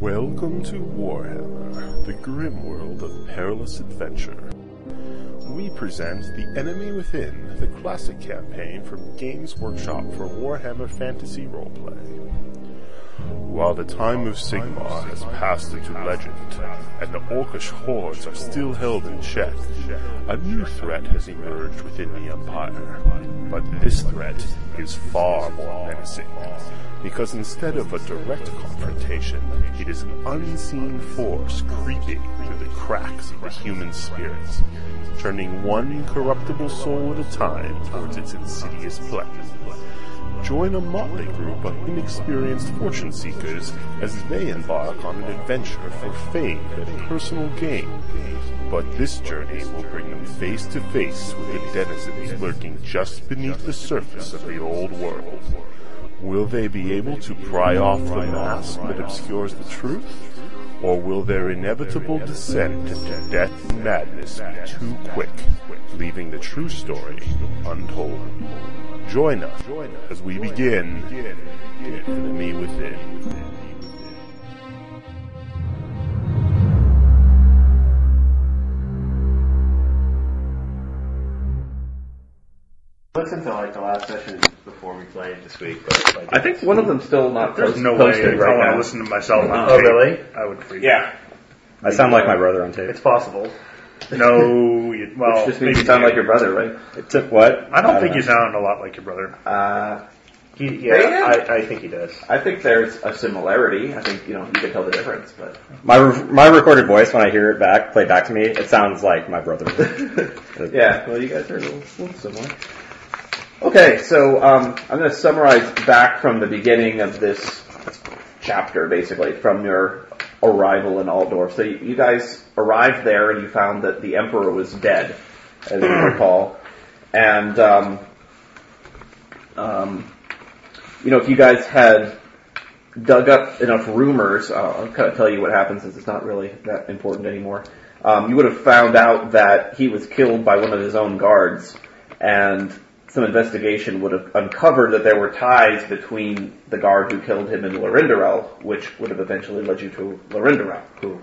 Welcome to Warhammer, the grim world of perilous adventure. We present The Enemy Within, the classic campaign from Games Workshop for Warhammer Fantasy Roleplay. While the time of Sigmar has passed into legend, and the orcish hordes are still held in check, a new threat has emerged within the Empire. But this threat is far more menacing, because instead of a direct confrontation, it is an unseen force creeping through the cracks of the human spirit, turning one corruptible soul at a time towards its insidious plan join a motley group of inexperienced fortune seekers as they embark on an adventure for fame and personal gain. But this journey will bring them face to face with the denizens lurking just beneath the surface of the old world. Will they be able to pry off the mask that obscures the truth? Or will their inevitable descent into death and madness be too quick, leaving the true story untold? Join us as we begin The Enemy Within. Listen to like the last session before we played this week, but like I think one of them's still not There's post- no way posted I right want now. to listen to myself on Oh, tape. really? I would freak. yeah, I sound like my brother on tape. it's possible. No, Oh, you, well, Which just makes maybe you sound do. like your brother, right? It took what? I don't think you he's. sound a lot like your brother. Uh, He, Really? yeah, I, I think he does. I think there's a similarity. I think you know you can tell the difference, but My re- my recorded voice when I hear it back, played back to me, it sounds like my brother. yeah. Well, you guys are a little, little similar. Okay, so um, I'm going to summarize back from the beginning of this chapter, basically from your arrival in Aldor. So you, you guys arrived there, and you found that the Emperor was dead, as you recall, and um, um, you know if you guys had dug up enough rumors, uh, I'll kind of tell you what happened since it's not really that important anymore. Um, you would have found out that he was killed by one of his own guards, and some investigation would have uncovered that there were ties between the guard who killed him and Lorinderel, which would have eventually led you to Lorinderel, who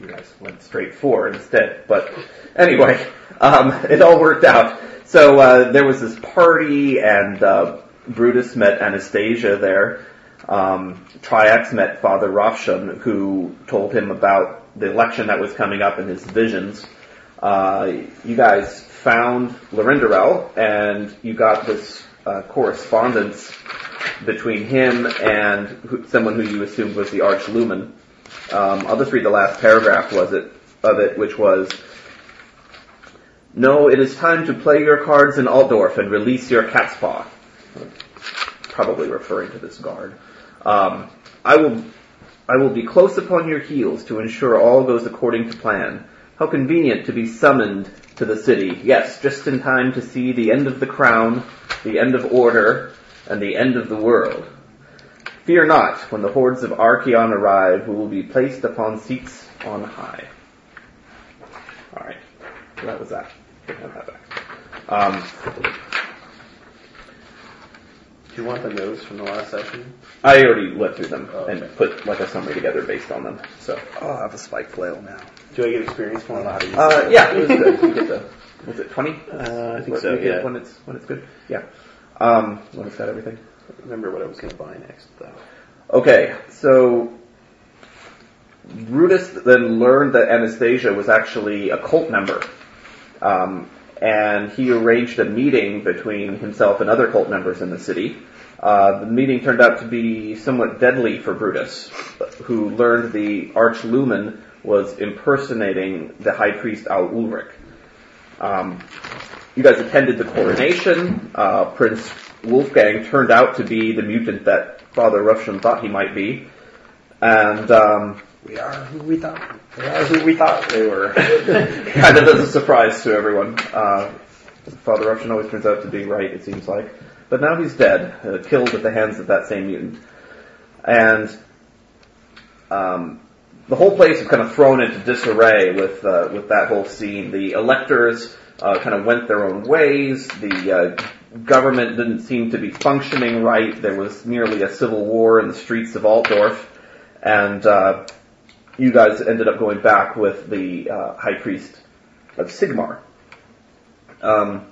you guys went straight for instead. But anyway, um, it all worked out. So uh, there was this party, and uh, Brutus met Anastasia there. Um, Triax met Father Rofsham, who told him about the election that was coming up and his visions. Uh, you guys found Lorinderel, and you got this uh, correspondence between him and who, someone who you assumed was the Arch Lumen. Um, I'll just read the last paragraph was it of it, which was, "No, it is time to play your cards in Altdorf and release your cat's paw." Probably referring to this guard. Um, I will, I will be close upon your heels to ensure all goes according to plan. How convenient to be summoned to the city. Yes, just in time to see the end of the crown, the end of order, and the end of the world. Fear not, when the hordes of Archeon arrive, we will be placed upon seats on high. Alright, so that was that. Put that back. Um, do you want the notes from the last session? I already went through them Oh, and put like a summary together based on them. So oh, I have a spike flail now. Do I get experience for it? uh, yeah, it was good. You get the was it twenty? Uh, I think What so. you get Yeah, when it's when it's good. Yeah. Um, when it's got everything. remember what I was gonna buy next though. Okay, so Brutus then learned that Anastasia was actually a cult member, um, and he arranged a meeting between himself and other cult members in the city. Uh, the meeting turned out to be somewhat deadly for Brutus, who learned the Arch Lumen was impersonating the High Priest Al Ulrich. Um, you guys attended the coronation. Uh, Prince Wolfgang turned out to be the mutant that Father Rushton thought he might be. And um, We are who we thought. We are who we thought they were. kind of as a surprise to everyone. Uh, Father Rushton always turns out to be right, it seems like. But now he's dead, uh, killed at the hands of that same mutant. And um, the whole place was kind of thrown into disarray with uh, with that whole scene. The electors uh, kind of went their own ways. The uh, government didn't seem to be functioning right. There was nearly a civil war in the streets of Altdorf, and uh, you guys ended up going back with the uh, high priest of Sigmar. Um,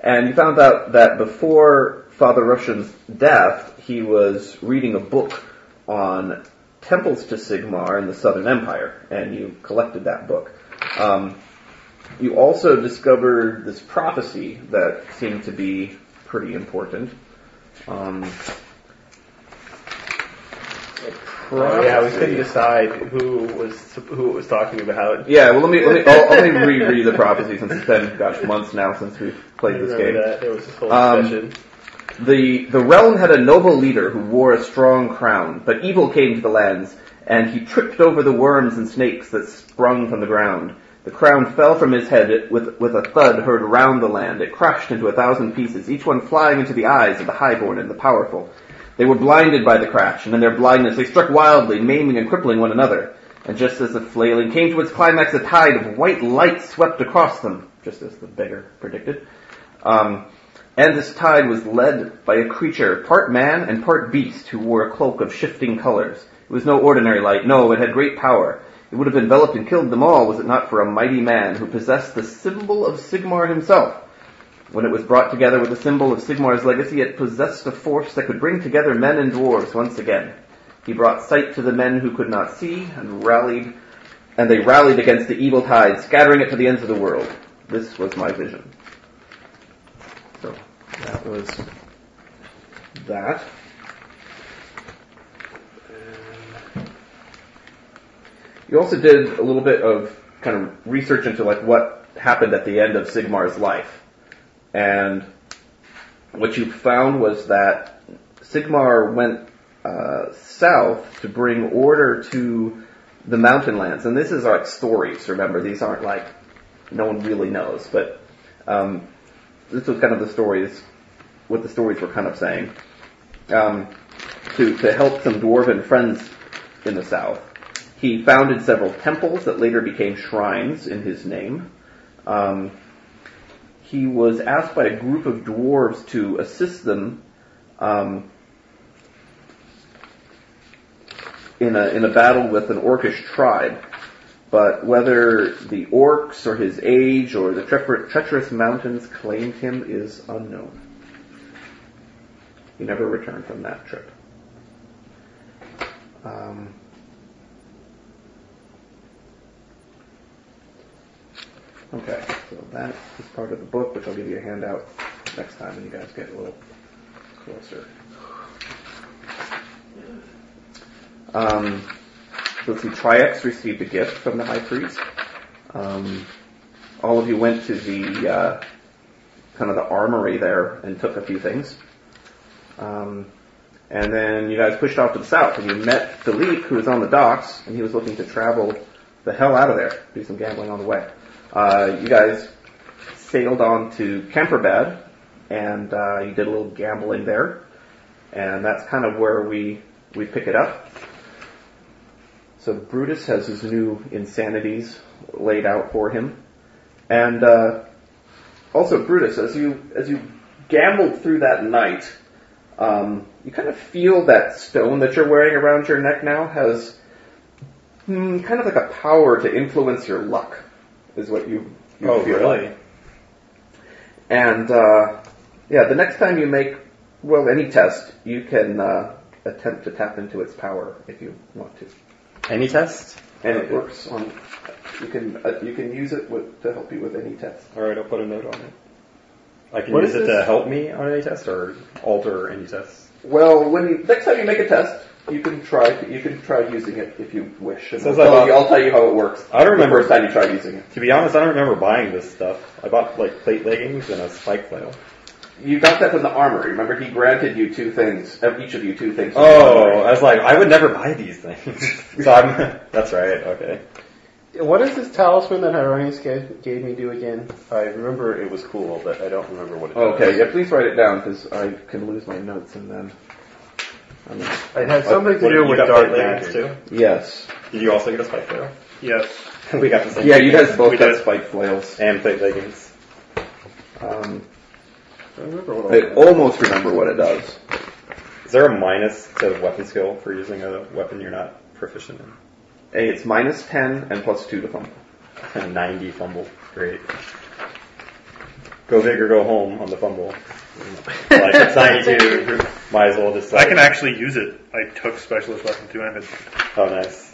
and you found out that before Father Russian's death, he was reading a book on temples to Sigmar in the Southern Empire, and you collected that book. Um, you also discovered this prophecy that seemed to be pretty important. Um, a Oh, Oh, yeah, we prophecy. couldn't decide who was who it was talking about. Yeah, well, let me let me I'll, I'll let me reread the prophecy since it's been gosh months now since we've I played this remember game. that there was this whole Um, discussion. The the realm had a noble leader who wore a strong crown, but evil came to the lands, and he tripped over the worms and snakes that sprung from the ground. The crown fell from his head with with a thud heard round the land. It crashed into a thousand pieces, each one flying into the eyes of the highborn and the powerful. They were blinded by the crash, and in their blindness they struck wildly, maiming and crippling one another. And just as the flailing came to its climax, a tide of white light swept across them, just as the beggar predicted. Um, and this tide was led by a creature, part man and part beast, who wore a cloak of shifting colors. It was no ordinary light, no, it had great power. It would have enveloped and killed them all was it not for a mighty man who possessed the symbol of Sigmar himself. When it was brought together with the symbol of Sigmar's legacy, it possessed a force that could bring together men and dwarves once again. He brought sight to the men who could not see and rallied, and they rallied against the evil tide, scattering it to the ends of the world. This was my vision. So that was that. You also did a little bit of kind of research into like what happened at the end of Sigmar's life. And what you found was that Sigmar went uh, south to bring order to the mountain lands. And this is like stories, remember. These aren't like, no one really knows. But um, this was kind of the stories, what the stories were kind of saying, um, to, to help some dwarven friends in the south. He founded several temples that later became shrines in his name. Um, he was asked by a group of dwarves to assist them um, in, a, in a battle with an orcish tribe. But whether the orcs or his age or the treacher- treacherous mountains claimed him is unknown. He never returned from that trip. Um, okay, so that is part of the book, which I'll give you a handout next time when you guys get a little closer. Um, so let's see, Triax received a gift from the high priest. Um, all of you went to the uh, kind of the armory there and took a few things. Um, and then you guys pushed off to the south and you met Philippe, who was on the docks, and he was looking to travel the hell out of there, do some gambling on the way. Uh, you guys sailed on to Kemperbad, and uh, you did a little gambling there, and that's kind of where we we pick it up. So Brutus has his new insanities laid out for him, and uh, also Brutus, as you as you gambled through that night, um, you kind of feel that stone that you're wearing around your neck now has hmm, kind of like a power to influence your luck, is what you, you Oh, feel. really? And uh, yeah, the next time you make well any test, you can uh, attempt to tap into its power if you want to Any test? and it works on. You can uh, you can use it with, to help you with any test. Alright, I'll put a note on it. I can What use is it to this? help me on any test or alter any test. Well, when you, next time you make a test, you can try you can try using it if you wish. And Sounds like I'll, tell a- you, I'll tell you how it works. I don't remember- the first time you try using it. To be honest, I don't remember buying this stuff. I bought like plate leggings and a spike flail. You got that from the armory. Remember, he granted you two things, uh, each of you two things. from the Oh, armory. I was like, I would never buy these things. so I'm. That's right. Okay. What is this talisman that Hieronymus gave, gave me do again? Oh. I remember it was cool, but I don't remember what it does. Okay, yeah. Please write it down because I can lose my notes and then. I mean, It had something to What, do you with got dark plate magic. leggings too? yes. Did you also get a spike flail? Yes. we got the same. Yeah, you guys both We got did. spike flails. and plate leggings. Um, I remember what I almost remember what it does. Is there a minus to weapon skill for using a weapon you're not proficient in? And it's minus 10 and plus 2 to fumble. 90 fumble. Great. Go big or go home on the fumble. like it's 92. Might as well just. I Like, can actually use it. I took specialist weapon two-handed. Oh, nice.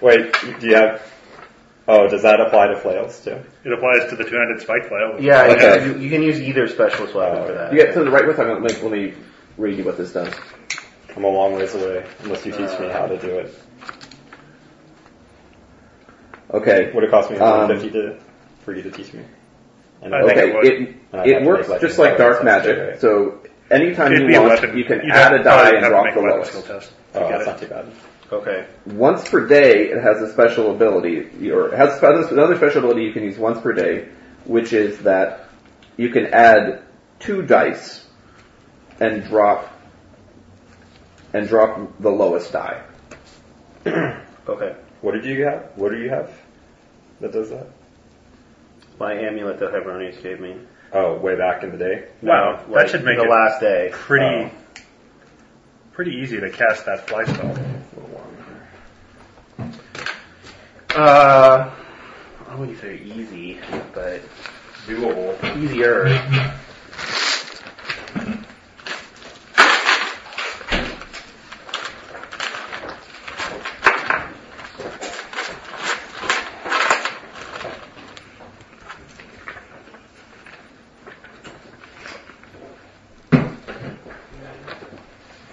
Wait, do you have? Oh, does that apply to flails too? It applies to the two-handed spike flail. Yeah, Okay. you, you can use either specialist weapon for that. You get to the right with, I'm gonna, let me read you what this does. I'm a long ways away. Unless you teach me how to do it. Okay. Would it cost me Um, 150 to for you to teach me? And I think Okay, it Uh, would. it, And I'd have it to works make just like lightning dark bolts, that's magic, so anytime It'd you be a want, weapon. you can You'd add have- a die probably and have to drop make the a weapon lowest. Skill test. to Oh, get that's it. not too bad. Okay. Once per day, it has a special ability, or it has another special ability you can use once per day, which is that you can add two dice and drop and drop the lowest die. Okay. What did you have? What do you have that does that? My amulet that Hyperonius gave me. Oh, way back in the day. Wow, Uh, that like, should make the it- last day. Pretty, Oh. pretty easy to cast that fly spell. Uh, I wouldn't say easy, but Doable. easier.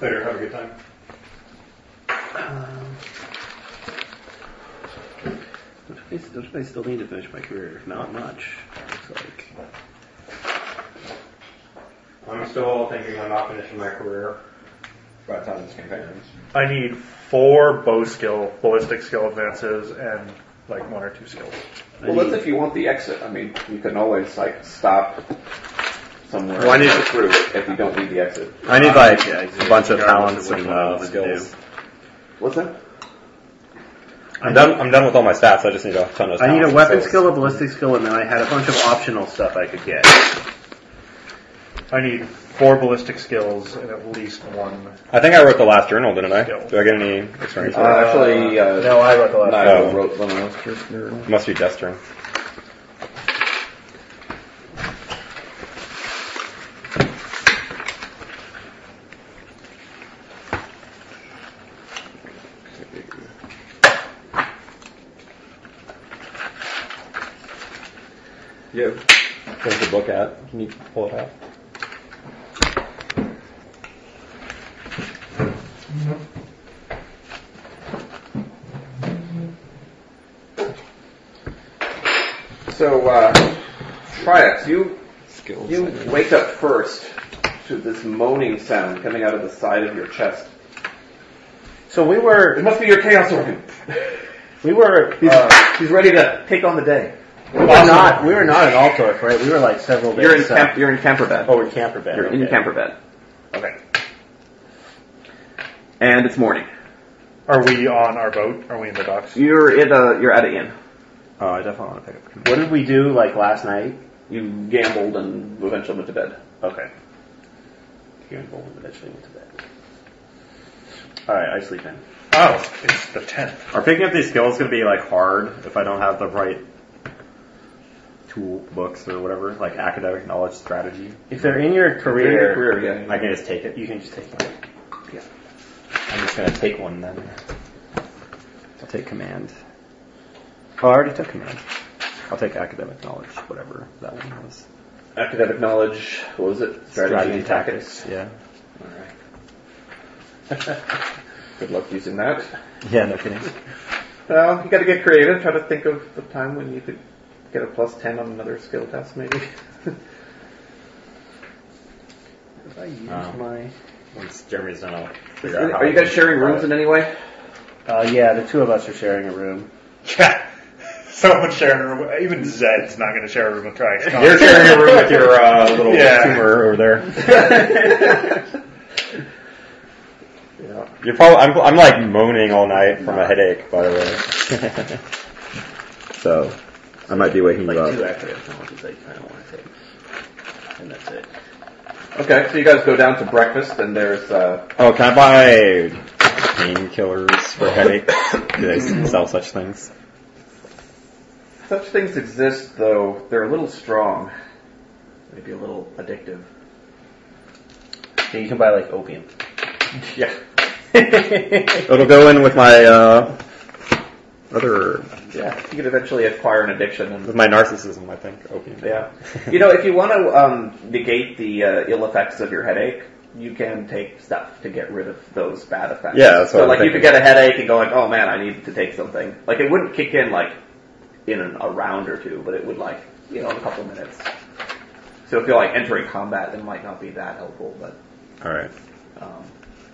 Later, have a good time. Um, I still, I still need to finish my career. Not much. It's like I'm still thinking I'm not finishing my career by the time this companions. I need four bow skill, ballistic skill advances, and like one or two skills. Well, that's if you want the exit. I mean, you can always like stop somewhere Why and did- go through if you don't need the exit. I need like Yeah, exactly. a bunch of Regardless talents of what and you want uh, to skills. What's that? I'm done. I'm done with all my stats. I just need a ton of. I need a talents weapon and skills. skill, a ballistic skill, and then I had a bunch of optional stuff I could get. I need four ballistic skills and at least one. I think I wrote the last journal, didn't I? Skill. Do I get any experience? Uh, for that? actually, uh, no, I wrote the last. Nigel Oh. wrote one of those. Must be Death's turn. Yeah. Where's the book at? Can you pull it out? So, uh, Triax, you Skills. you wake up first to this moaning sound coming out of the side of your chest. So we were, It must be your chaos organ. we were, He's, uh, he's ready to take on the day. we were not, we were not in Altorf, right? We were like several days. You're in south. camp, you're in camperbed. Oh, we're in Camperbed. you're in okay. camperbed, Okay. and it's morning. Are we on our boat? Are we in the docks? You're at a you're at an inn. Oh, I definitely want to pick up. What did we do like last night? You gambled and eventually went to bed. Okay. You're involved eventually went to bed. All right, I sleep in. Oh, it's the tenth. Are picking up these skills going to be like hard if I don't have the right tool books or whatever, like academic knowledge strategy? If they're in You're your in your career, career, yeah. I can just take it. you can just take them. I'm just going to take one then. I'll take command. Oh, I already took command. I'll take academic knowledge, whatever that one was. Academic knowledge. What was it? and Yeah. Good luck using that. Yeah, no kidding. Well, you got to get creative. Try to think of the time when you could get a plus ten on another skill test, maybe. If I use Um, my, Once Jeremy's done, I'll figure out how Are you guys sharing rooms in any way? uh, yeah, the two of us are sharing a room. Yeah. Someone sharing a room. Even Zed's not going to share a room with Triax. You're sharing a room with your uh, little Yeah. tumor over there. Yeah. You're probably. I'm, I'm like moaning all night from a headache, by the way. so, I might be waking you Like two up. academic knowledges I kind of want to take, and that's it. Okay, so you guys go down to breakfast, and there's uh, Oh, can I buy painkillers for headaches? Do they sell such things? Such things exist, though they're a little strong, maybe a little addictive. Yeah, you can buy like opium. Yeah. It'll go in with my uh, other Yeah, you could eventually acquire an addiction. And, with my narcissism. I think opium. yeah, you know, if you want to um, negate the uh, ill effects of your headache, you can take stuff to get rid of those bad effects. Yeah, that's what so I'm like you thinking. could get a headache and go like, oh man, I need to take something. Like it wouldn't kick in like in an, a round or two, but it would like you know in a couple minutes. So if you're like entering combat, it might not be that helpful, but. All right. Um,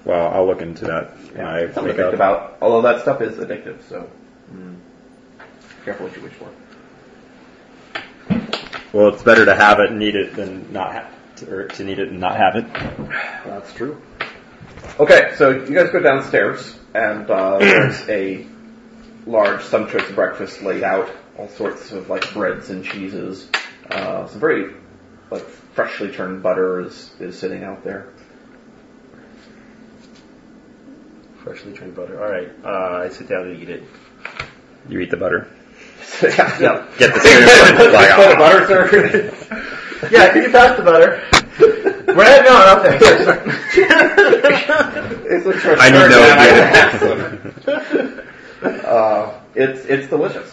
Well, I'll look into that when Yeah, I something wake to think up. about. Although that stuff is addictive, so mm, careful what you wish for. Well, it's better to have it and need it than not have to, or to need it and not have it. That's true. Okay, so you guys go downstairs, and uh, there's a large, sumptuous breakfast laid out. All sorts of like breads and cheeses. Uh, some very like freshly churned butter is, is sitting out there. Freshly turned butter. All right. Uh, I sit down and eat it. You eat the butter. yeah, yeah. Get the spoon. like, Butter, ah. butter, sir. Yeah, can you pass the butter? Where no, no, thanks. it's a church I need no Yeah, I idea. Uh, it's it's delicious.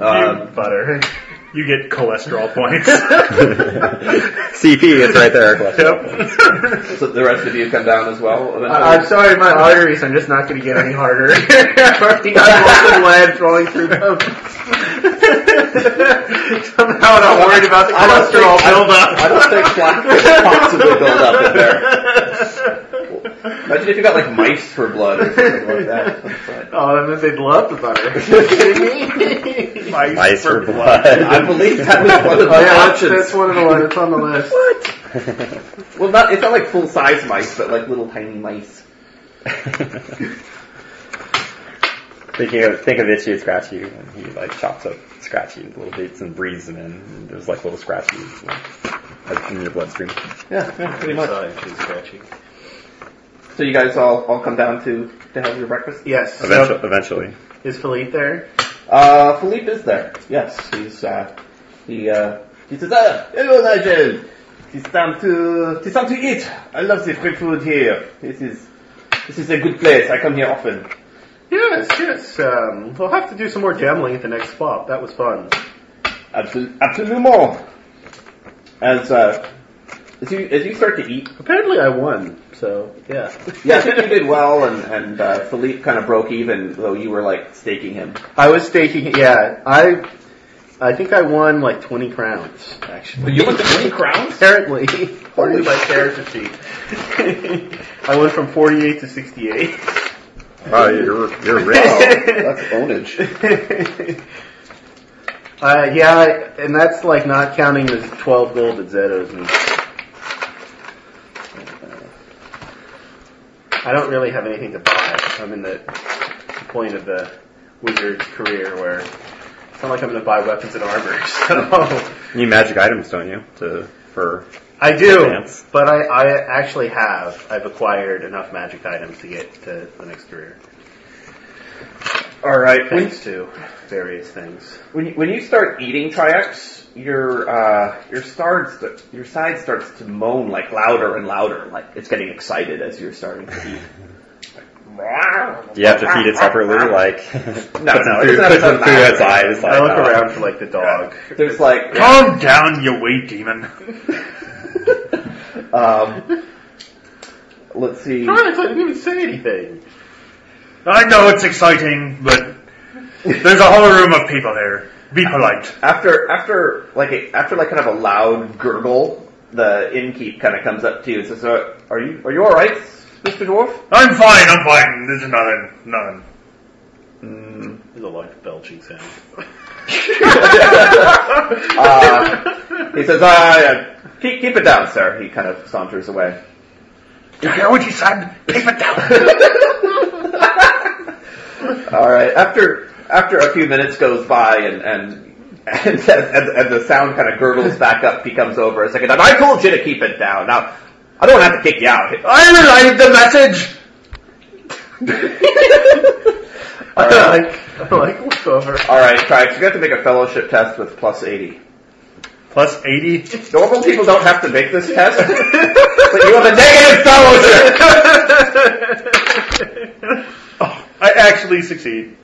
Uh, You Um, butter. You get cholesterol points. CP is right there. yep. so the rest of you come down as well. eventually? I, am sorry, my arteries. I'm just not going to get any harder. I've already got lots of lead rolling through them. Somehow, I'm not worried about the I don't think- cholesterol I don't- buildup. I don't think black could possibly build up in there. Imagine if you got like mice for blood or something like that. That's right. Oh, then they'd love the butter. Are you kidding me? Mice, Ice for I blood. believe that was one of the Oh yeah, that's, options. that's one of the ones. It's on the list. What? Well, not it's not like full size mice, but like little tiny mice. Thinking of, think of Itchy and Scratchy, and he like chops up Scratchy into little bits and breathes them in. And there's like little Scratchies like, in your bloodstream. Yeah, yeah pretty much. Sorry, she's scratchy. So you guys all all come down to to have your breakfast. Yes. so- Eventually, eventually. is Philippe there? Uh, Philippe is there. Yes, he's, uh, he, uh, he says, ah, hello Nigel! It's time to, it's time to eat! I love the free food here. This is, this is a good place. I come here often. Yes, yes. Um, we'll have to do some more gambling at the next swap. That was fun. Absol- absolument! As, uh, as you, as you start to eat, Apparently, I won. So yeah. yeah, I think you did well, and, and, uh, Philippe kind of broke even, though you were, like, staking him. I was staking. Yeah, I. I think I won like twenty crowns actually. you went to 20 crowns? Apparently, Holy only by scarcity. I went from forty-eight to sixty-eight. Oh, you're you're that's ownage. uh, yeah, and that's like not counting the twelve gold that Zeto's me. I don't really have anything to buy. I'm in the point of the wizard's career where it's not like I'm going to buy weapons and armor. So You magic items, don't you? To for I do, Advance. but I, I actually have. I've acquired enough magic items to get to the next career. All right. Thanks to various things. When you, when you start eating triax, your uh, your starts your side starts to moan like louder and louder, like it's getting excited as you're starting to eat. do you have to feed it separately? Like No, put some no, it's food, not put some about food that. outside. It's like I look uh, around for like the dog. There's like Calm down, you wait demon. um, let's see. Honest, I didn't even say anything. I know it's exciting, but there's a whole room of people there. Be polite. After after like a, after like kind of a loud gurgle, the innkeep kind of comes up to you and says, uh, "Are you are you all right, Mister Dwarf?" I'm fine, I'm fine. There's nothing, nothing. There's a large belching sound. Uh, he says, uh, keep, keep it down, sir. He kind of saunters away. You hear what you said? Keep it down. All right. After after a few minutes goes by and and and, and, and the sound kind of gurgles back up, he comes over a second time. I told you to keep it down. Now I don't have to kick you out. I relayed the message. like, like, look over. All right, try. So you have to make a fellowship test with plus eighty. Plus 80. Normal people don't have to make this test, but you have a negative fellowship. I actually succeed.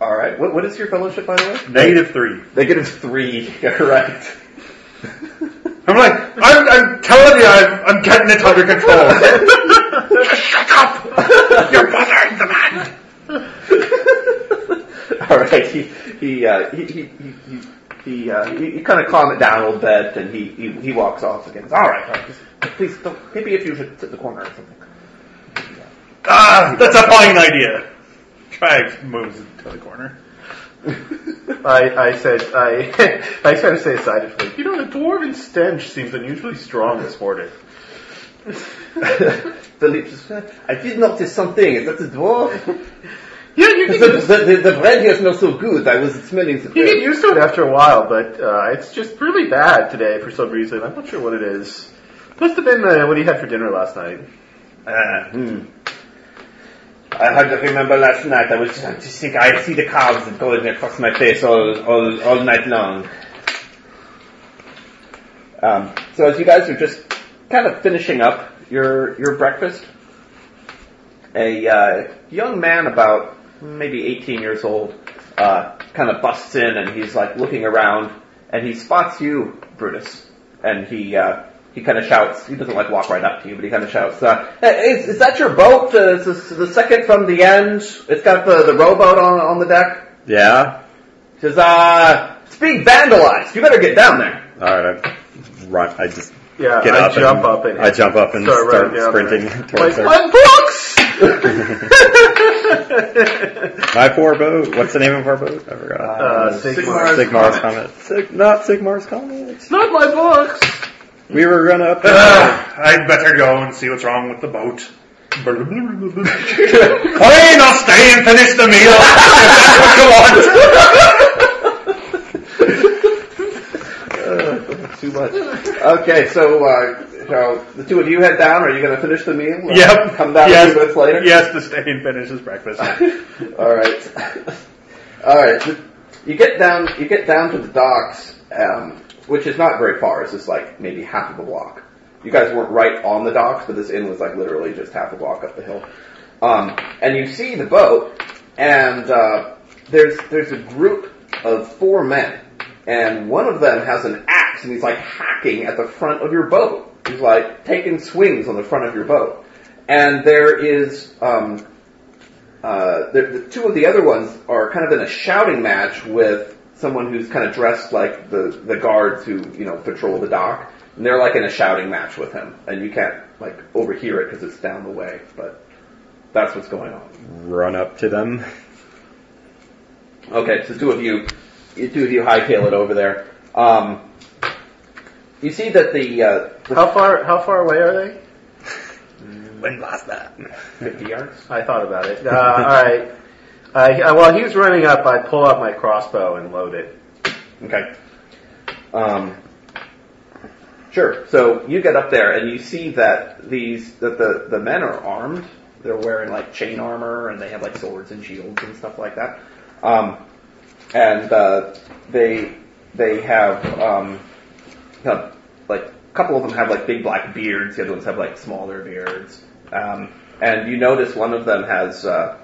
All right. What, what is your fellowship, by the way? Negative 3. Negative three. Correct. I'm like, I'm, I'm telling you, I'm, I'm getting it under control. All right. He he uh, he he. he, he he, uh, he, he kind of calm it down a little bit, and he, he, he walks off again. All right, all right just, please, don't, maybe if you should sit in the corner or something. ah, that's a fine idea. Tribe moves to the corner. I, I said, I, I kind of say excitedly, you know, the dwarven stench seems unusually strong this morning. Philippe says, I did notice something. Is that the dwarf? Yeah, you The, can, the, the, the bread here smells so good. I was smelling the you get bread. used to it after a while, but uh, it's just really bad today for some reason. I'm not sure what it is. Must have been uh, what he had for dinner last night. Ah, hmm. I had to remember last night. I was I just think I see the carbs that go in across my face all all, all night long. Um, so as you guys are just kind of finishing up your your breakfast, a uh, young man about maybe 18 years old uh, kind of busts in and he's like looking around and he spots you, Brutus, and he uh, he kind of shouts. He doesn't like walk right up to you, but he kind of shouts, uh, "Hey, is, "Is that your boat? Uh, it's the, the second from the end. It's got the the rowboat on on the deck." Yeah. He says, "Uh, it's being vandalized. You better get down there." All right. I run. I just Uh, Yeah, get I up. jump and, up and I jump up and start start, running down sprinting Like, towards her. my books! My poor boat. What's the name of our boat? I forgot. Uh, Sigmar. Sigmar's Comet. Sig- not Sigmar's Comet. Not my books! We were gonna up there. Ah, I'd better go and see what's wrong with the boat. Fine, I'll stay and finish the meal. Too much. Okay, so uh, so the two of you head down. Are you going to finish the meal? Or Yep. Come down a yes. few minutes later. Yes, to stay and finish his breakfast. All right. All right. You get down. You get down to the docks, um, which is not very far. It's just like maybe half of a block. You guys weren't right on the docks, but this inn was like literally just half a block up the hill. Um, and you see the boat, and uh, there's there's a group of four men, and one of them has an axe, and he's like hacking at the front of your boat. He's like taking swings on the front of your boat, and there is um, uh, the, the two of the other ones are kind of in a shouting match with someone who's kind of dressed like the, the guards who, you know, patrol the dock. And they're like in a shouting match with him. And you can't, like, overhear it because it's down the way. But that's what's going on. Run up to them. Okay, so two of you, you two of you hightail it over there. Um, you see that the, uh, the How far, how far away are they? When was that? 50 yards? I thought about it. Uh, I, I, I, while he was running up, I pull out my crossbow and load it. Okay. Um, sure. So you get up there and you see that these that the the men are armed. They're wearing like chain armor and they have like swords and shields and stuff like that. Um, and uh, they they have um, kind of, like a couple of them have like big black beards. The other ones have like smaller beards. Um, and you notice one of them has uh,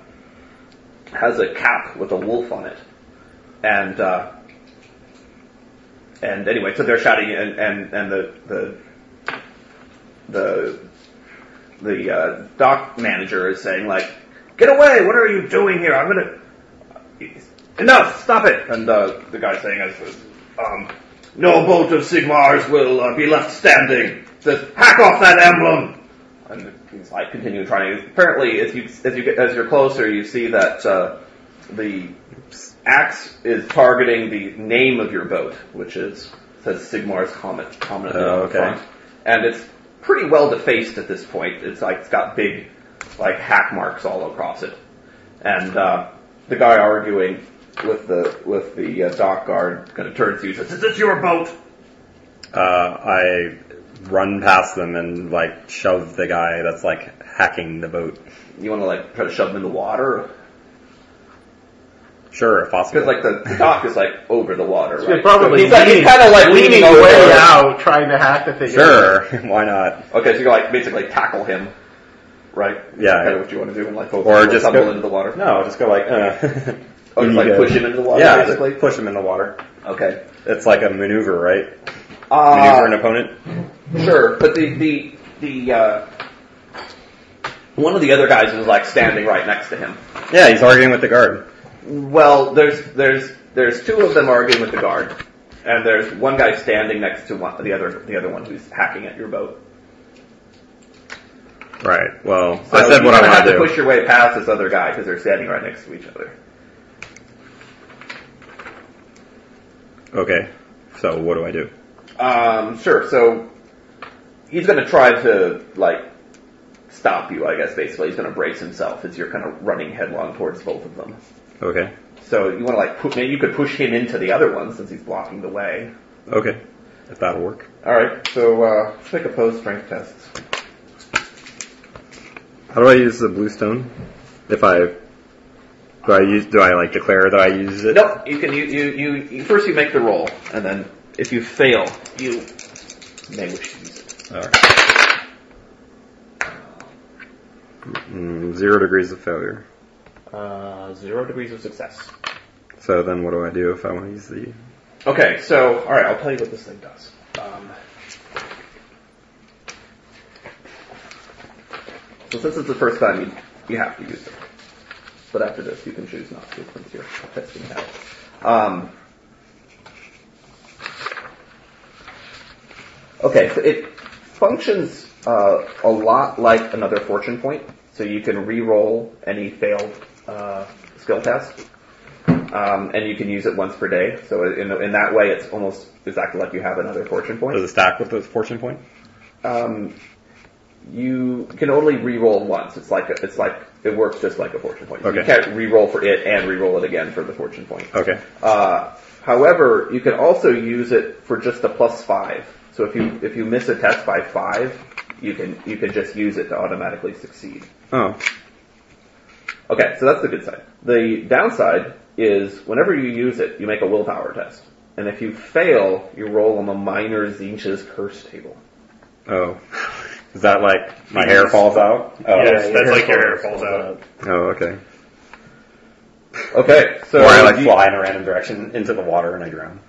has a cap with a wolf on it. And uh, and anyway, so they're shouting, and and and the the the the uh, dock manager is saying like, "Get away! What are you doing here? I'm gonna enough! Stop it!" And uh, the guy's saying, uh, um, "No boat of Sigmar's will uh, be left standing. Just hack off that emblem." And he's like, continue trying. Apparently, as you as you get, as you're closer, you see that uh, the axe is targeting the name of your boat, which is says Sigmar's Comet prominently Oh, on the okay. front, and it's pretty well defaced at this point. It's like it's got big like hack marks all across it, and uh, the guy arguing with the with the uh, dock guard kind of turns to you and says, "Is this your boat?" Uh, I Uh, run past them and like shove the guy that's like hacking the boat. You want to like try to shove them in the water Sure, if possible. because like the, the dock is like over the water, right? probably So he's like, leaning- kind of like leaning over way the- out, trying to hack the thing. sure, why not? Okay, so you like basically tackle him, right? Yeah. Kind of what you want to do, and like both Or people just tumble go- into the water. No, just go like. Uh. Or just Oh, like Yeah. push him into the water, yeah, basically. just push him in the water. Okay. It's like a maneuver, right? Uh, Maneuver an opponent. Sure, but the the the uh, one of the other guys is like standing right next to him. Yeah, he's arguing with the guard. Well, there's there's there's two of them arguing with the guard, and there's one guy standing next to one, the other the other one who's hacking at your boat. Right. Well, So I said you what I kinda want have to to do. push your way past this other guy because they're standing right next to each other. Okay. So what do I do? Um, sure. So he's going to try to like stop you, I guess. Basically, he's going to brace himself as you're kind of running headlong towards both of them. Okay. So you want to like pu- maybe you could push him into the other one since he's blocking the way. Okay. If that'll work. All right. So uh, let's make opposed strength tests. How do I use the blue stone? If I do I use do I like declare that I use it? No, you can you you, you, you first you make the roll and then if you fail you may wish to use it. All right. Mm, zero degrees of failure. Uh, zero degrees of success. So then what do I do if I want to use the Okay, so all right, I'll tell you what this thing does. Um, so since it's the first time you, you have to use it, but after this you can choose not to since you're testing it out. Um, okay, so it functions uh, a lot like another fortune point, so you can re-roll any failed uh, skill test um, and you can use it once per day. So in, in that way, it's almost exactly like you have another fortune does point. it stack with the fortune point? Um, you can only re-roll once. It's like it's like it works just like a fortune point. You Okay. can't re-roll for it and re-roll it again for the fortune point. Okay. Uh, however, you can also use it for just a plus five. So if you if you miss a test by five, you can you can just use it to automatically succeed. Oh. Okay, so that's the good side. The downside is whenever you use it, you make a willpower test. And if you fail, you roll on the minor Zinch's curse table. Oh. Is that like my hair falls out? Oh. yes, that's like your hair falls out. Oh, okay. Okay, so Or I like do you, fly in a random direction into the water and I drown.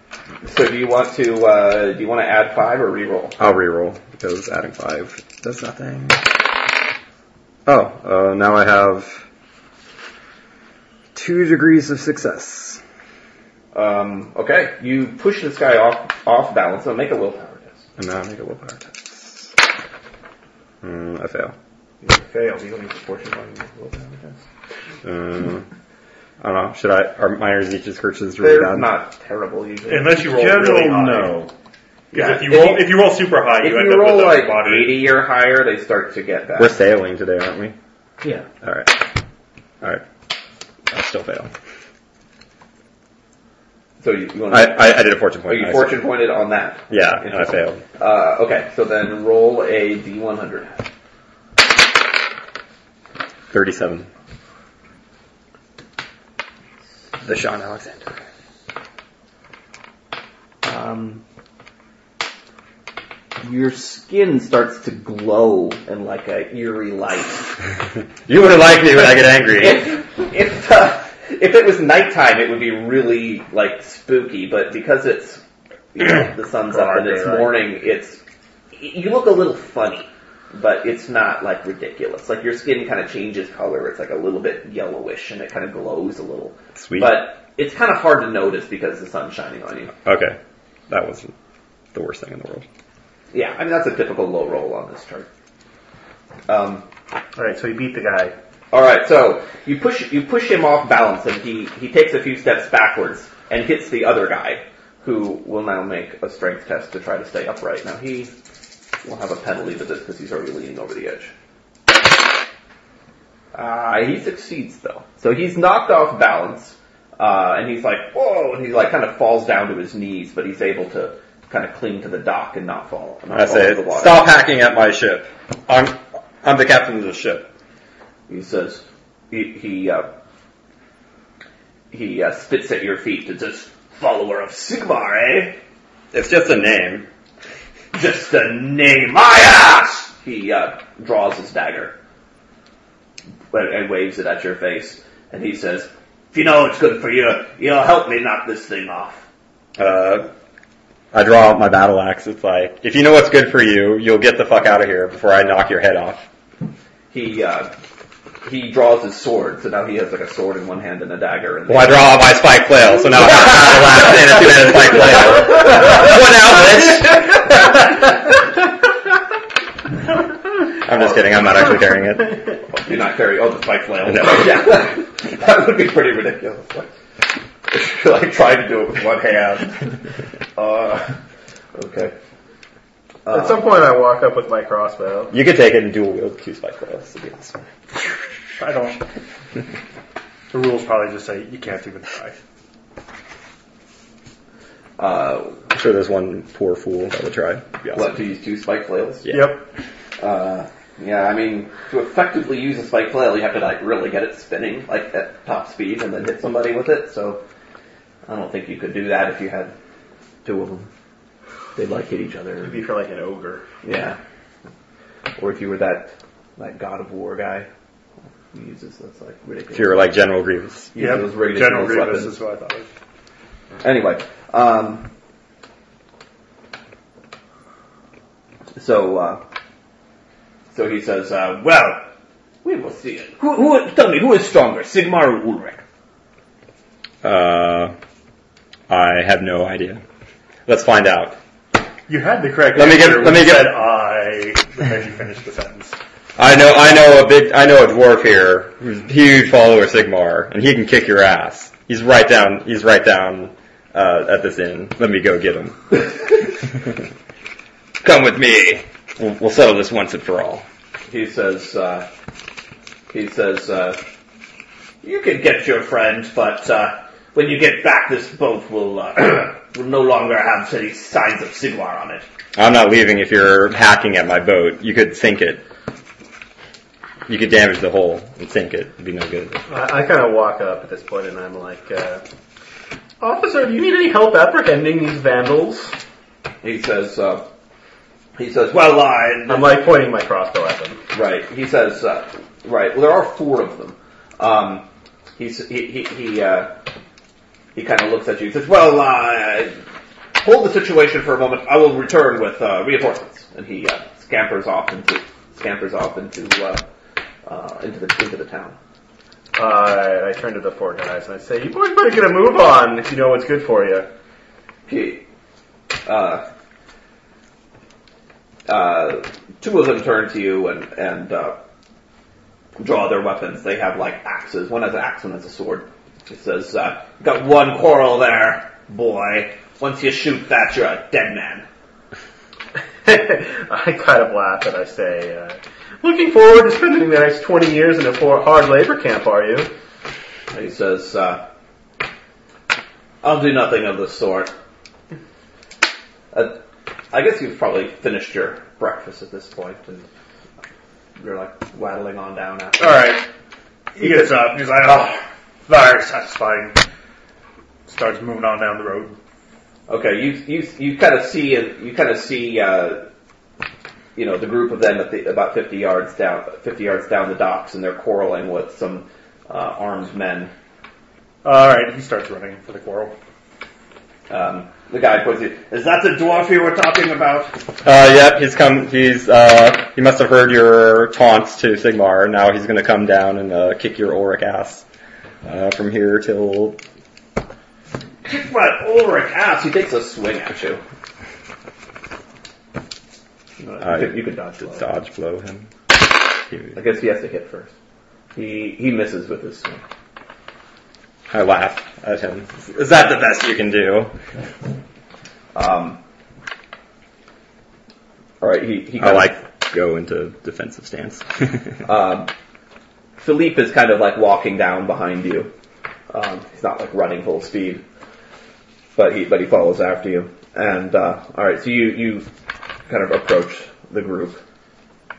so do you want to uh, do you want to add five or re-roll? I'll reroll because adding five does nothing. Oh, uh, now I have two degrees of success. Um, okay, you push this guy off off balance and make a willpower test. And now I make a willpower test. Mm, I fail. You fail. You don't need the fortune on your willpower test. Um, I don't know. Should I? Are minor Zeech's curses really They're bad? not terrible usually. Unless you roll General, really high. no. Because Yeah, if you if roll, you- if you roll super high, if you end you up roll with like a body. 80 or higher, they start to get bad. We're sailing today, aren't we? Yeah. All right. All right. I still fail. So you, you want I, to? I, I did a fortune Are point. you I- fortune pointed on that? Yeah, and I failed. Uh, okay, so then roll a d100. Thirty-seven. The Sean Alexander. Um, your skin starts to glow in like a eerie light. you would have liked me when I get angry. if if, uh, if it was nighttime, it would be really like spooky. But because it's you know, the sun's up and it's morning, it's you look a little funny, but it's not like ridiculous. Like your skin kind of changes color. It's like a little bit yellowish and it kind of glows a little. Sweet. But it's kind of hard to notice because the sun's shining on you. okay, that was the worst thing in the world. Yeah, I mean that's a typical low roll on this chart. Um, All right, so he beat the guy. all right, so you push you push him off balance, and he he takes a few steps backwards and hits the other guy, who will now make a strength test to try to stay upright. Now he will have a penalty to this because he's already leaning over the edge. Uh, he succeeds though, so he's knocked off balance, uh, and he's like whoa, and he like kind of falls down to his knees, but he's able to kind of cling to the dock and not fall. Not I fall say, into the water. stop hacking at my ship. I'm, I'm the captain of the ship. He says, he he, uh, he uh, spits at your feet. It's this follower of Sigmar, eh? It's just a name. Just a name, my ass! He uh, draws his dagger and, and waves it at your face. And he says, if you know it's good for you, you'll help me knock this thing off. Uh, I draw out my battle axe. It's like, if you know what's good for you, you'll get the fuck out of here before I knock your head off. He uh, he draws his sword, so now he has like a sword in one hand and a dagger in the Well, I draw out my spike flail, so now I have a battle axe and a two-handed spike flail. What now, bitch? I'm just kidding. I'm not actually carrying it. other. You're not carrying oh the spike flail. No. yeah. that would be pretty ridiculous. Like, like trying to do it with one hand. Uh, okay. Uh, At some point, I walk up with my crossbow. You could take it and dual wield two spike flails. to be honest. I don't. The rules probably just say you can't even try. uh, I'm sure there's one poor fool that would try. to be honest. what to use two spike flails? Yeah. Yep. Uh, yeah, I mean, to effectively use a spike flail, you have to like really get it spinning, like at top speed, and then hit somebody with it. So, I don't think you could do that if you had two of them. They'd like hit each other. It'd be for like an ogre. Yeah. Or if you were that that God of War guy, who uses that's like ridiculous. If you were like General Grievous. Yeah, Yep. those ridiculous General Grievous weapons. is what I thought. of. Anyway, um, so uh, so he says, uh, "Well, we will see. It. Who, who? Tell me, who is stronger, Sigmar or Ulrich?" Uh, I have no idea. Let's find out. You had the correct. Let me get- answer let me when you get- said I. Because you finished the sentence. I know, I know a big, I know a dwarf here who's a huge follower of Sigmar, and he can kick your ass. He's right down, he's right down uh, at this inn. Let me go get him. Come with me. We'll, we'll settle this once and for all. He says, uh, "He says uh, you can get your friend, but uh, when you get back, this boat will uh, will no longer have any signs of Sigmar on it." I'm not leaving if you're hacking at my boat. You could sink it. You could damage the hull and sink it. It'd be no good. I, I kind of walk up at this point and I'm like, uh, Officer, do you need any help apprehending these vandals? He says, uh, "He says, well, I." I'm like pointing my crossbow at them. Right. He says, uh, right. Well, there are four of them. Um, he's, he, he, he, uh, he kind of looks at you and says, well, uh, hold the situation for a moment. I will return with, uh, reinforcements. And he, uh, scampers off into, scampers off into, uh, uh, into the, into the town. Uh, I turn to the four guys and I say, you boys better get a move on if you know what's good for you. He, uh, uh, two of them turn to you and, and, uh, draw their weapons. They have like axes. One has an axe, one has a sword. It says, uh, got one quarrel there, boy. Once you shoot that, you're a dead man. I kind of laugh and I say, uh, looking forward to spending the next 20 years in a for- hard labor camp, are you? And he says, uh, I'll do nothing of the sort. Uh, I guess you've probably finished your breakfast at this point and you're like waddling on down after. Alright. He gets up and he's like, oh, very satisfying. Starts moving on down the road. Okay, you you you kind of see you kind of see uh, you know the group of them at the, about fifty yards down fifty yards down the docks, and they're quarreling with some uh, armed men. Alright, he starts running for the quarrel. Um, the guy points you. Is that the dwarf you were talking about? Uh, yep, he's come. He's uh, he must have heard your taunts to Sigmar. Now he's gonna come down and uh, kick your Ulrich ass uh, from here till. Kick my Ulrich ass! He takes a swing at you. Uh, you, could, you could dodge. to blow. dodge blow him. He- I guess he has to hit first. He he misses with his swing. I laugh at him. Is that the best you can do? Um, all right, he he I kinda- like go into defensive stance. Um, Philippe is kind of like walking down behind you. Um, he's not like running full speed. but he but he follows after you. And uh, all right, so you you kind of approach the group.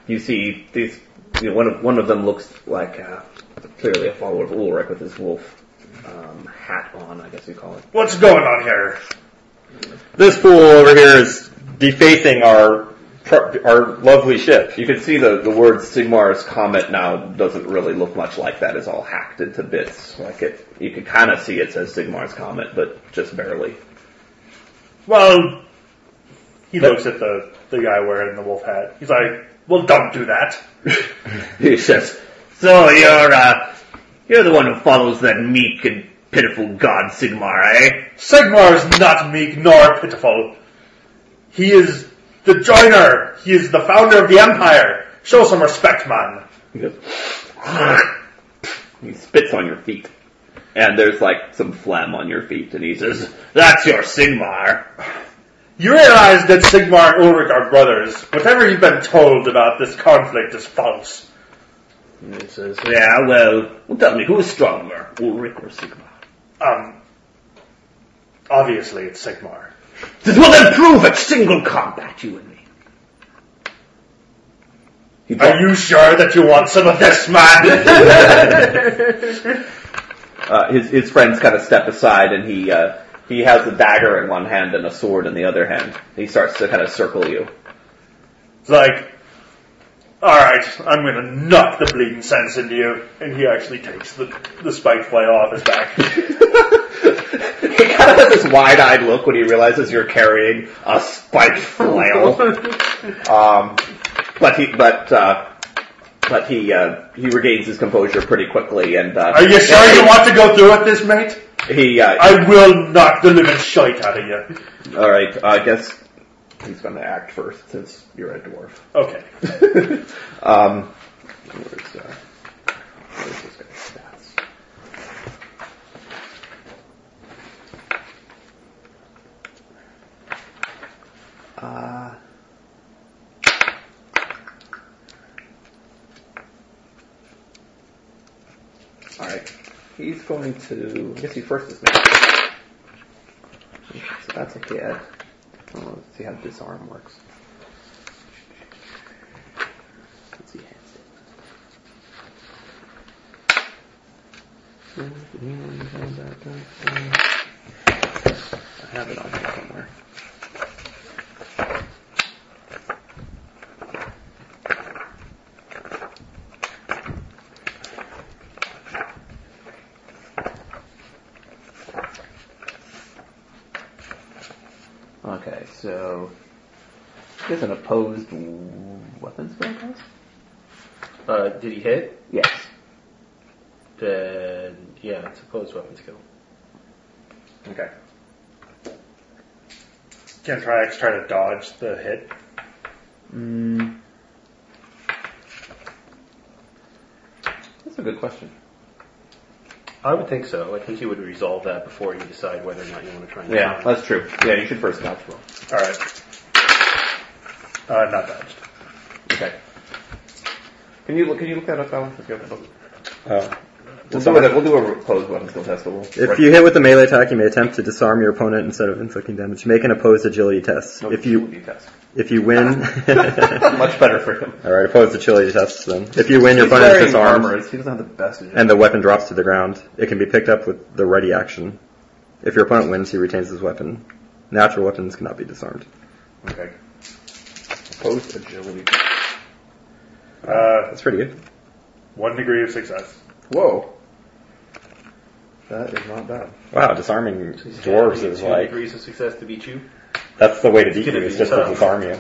You see these. You know, one of one of them looks like uh, clearly a follower of Ulrich with his wolf um, hat on. I guess you call it. What's going on here? This fool over here is defacing our pro- our lovely ship. You can see the, the word Sigmar's Comet now doesn't really look much like that. It's all hacked into bits. Like it, you can kind of see it says Sigmar's Comet, but just barely. Well, he looks at the, the guy wearing the wolf hat. He's like, well, don't do that. He says, "So you're uh, you're the one who follows that meek and pitiful god Sigmar, eh?" Sigmar is not meek nor pitiful. He is the joiner. He is the founder of the empire. Show some respect, man. He goes, he spits on your feet, and there's like some phlegm on your feet, and he says, "That's your Sigmar." You realize that Sigmar and Ulrich are brothers. Whatever you've been told about this conflict is false. And he says, "Yeah, well, well, tell me, who's stronger, Ulrich or Sigmar?" Um, obviously it's Sigmar. This will then prove at single combat, you and me. He Are you sure that you want some of this, man? uh, his his friends kind of step aside, and he uh, he has a dagger in one hand and a sword in the other hand. He starts to kind of circle you. It's like, alright, I'm gonna knock the bleeding sense into you. And he actually takes the, the spike flail off his back. he kind of has this wide-eyed look when he realizes you're carrying a spiked flail. um, but he but uh, but he uh, he regains his composure pretty quickly, and uh, Are you sure you want to go through with this, mate? he uh, I will knock the living shite out of you. All right, I guess he's going to act first since you're a dwarf. Okay. um, where's, uh, where's this guy's stats? Uh, all right, he's going to. I guess he first is me. So that's a hit. Oh, let's see how disarm works. Let's see. I have it on here somewhere. Okay, so he has an opposed w- weapon spell class? Uh, did he hit? Yes. Then, yeah, it's opposed weapon skill. Okay. Can Triax try to dodge the hit? Mm. That's a good question. I would think so. I think you would resolve that before you decide whether or not you want to try and Yeah, that's true. Yeah, you should first dodge roll. Alright. Uh, not dodged. Okay. Can you look? Can you look that up, Alan? If you have the book? Oh. We'll do, a, we'll do a closed weapon skill test, but we'll. If you hit with a melee attack, you may attempt to disarm your opponent instead of inflicting damage. Make an opposed agility test. No, If you agility test. if you win, much better for him. all right, opposed agility test then. If you win, your He's opponent wearing is disarmed, armor. He doesn't have the best. Agility. and the weapon drops to the ground. It can be picked up with the ready action. If your opponent wins, he retains his weapon. Natural weapons cannot be disarmed. okay. Opposed agility. Uh, That's pretty good. one degree of success. Whoa. That is not bad. Wow, disarming dwarves is two like degrees of success to beat you. that's the way to beat gonna you. Is be just to tough. disarm you.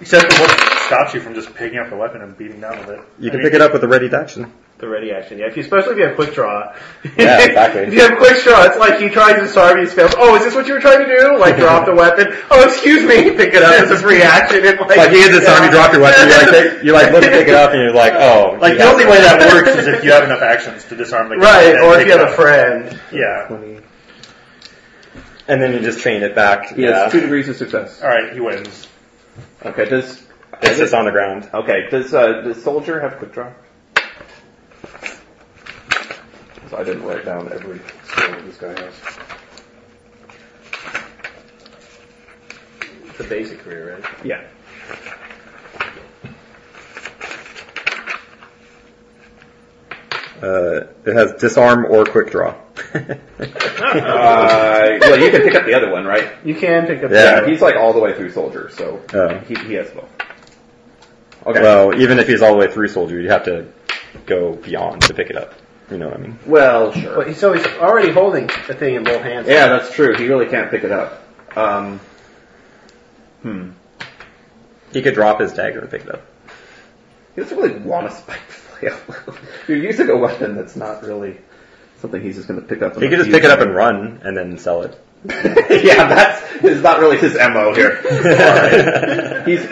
Except for what stops you from just picking up the weapon and beating down with it. You can pick it up with a ready action. The ready action, yeah. If you, especially if you have quick draw. Yeah, exactly. if you have quick draw, it's like he tries to disarm you, he fails. Oh, is this what you were trying to do? Like drop the weapon. Oh, excuse me. Pick it up as a free action. And like, Like you hit this arm, you drop your weapon. You like take, you like look to pick it up, and you're like, oh. Like, the only way that works is if you have enough actions to disarm the guy. Right, and or if pick you it have a up. friend. Yeah. And then you just train it back. He has two Yeah. degrees of success. Alright, he wins. Okay. Does It's just on the ground. okay? Does uh, does soldier have quick draw? So I didn't write down every skill that this guy has. It's a basic career, right? Yeah. Uh, it has disarm or quick draw. Uh, well, you can pick up the other one, right? You can pick up. Yeah. he's like all the way through soldier, so Oh. he, he has both. Okay. Well, Well, even if he's all the way through soldier, you have to go beyond to pick it up. You know what I mean? sure. But he's always already holding a thing in both hands. Yeah, that's true. He really can't pick it up. Um, hmm. He could drop his dagger and pick it up. He doesn't really want a spike flail. You're using a weapon that's not really something he's just going to pick up. He could just pick it up and run and then sell it. yeah, that's is not really his mo here. He's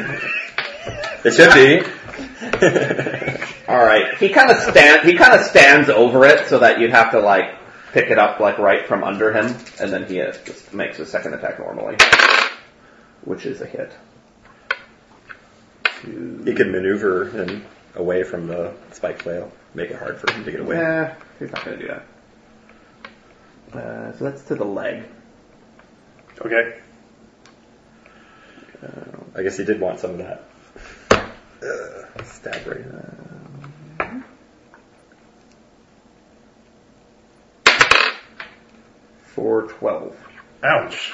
It should be. All right. He kind of stand. He kind of stands over it so that you'd have to like pick it up like right from under him, and then he uh, just makes a second attack normally, which is a hit. he could maneuver him away from the spike flail, make it hard for him to get away. Nah, Eh, he's not going to do that. Uh, so that's to the leg. Okay. I guess he did want some of that. Uh, stab right. For twelve. Ouch.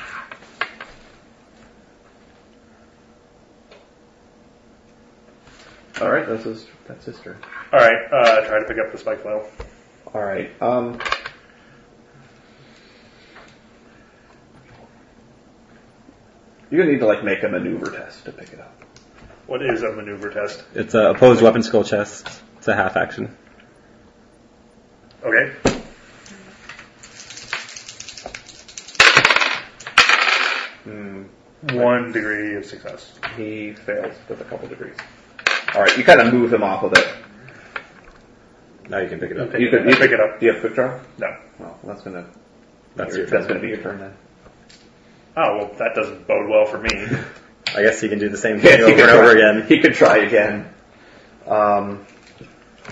All right. That's his. That's his turn. All right. Uh, try to pick up the spike flail. All right. Um. You're gonna need to like make a maneuver test to pick it up. What is a maneuver test? It's a opposed weapon skill chest. It's a half action. Okay. Hmm. One degree of success. He fails with a couple degrees. All right, you kind of move him off of it. Now you can pick it up. You could you Pick it up. Do you have quick draw? No. Well, that's gonna That's your your- turn. that's gonna be your turn then. Oh well, that doesn't bode well for me. I guess he can do the same thing over he could and over try- again. He could try again. Um,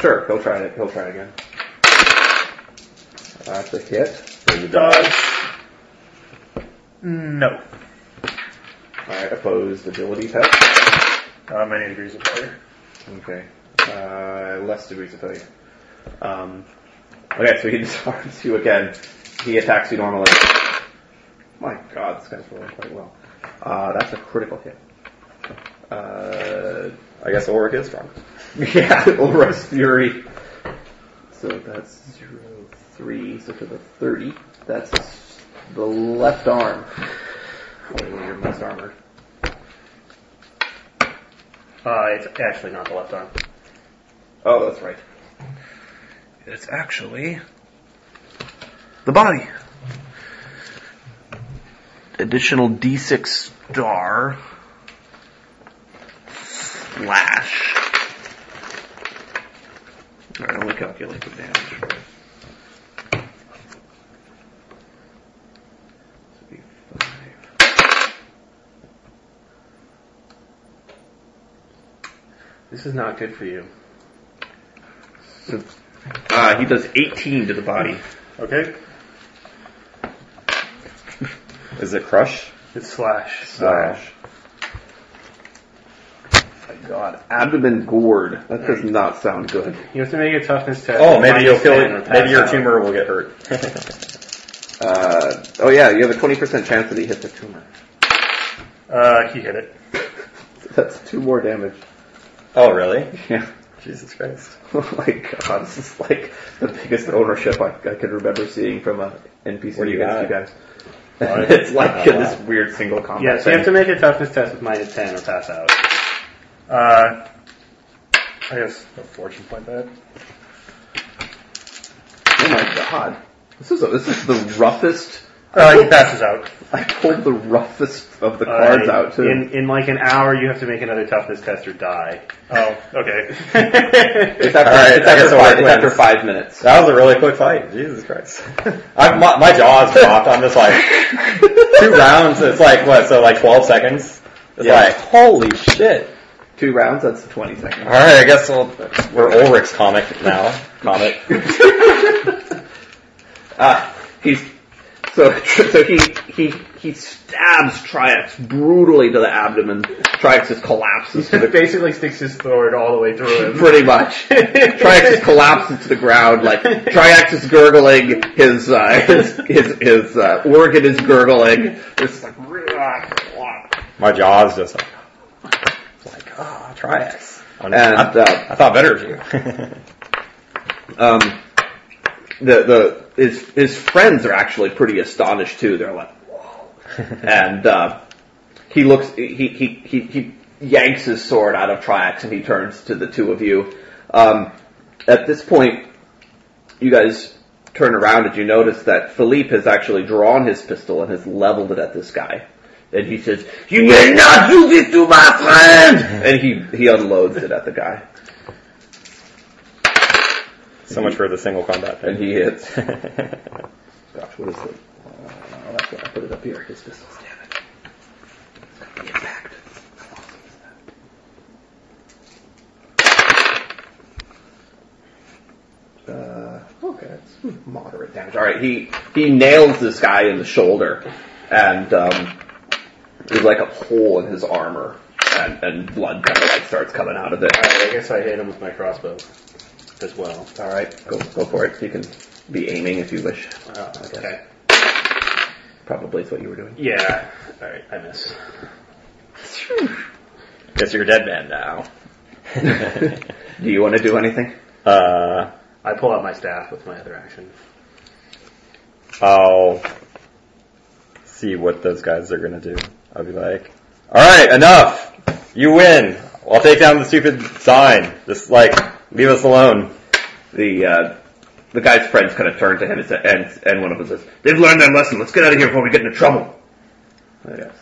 sure, he'll try it. He'll try it again. That's a hit. So you dodge. Dodge. No. All right, opposed ability test. How many degrees of failure? Okay. Uh, less degrees of failure. Um, okay, so he disarms you again. He attacks you normally. My god, this guy's rolling quite well. Uh, that's a critical hit. Uh, I guess Ulrich is strong. yeah, Ulrus Fury. So that's zero three, so to the 30. That's the left arm. Oh, Probably your most armored. Uh, it's actually not the left arm. Oh, that's right. It's actually the body. Additional D6 star slash. All right, let me calculate the damage. for it. This would be five. This is not good for you. Uh, he does 18 to the body. Okay. Is it crush? It's slash. Slash. My god. Abdomen gourd. That does not sound good. You have to make a toughness test. Oh, maybe you'll feel Minus 10 or it. Maybe pass your out. tumor will get hurt. Uh, oh yeah, you have a 20% chance that he hits a tumor. Uh, he hit it. That's two more damage. oh, really? Yeah. Jesus Christ. Oh my god, this is like the biggest ownership I, I could remember seeing from a NPC What do you against you got? guys. it's like Uh, this weird single combat. Yeah, so you thing. have to make a toughness test with minus 10 or pass out. Uh, I guess a fortune point that. Oh my god. This is, a, this is the roughest. Uh, he passes out. I pulled the roughest of the Uh, cards out too. In, in like an hour, you have to make another toughness test or die. Oh, okay. it's after, All right, it's I after guess Ulrich five, it's after wins. five minutes. That was a really quick fight. Jesus Christ. I, my, my jaw's dropped. I'm just like, two rounds, it's like, what, so like 12 seconds? It's Yeah. like, holy shit. Two rounds, that's 20 seconds. Alright, I guess we'll, we're Ulrich's comic now. Comic. Ah, he's so so he he He stabs Triax brutally to the abdomen. Triax just collapses to the basically sticks his sword all the way through him. Pretty much. Triaxis collapses to the ground, like, Triaxis gurgling, his, uh, his, his, his, uh, organ is gurgling. It's like, My jaw's just like, like ah, Triax. And, and, I, uh, I thought better of you. um, the, the, his, his friends are actually pretty astonished too. They're like, and uh, he looks he, he, he, he yanks his sword out of Triax and he turns to the two of you. Um, at this point, you guys turn around and you notice that Philippe has actually drawn his pistol and has leveled it at this guy. And he says, "You may not do this to my friend!" And he he unloads it at the guy, so much for the single combat and thing. he hits. Gosh, what is it? Uh, that's why I put it up here. His pistol's damn it. It's got to be impact. How awesome is that? Uh, okay, it's moderate damage. All right, he he nails this guy in the shoulder, and um, there's like a hole in his armor, and, and blood kind of like starts coming out of it. Alright, I guess I hit him with my crossbow as well. All right, go go for it. You can be aiming if you wish. Oh, okay. Probably is what you were doing. Yeah. Alright, I miss. Guess you're a dead man now. Do you want to do anything? uh, I pull out my staff with my other action. I'll see what those guys are gonna do. I'll be like, alright, enough! You win! I'll take down the stupid sign. Just like, leave us alone. the uh, the guy's friends kind of turn to him and, say- and and one of them says, "They've learned their lesson. Let's get out of here before we get into trouble." Yes.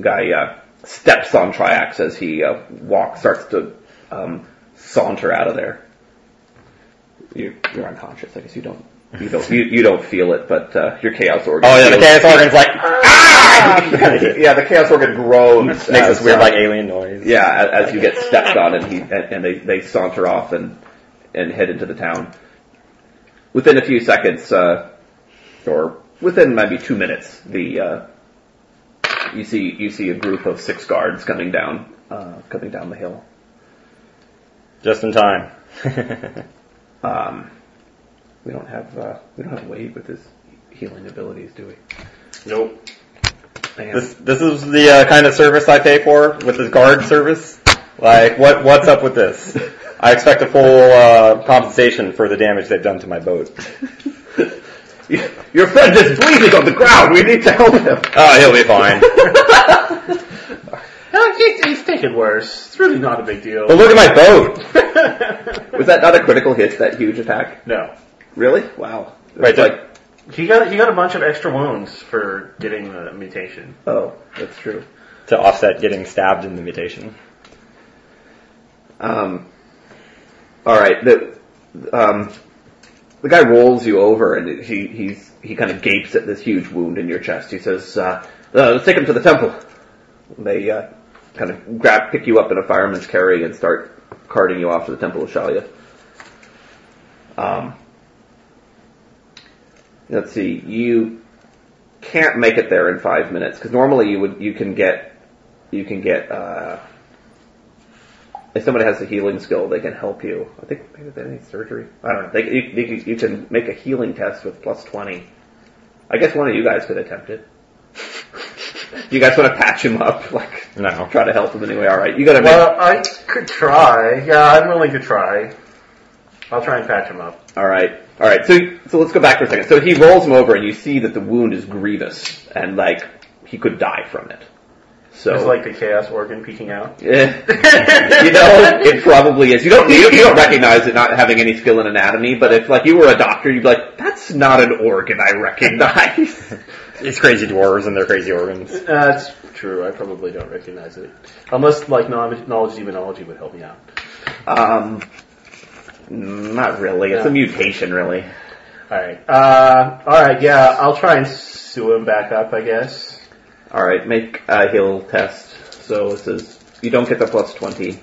Guy uh, steps on Triax as he uh, walks, starts to um, saunter out of there. You, you're unconscious. I guess you don't you don't you, you don't feel it, but uh, your chaos organ. Oh yeah, the feels- chaos organ's like, Ah! yeah, the chaos organ groans. makes as, this weird uh, like alien noise. yeah, as, as you get stepped on and he and, and they, they saunter off and and head into the town. Within a few seconds, uh, or within maybe two minutes, the uh, you see you see a group of six guards coming down uh, coming down the hill. Just in time. Um, we don't have uh, we don't have Wade with his healing abilities, do we? Nope. Man. this, this is the uh, kind of service I pay for with the guard service. Like, what what's up with this? I expect a full uh, compensation for the damage they've done to my boat. Your friend is bleeding on the ground. We need to help him. Oh, he'll be fine. No, he's, he's taken worse. It's really not a big deal. Oh. But look at my boat. Was that not a critical hit? That huge attack? No. Really? Wow. Right, Like He got he got a bunch of extra wounds for getting the mutation. oh, that's true. to offset getting stabbed in the mutation. Um, all right. The um, the guy rolls you over, and he he's he kind of gapes at this huge wound in your chest. He says, uh, uh, "Let's take him to the temple." They uh, kind of grab, pick you up in a fireman's carry, and start carting you off to the temple of Shalia. Um, let's see. You can't make it there in five minutes because normally you would you can get you can get. Uh, if somebody has a healing skill, they can help you. I think maybe they need surgery. I don't know. They, you, you, you can make a healing test with plus 20. I guess one of you guys could attempt it. you guys want to patch him up? Like, No. try to help him anyway. All right, you gotta make. Well, I could try. Yeah, I'm willing to try. I'll try and patch him up. All right, all right. So, so let's go back for a second. So he rolls him over, and you see that the wound is grievous, and like he could die from it. So, It's like the chaos organ peeking out. eh. you know, it probably is. You don't you, you don't recognize it not having any skill in anatomy, but if like you were a doctor, you'd be like, that's not an organ I recognize. It's crazy dwarves and their crazy organs. That's true. I probably don't recognize it, unless like knowledge, knowledge demonology would help me out. um, not really. It's a mutation, really. All right. Uh, all right. Yeah, I'll try and sue him back up. I guess. All right, make a heal test. So this is you don't get the plus twenty.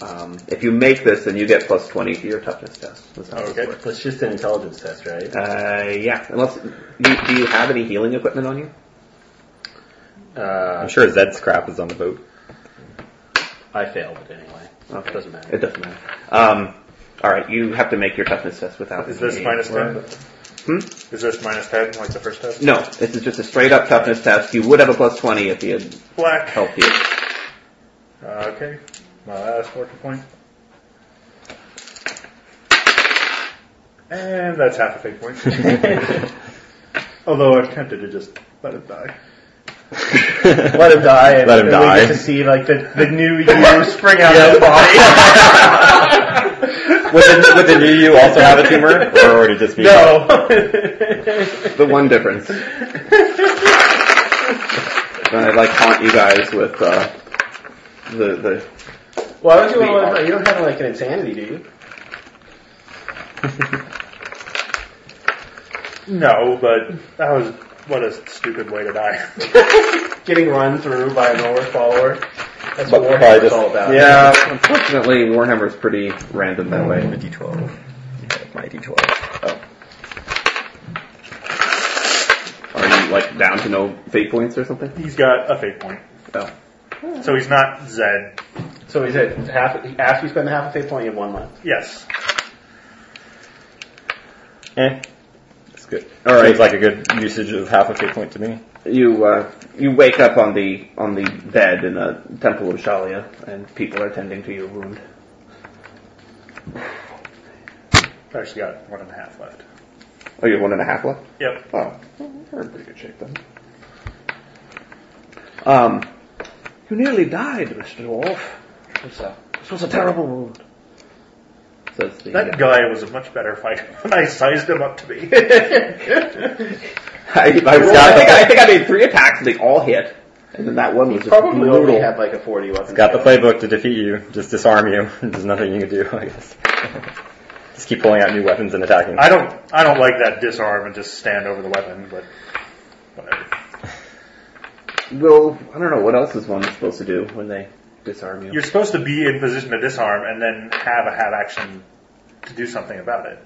Um, if you make this, then you get plus twenty to your toughness test. That's how this works. It's just an intelligence test, right? Uh, yeah. Unless do, do you have any healing equipment on you? I'm Uh, sure Zed's crap is on the boat. I failed it anyway. Okay. It doesn't matter. It doesn't matter. Um, all right, you have to make your toughness test without. Is this any- minus ten? Hmm? Is this minus ten like the first test? No, this is just a straight up toughness test. You would have a plus twenty if he had Black. helped you. Uh, okay. My last fortune point. And that's half a fate point. Although I'm tempted to just let it die. Let Let him die. And Let him and We get to die. see like the, the new you spring out of the Would the, would the new you also have a tumor, or would it just be No. The one difference. and I'd like haunt you guys with uh, the the Why would you want to? You don't have like an insanity, do you? No, but that was what a stupid way to die. Getting run through by an over follower. That's But what Warhammer's probably just- all about. Yeah, uh, unfortunately, Warhammer's pretty random that way. Oh. D12. Yeah, my D12. Are you like down to no fate points or something? He's got a fate point. Oh. So he's not Zed. So he said half. After you spend the half a fate point, you have one left. Yes. Eh. It's good. All right. Seems like a good usage of half a fate point to me. You uh, you wake up on the on the bed in the temple of Shalia, and people are tending to your wound. I've actually got one and a half left. Oh, you have one and a half left. Yep. Oh, you're in pretty good shape then. Um, you nearly died, Mister Dwarf. This was a, this was a terrible wound. Says the. That uh, guy was a much better fighter than I sized him up to be. I, I, I think I, I think I made three attacks. They all hit, and then that one was just Probably brutal. already had like a forty weapon. Got the playbook to defeat you. Just disarm you. There's nothing you can do, I guess. just keep pulling out new weapons and attacking. I don't I don't like that disarm and just stand over the weapon, but whatever. Well, I don't know what else is one supposed to do when they disarm you. You're supposed to be in position to disarm and then have a half action to do something about it.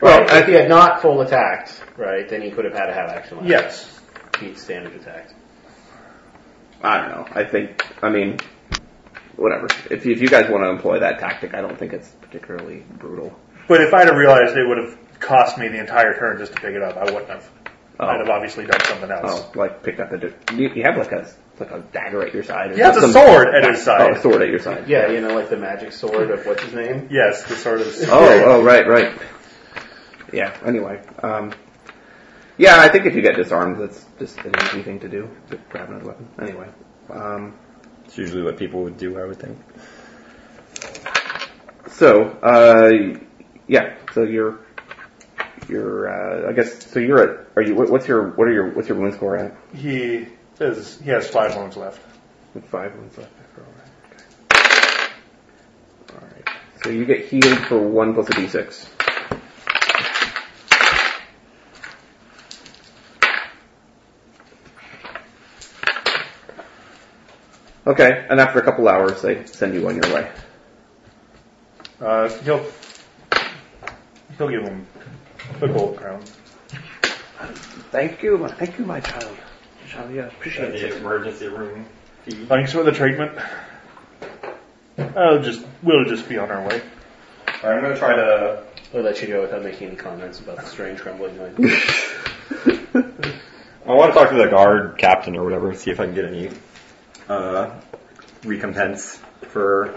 Well, if he had not full attacked, right, then he could have had a half action left. Yes. He standard attacked. I don't know. I think. I mean, whatever. If if you guys want to employ that tactic, I don't think it's particularly brutal. But if I'd have realized it would have cost me the entire turn just to pick it up, I wouldn't have. I'd have Oh, obviously done something else. oh like pick up a. di- You, you have like a like a dagger at your side. Or He has a some- sword at his Oh, a side. sword at your side. Yeah, you know, like the magic sword of what's his name? Yes, the sword is. Oh, oh, right, right. Yeah. Anyway, um, yeah, I think if you get disarmed, that's just an easy thing to do. to Grab another weapon. Anyway, um, It's usually what people would do, I would think. so uh, yeah, so you're you're uh, I guess so you're at are you what- what's your what are your what's your wound score at? He is. He has five wounds left. With five wounds left after all that. Okay. All right. So you get healed for one plus a d6. Okay, and after a couple hours, they send you on your way. Uh, he'll he'll give him the gold crown. Thank you, my, thank you, my child. Shalia appreciates emergency room. Thanks for the treatment. I'll just we'll just be on our way. Alright, I'm gonna try to. We'll let you go without making any comments about the strange crumbling noise. I want to talk to the guard captain or whatever, see if I can get any uh, recompense for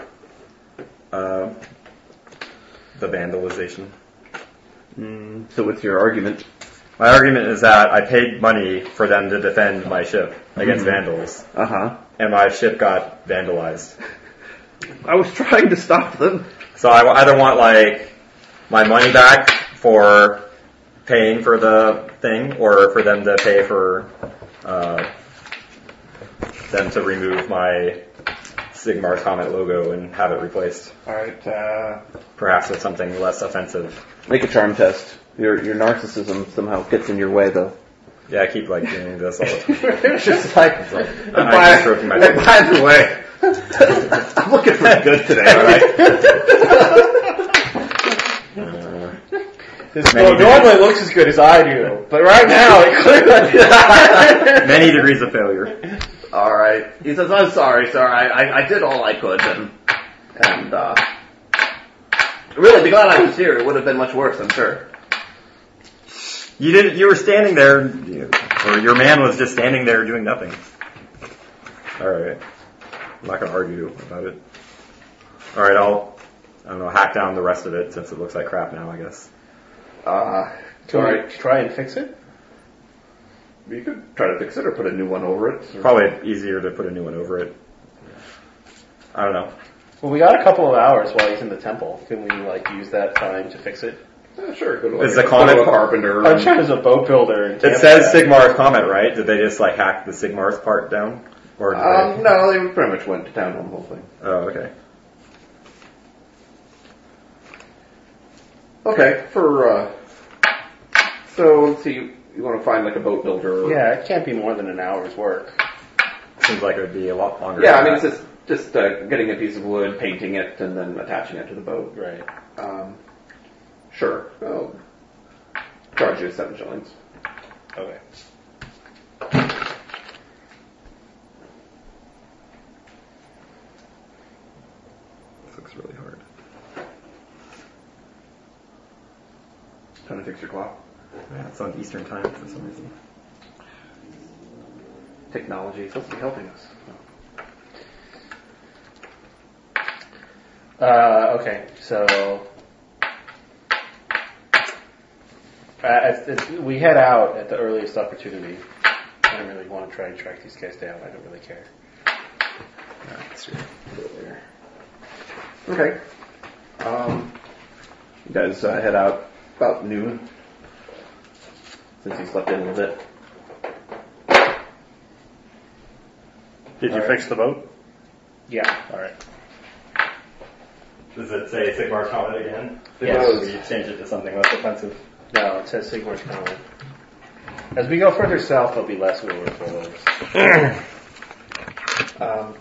uh, the vandalization. Mm, so what's your argument? My argument is that I paid money for them to defend my ship against vandals, Uh huh. and my ship got vandalized. I was trying to stop them. So I w- either want like my money back for paying for the thing, or for them to pay for uh, them to remove my Sigmar Comet logo and have it replaced, All right. Uh... perhaps with something less offensive. Make a charm test. Your your narcissism somehow gets in your way though. Yeah, I keep like doing this all the time. just like, It's like, I keep stroking my and by the way, I'm looking for good today, alright? Uh, This Many bow normally looks as good as I do, but right now it clearly. Many degrees of failure. All right. He says, "I'm sorry, sir. I, I, I did all I could, and and uh, really, be glad I was here. It would have been much worse, I'm sure." You didn't. You were standing there, you- or your man was just standing there doing nothing. All right. I'm not gonna argue about it. All right. I'll. I don't know. Hack down the rest of it since it looks like crap now. I guess. Uh, Can we try and fix it? you could try to fix it or put a new one over it. or- Probably easier to put a new one over it. I don't know. Well, we got a couple of hours while he's in the temple. Can we like use that time to fix it? Yeah, sure. Go to It's like a common- go to a carpenter. I'm sure there's a boat builder. In It Tampa. says Sigmar's comment, right? Did they just like hack the Sigmar's part down? Or did Um, no, they pretty much went to town on the whole thing. they? Oh, okay. Okay, for uh, so let's see, you, you want to find like a boat builder? Yeah, it can't be more than an hour's work. Seems like it would be a lot longer. Yeah, I mean than it's just just uh, getting a piece of wood, painting it, and then attaching it to the boat. Right. Um, sure. I'll charge you seven shillings. Okay. that. This looks really hard. Trying to fix your clock. Yeah, it's on Eastern time for some reason. Technology is supposed to be helping us. Uh, okay, so uh, as, as we head out at the earliest opportunity. I don't really want to try and track these guys down. I don't really care. Okay. Um, you guys uh, head out about noon. Since you slept in a little bit. Did you fix the boat? Yeah. All right. Does it say Sigmar's comment again? Yes. Or you change it to something less offensive? No, it says Sigmar's Common. As we go further south, there'll be less wheelers followers. Um,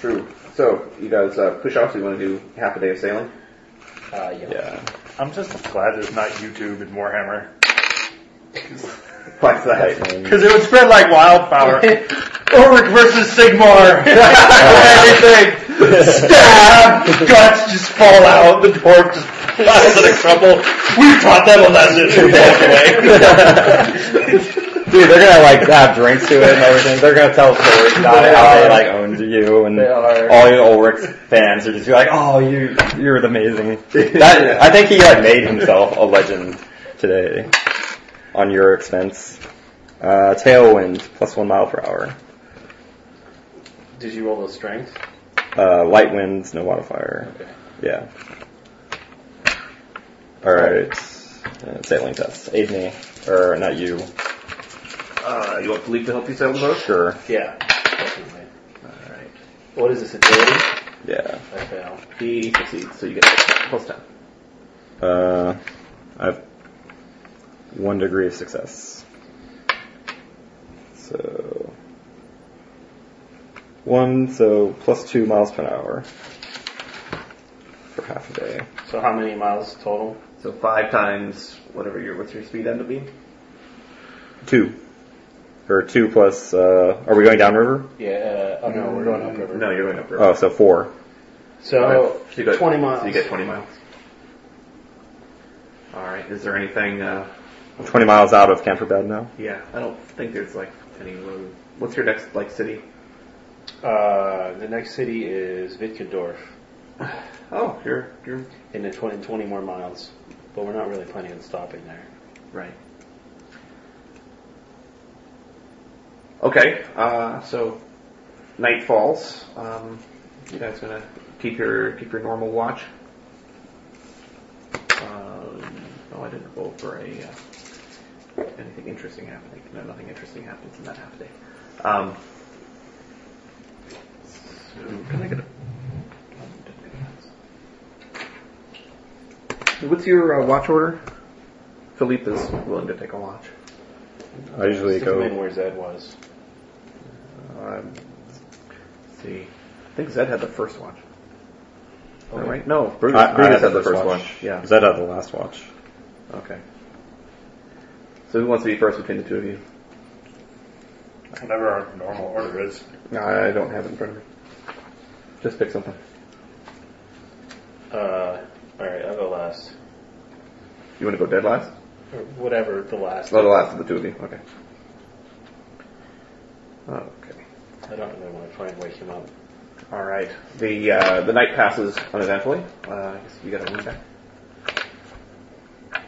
true. So, you guys uh, push off, so you want to do half a day of sailing? Uh, yeah. I'm just glad there's not YouTube in Warhammer. Why is that? Because it would spread like wildfire. Ulrich versus Sigmar. Everything. Stab. Guts just fall out. The dwarf just flies into crumble. We taught them a lesson. They walk away. Dude, they're gonna like have drinks to it and everything. They're gonna tell stories about how they like owned you and are. all your Ulrich fans are just like, oh, you you're amazing. That, I think he like made himself a legend today on your expense. Uh, tailwind plus one mile per hour. Did you roll those strength? Uh, light winds, no modifier. Yeah. All right. Uh, sailing test. Aid me, or not you? Uh, you want Philippe to help you sail the boat? Sure. Yeah. Definitely. All right. What is this ability? Yeah. I fail. He succeeds, so you get plus ten. Uh, I have one degree of success. So one, so plus two miles per hour for half a day. So how many miles total? So five times whatever your what's your speed end up being? Two, or two plus. Uh, are we going downriver? Yeah. Uh, oh no, we're going upriver. No, you're going up. Oh, so four. So you got- Oh, twenty miles. So you get 20 miles. Alright, is there anything, uh, Twenty miles out of Canterbed now. yeah, I don't think there's like any road. What's your next, like, city? Uh, the next city is Witkendorf, Oh, you're, you're, and then 20, 20 more miles. But we're not really planning on stopping there. right. Okay, uh, so, night falls, um, you guys gonna keep your, keep your normal watch? Um, oh, I didn't roll for a, uh, anything interesting happening. No, nothing interesting happens in that half day. Um, so can I get a? What's your uh, watch order? Philippe is willing to take a watch. I usually Stick him in go. where Zed was. Um, let's see, I think Zed had the first watch. All right. No, Brutus, Oh, I, I Brutus had the first watch. Yeah. Zed had the last watch. Okay. So who wants to be first between the two of you? Whatever our normal order is. I don't have it in front of me. Just pick something. Uh, alright, I'll go last. You want to go dead last? Or whatever the last. Oh, the last of the two of you. Okay. Okay. I don't really want to try and wake him up. All right. The uh, the night passes uneventfully. Uh, I guess you got a room back.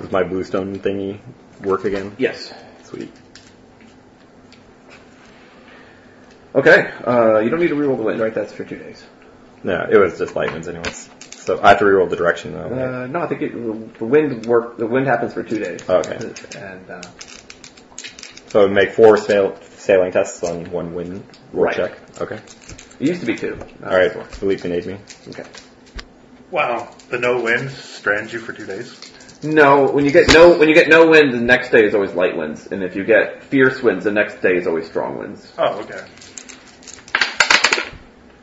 Does my bluestone thingy work again? Yes. Sweet. Okay. Uh, you don't need to reroll the wind, right? That's for two days. No, it was just light winds anyways. So I have to reroll the direction though. right? Uh, no, I think it, the wind work. The wind happens for two days. Okay. And uh, So I make four sail- sailing tests on one wind roll Right. check. Okay. it used to be two. Now All right. it's four. Hallucinate me. Okay. Wow. The no wind strands you for two days. No, when you get no when you get no wind, the next day is always light winds, and if you get fierce winds, the next day is always strong winds. Oh, okay.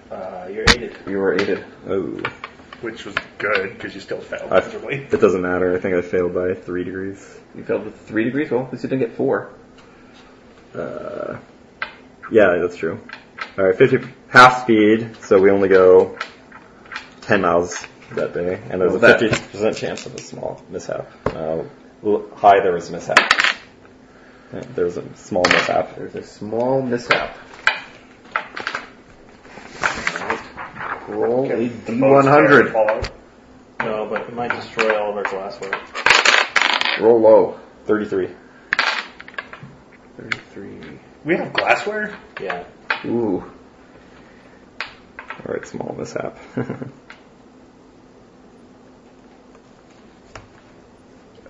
Uh, you're aided. You were aided. Oh, Which was good because you still failed I- miserably. it doesn't matter. I think I failed by three degrees. You failed with three degrees. Well, at least you didn't get four. Uh, yeah, that's true. All right, fifty half speed. So we only go ten miles that day, and there's Well, that- a fifty percent chance of a small mishap. Uh, l- high, there was a mishap. Yeah, there was a small mishap. There's a small mishap. Alright. Roll a The boat's there to d100. follow. No, but it might destroy all of our glassware. Roll low. Thirty-three. 33. We have glassware? Yeah. Ooh. All right, small mishap.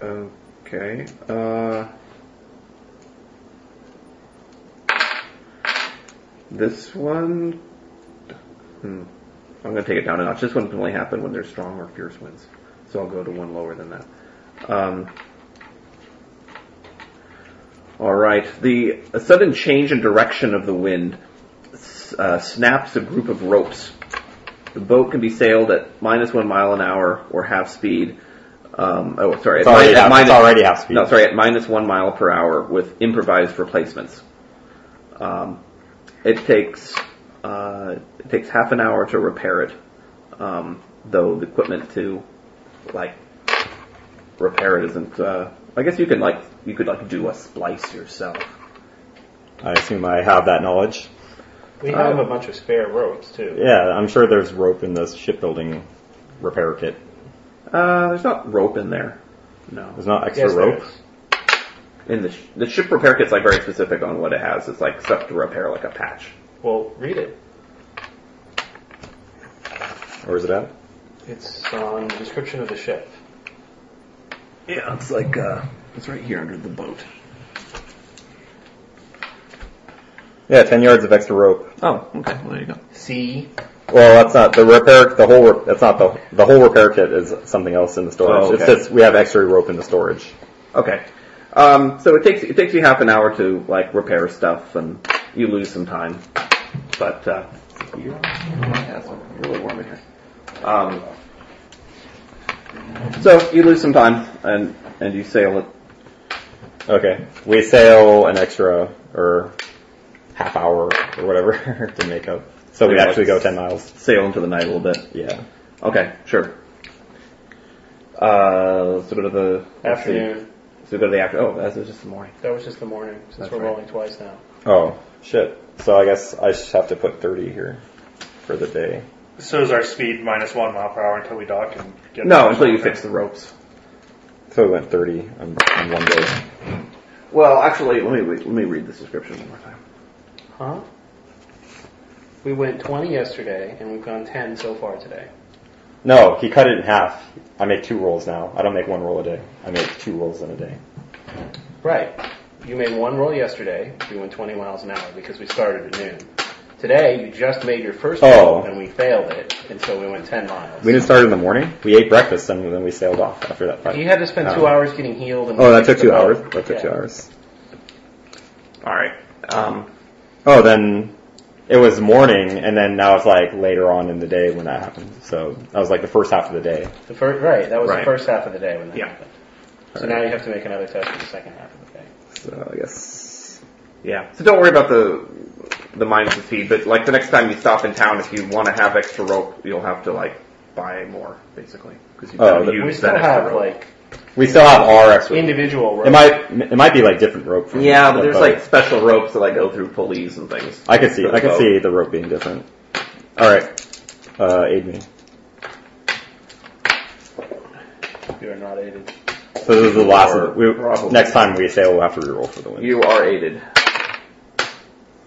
Oh. Okay. Uh, this one. Hmm. I'm going to take it down a notch. This one can only happen when there's strong or fierce winds. So I'll go to one lower than that. Um, Alright. The a sudden change in direction of the wind s- uh, snaps a group of ropes. The boat can be sailed at minus one mile an hour or half speed. Um, oh, sorry. it's, at mi- already at half, it's minus- already half speed. no, sorry, at minus one mile per hour with improvised replacements. Um, it takes uh, it takes half an hour to repair it, um, though the equipment to like repair it isn't. Uh, I guess you can like you could like do a splice yourself. I assume I have that knowledge. We have Um, Oh. a bunch of spare ropes, too. Yeah, I'm sure there's rope in this shipbuilding repair kit. Uh, there's not rope in there. No, There's not extra Yes, there rope. is. in the sh- the ship repair kit's like very specific on what it has. It's like stuff to repair like a patch. Well, read it. Or is it out? It's on the description of the ship. Yeah, it's like uh, it's right here under the boat. Yeah, 10 yards of extra rope. Oh, okay. Well, there you go. See? Well, that's not the repair. The whole re- that's not the the whole repair kit is something else in the storage. Oh, okay. It's just we have extra rope in the storage. Okay. Um, so it takes it takes you half an hour to like repair stuff, and you lose some time. But uh, you're, yeah, it's really warm in here. Um, so you lose some time, and and you sail it. Okay, we sail an extra or half hour or whatever to make up. So we Yeah, actually go like- 10 miles. Sail into the night a little bit. Yeah. Okay, sure. Uh, let's go to the let's see. Afternoon. So we go to the after. Oh, that's just the morning. That was just the morning, since That's we're right. rolling twice now. Oh shit. So I guess I just have to put 30 here for the day. So is our speed minus one mile per hour until we dock and get No, until you fix the ropes. So we went 30 on, on one day. Well, actually, let me re- let me read this description one more time. Huh? We went 20 yesterday, and we've gone 10 so far today. No, he cut it in half. I make two rolls now. I don't make one roll a day. I make two rolls in a day. Right. You made one roll yesterday, you went 20 miles an hour because we started at noon. Today, you just made your first Oh. roll, and we failed it, and so we went 10 miles. We didn't start in the morning. We ate breakfast and then we sailed off after that fight. you had to spend two Oh. hours getting healed. And Oh, that took two Yeah. hours. That took two hours. All right. Um, Oh, then it was morning, and then now it's like later on in the day when that happened. So that was like the first half of the day. The first, right, that was the Right. first half of the day when that Yeah. happened. So now you have to make another test for the second half of the day. So I guess. Yeah. So don't worry about the the minus the speed, but like the next time you stop in town, if you want to have extra rope, you'll have to like buy more basically because you've Oh, got to the- use We that still extra have rope. like We still have our extra. It individual ropes. might it might be like different rope. From yeah, but from there's both. like special ropes that like go through pulleys and things. I could see for the I could boat. see the rope being different. All right, uh, aid me. You are not aided. So this is the last. Or we, probably. next time we sail, we'll have to reroll for the win. You are aided.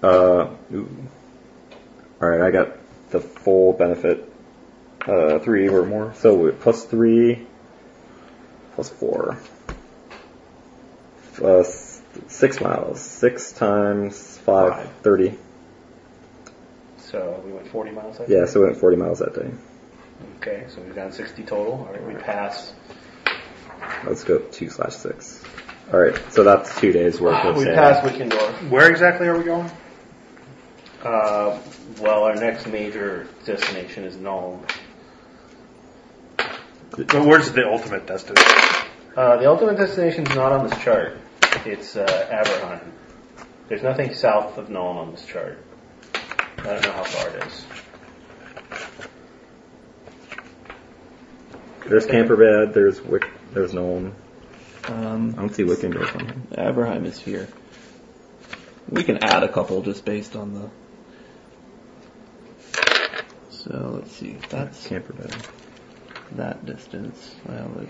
Uh, ooh. all right, I got the full benefit. Uh, three or more. So we- plus three, plus four. Uh, s- six miles. Six times five, Five. 30. So we went 40 miles. I think? Yeah, so we went 40 miles that day. Okay, so we've gone 60 total. All right, we pass. Let's go two slash six. All right, so that's two days worth of we sailing. pass Wickendorf. Where exactly are we going? Uh, well, our next major destination is Nome. But where's the ultimate destination? Uh, the ultimate destination is not on this chart. It's uh, Aberheim. There's nothing south of Nome on this chart. I don't know how far it is. There's Camperbad. There's Wick. There's Nolan. I Um, don't see Wickendorf on here. Aberheim is here. We can add a couple just based on the. So let's see. That's Camperbad. that distance. Well, it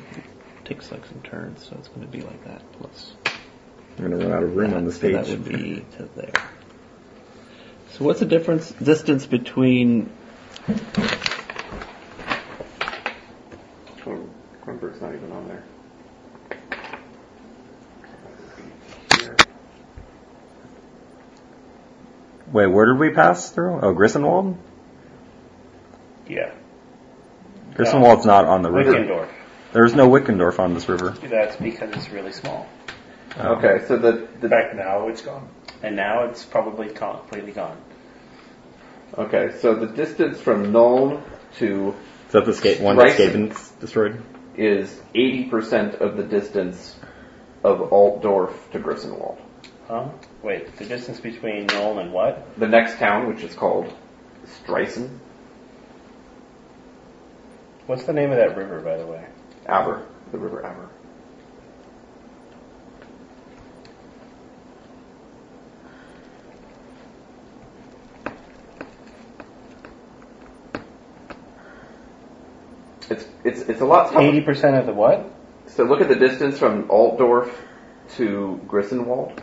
takes like some turns, so it's going to be like that plus. I'm gonna run out of room on this So page. that would be to there. So what's the difference distance between Remember, it's not even on there. Wait, where did we pass through? Oh, Grissenwald. Yeah, Grissenwald's not on the river. Wickendorf. There's no Wickendorf on this river. That's because it's really small. Okay, so the, the Back now, it's gone. And now it's probably completely gone. okay, so the distance from Nuln to Is that the skate one Right. that Skaven's destroyed? is eighty percent of the distance of Altdorf to Grissenwald. Huh? Wait, the distance between Nome and what? The next town, which is called Streisen, What's the name of that river, by the way? Aber, the River Aber. It's it's it's a lot tougher. Eighty percent of the what? So look at the distance from Altdorf to Grissenwald.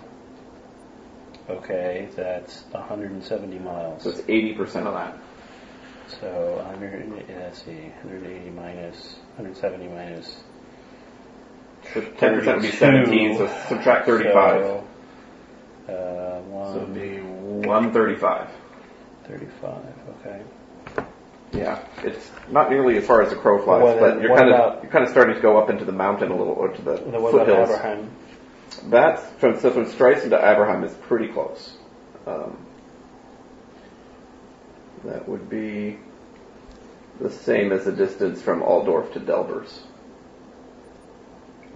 Okay, that's 170 miles. So it's eighty percent of that. So 100, yeah, let's see, 180 minus, 170 minus. So ten percent would be seventeen. So subtract thirty-five. So, uh, So it'd one, be one thirty-five. 35, okay. Yeah, uh, it's not nearly as far as the crow flies, What- but you're what kind of about- you're kind of starting to go up into the mountain a little, or to the, The one about foothills. Aberheim. That's from so from Streisand to Aberheim is pretty close. Um, that would be the same as the distance from Aldorf to Delvers.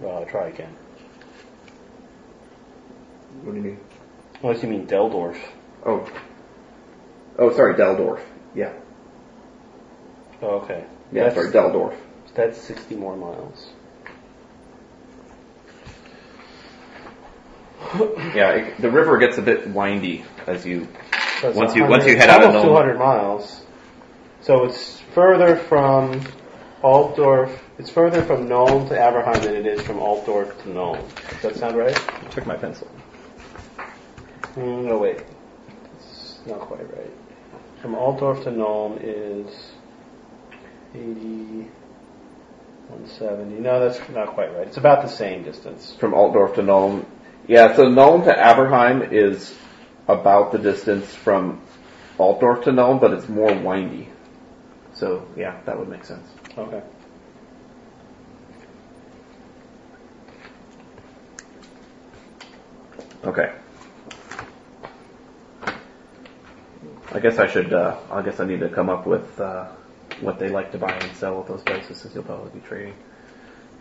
Well, I'll try again. What do you mean? Unless you mean Deldorf. Oh, oh, sorry, Deldorf. Yeah, Oh, okay. yeah, that's, sorry, Deldorf. That's 60 more miles. Yeah, it, the river gets a bit windy as you That's Once you- once you 100 head out of almost Nome. 200 miles. So it's further from Altdorf. It's further from Nome to Aberheim than it is from Altdorf to Nome. Does that sound right? I took my pencil. Mm, no, wait. It's not quite right. From Altdorf to Nome is 80, 170. No, that's not quite right. It's about the same distance. from Altdorf to Nuln. Yeah, so Nuln to Aberheim is about the distance from Altdorf to Nuln, but it's more windy. So yeah, that would make sense. Okay. Okay. I guess I should. Uh, I guess I need to come up with uh, what they like to buy and sell at those places, since you'll probably be trading.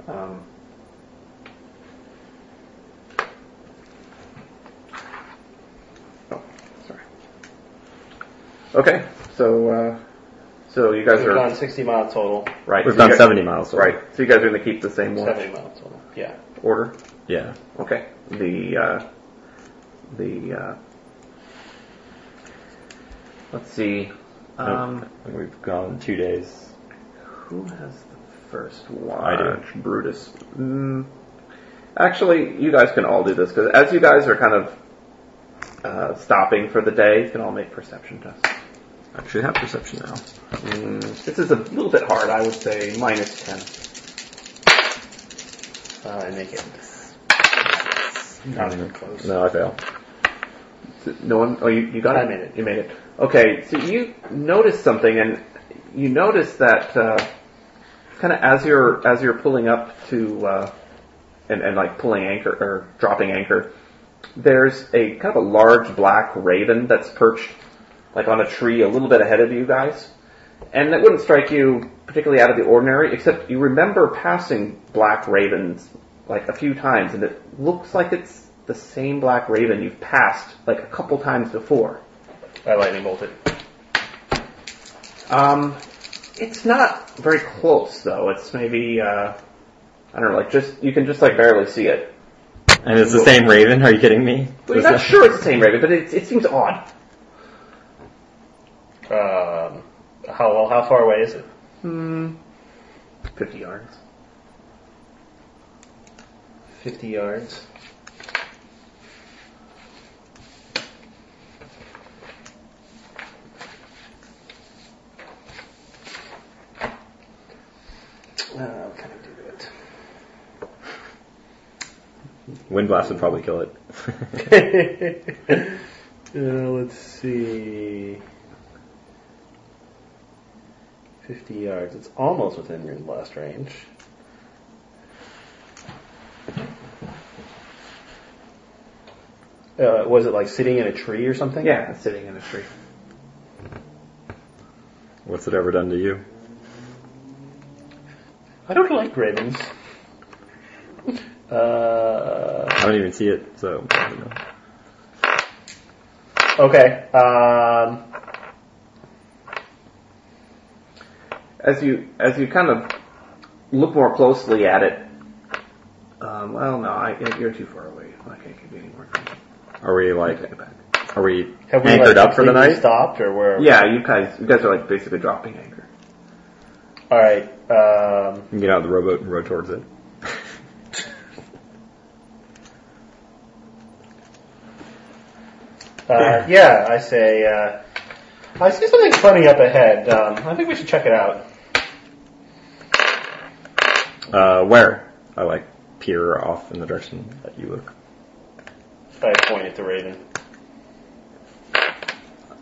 Um, oh, sorry. Okay, so uh, so you guys We've are done 60 miles total. right. We've so done you guys- 70 miles. so- Right. So you guys are going to keep the same watch 70 miles total. Yeah. order. Yeah. Okay. The uh, the uh, let's see. Um, We've gone two days. Who has the first watch? I do. Brutus. Mm, actually, you guys can all do this because as you guys are kind of uh, stopping for the day, you can all make perception tests. I should have perception now. Mm, this is a little bit hard, I would say, minus ten. Uh, I make it. Not even close. No, I fail. No one. Oh, you, you got it. I made it. You made it. Okay, so you notice something, and you notice that uh, kind of as you're as you're pulling up to uh, and and like pulling anchor or dropping anchor, there's a kind of a large black raven that's perched like on a tree a little bit ahead of you guys, and that wouldn't strike you particularly out of the ordinary, except you remember passing black ravens like a few times, and it looks like it's the same black raven you've passed like a couple times before. I lightning bolted. Um, it's not very close though. It's maybe uh, I don't know, like just you can just like barely see it. And it's the same raven? Are you kidding me? Well, you're not sure it's the same raven, but it, it seems odd. Um, how, well, how far away is it? Hmm. Fifty yards. 50 yards. Oh, Uh, what can I do to it? Wind blast would probably kill it. uh, let's see. 50 yards. It's almost within your blast range. Uh, was it like sitting in a tree or something? Yeah, it's sitting in a tree. What's it ever done to you? I don't like ravens. Uh, I don't even see it, so. I don't know. okay. Um, As you as you kind of look more closely at it. Um, well, no, I, you're too far away. I can't give you any more. Are we I like. take it back. Are we have we anchored like, up for the completely night? Stopped or where? Yeah, you guys, you guys are like basically dropping anchor. All right. Um, You can get out of the rowboat and row towards it. Uh, yeah, I say. Uh, I see something funny up ahead. Um, I think we should check it out. Uh, where? I like peer off in the direction that you look. I point at the raven.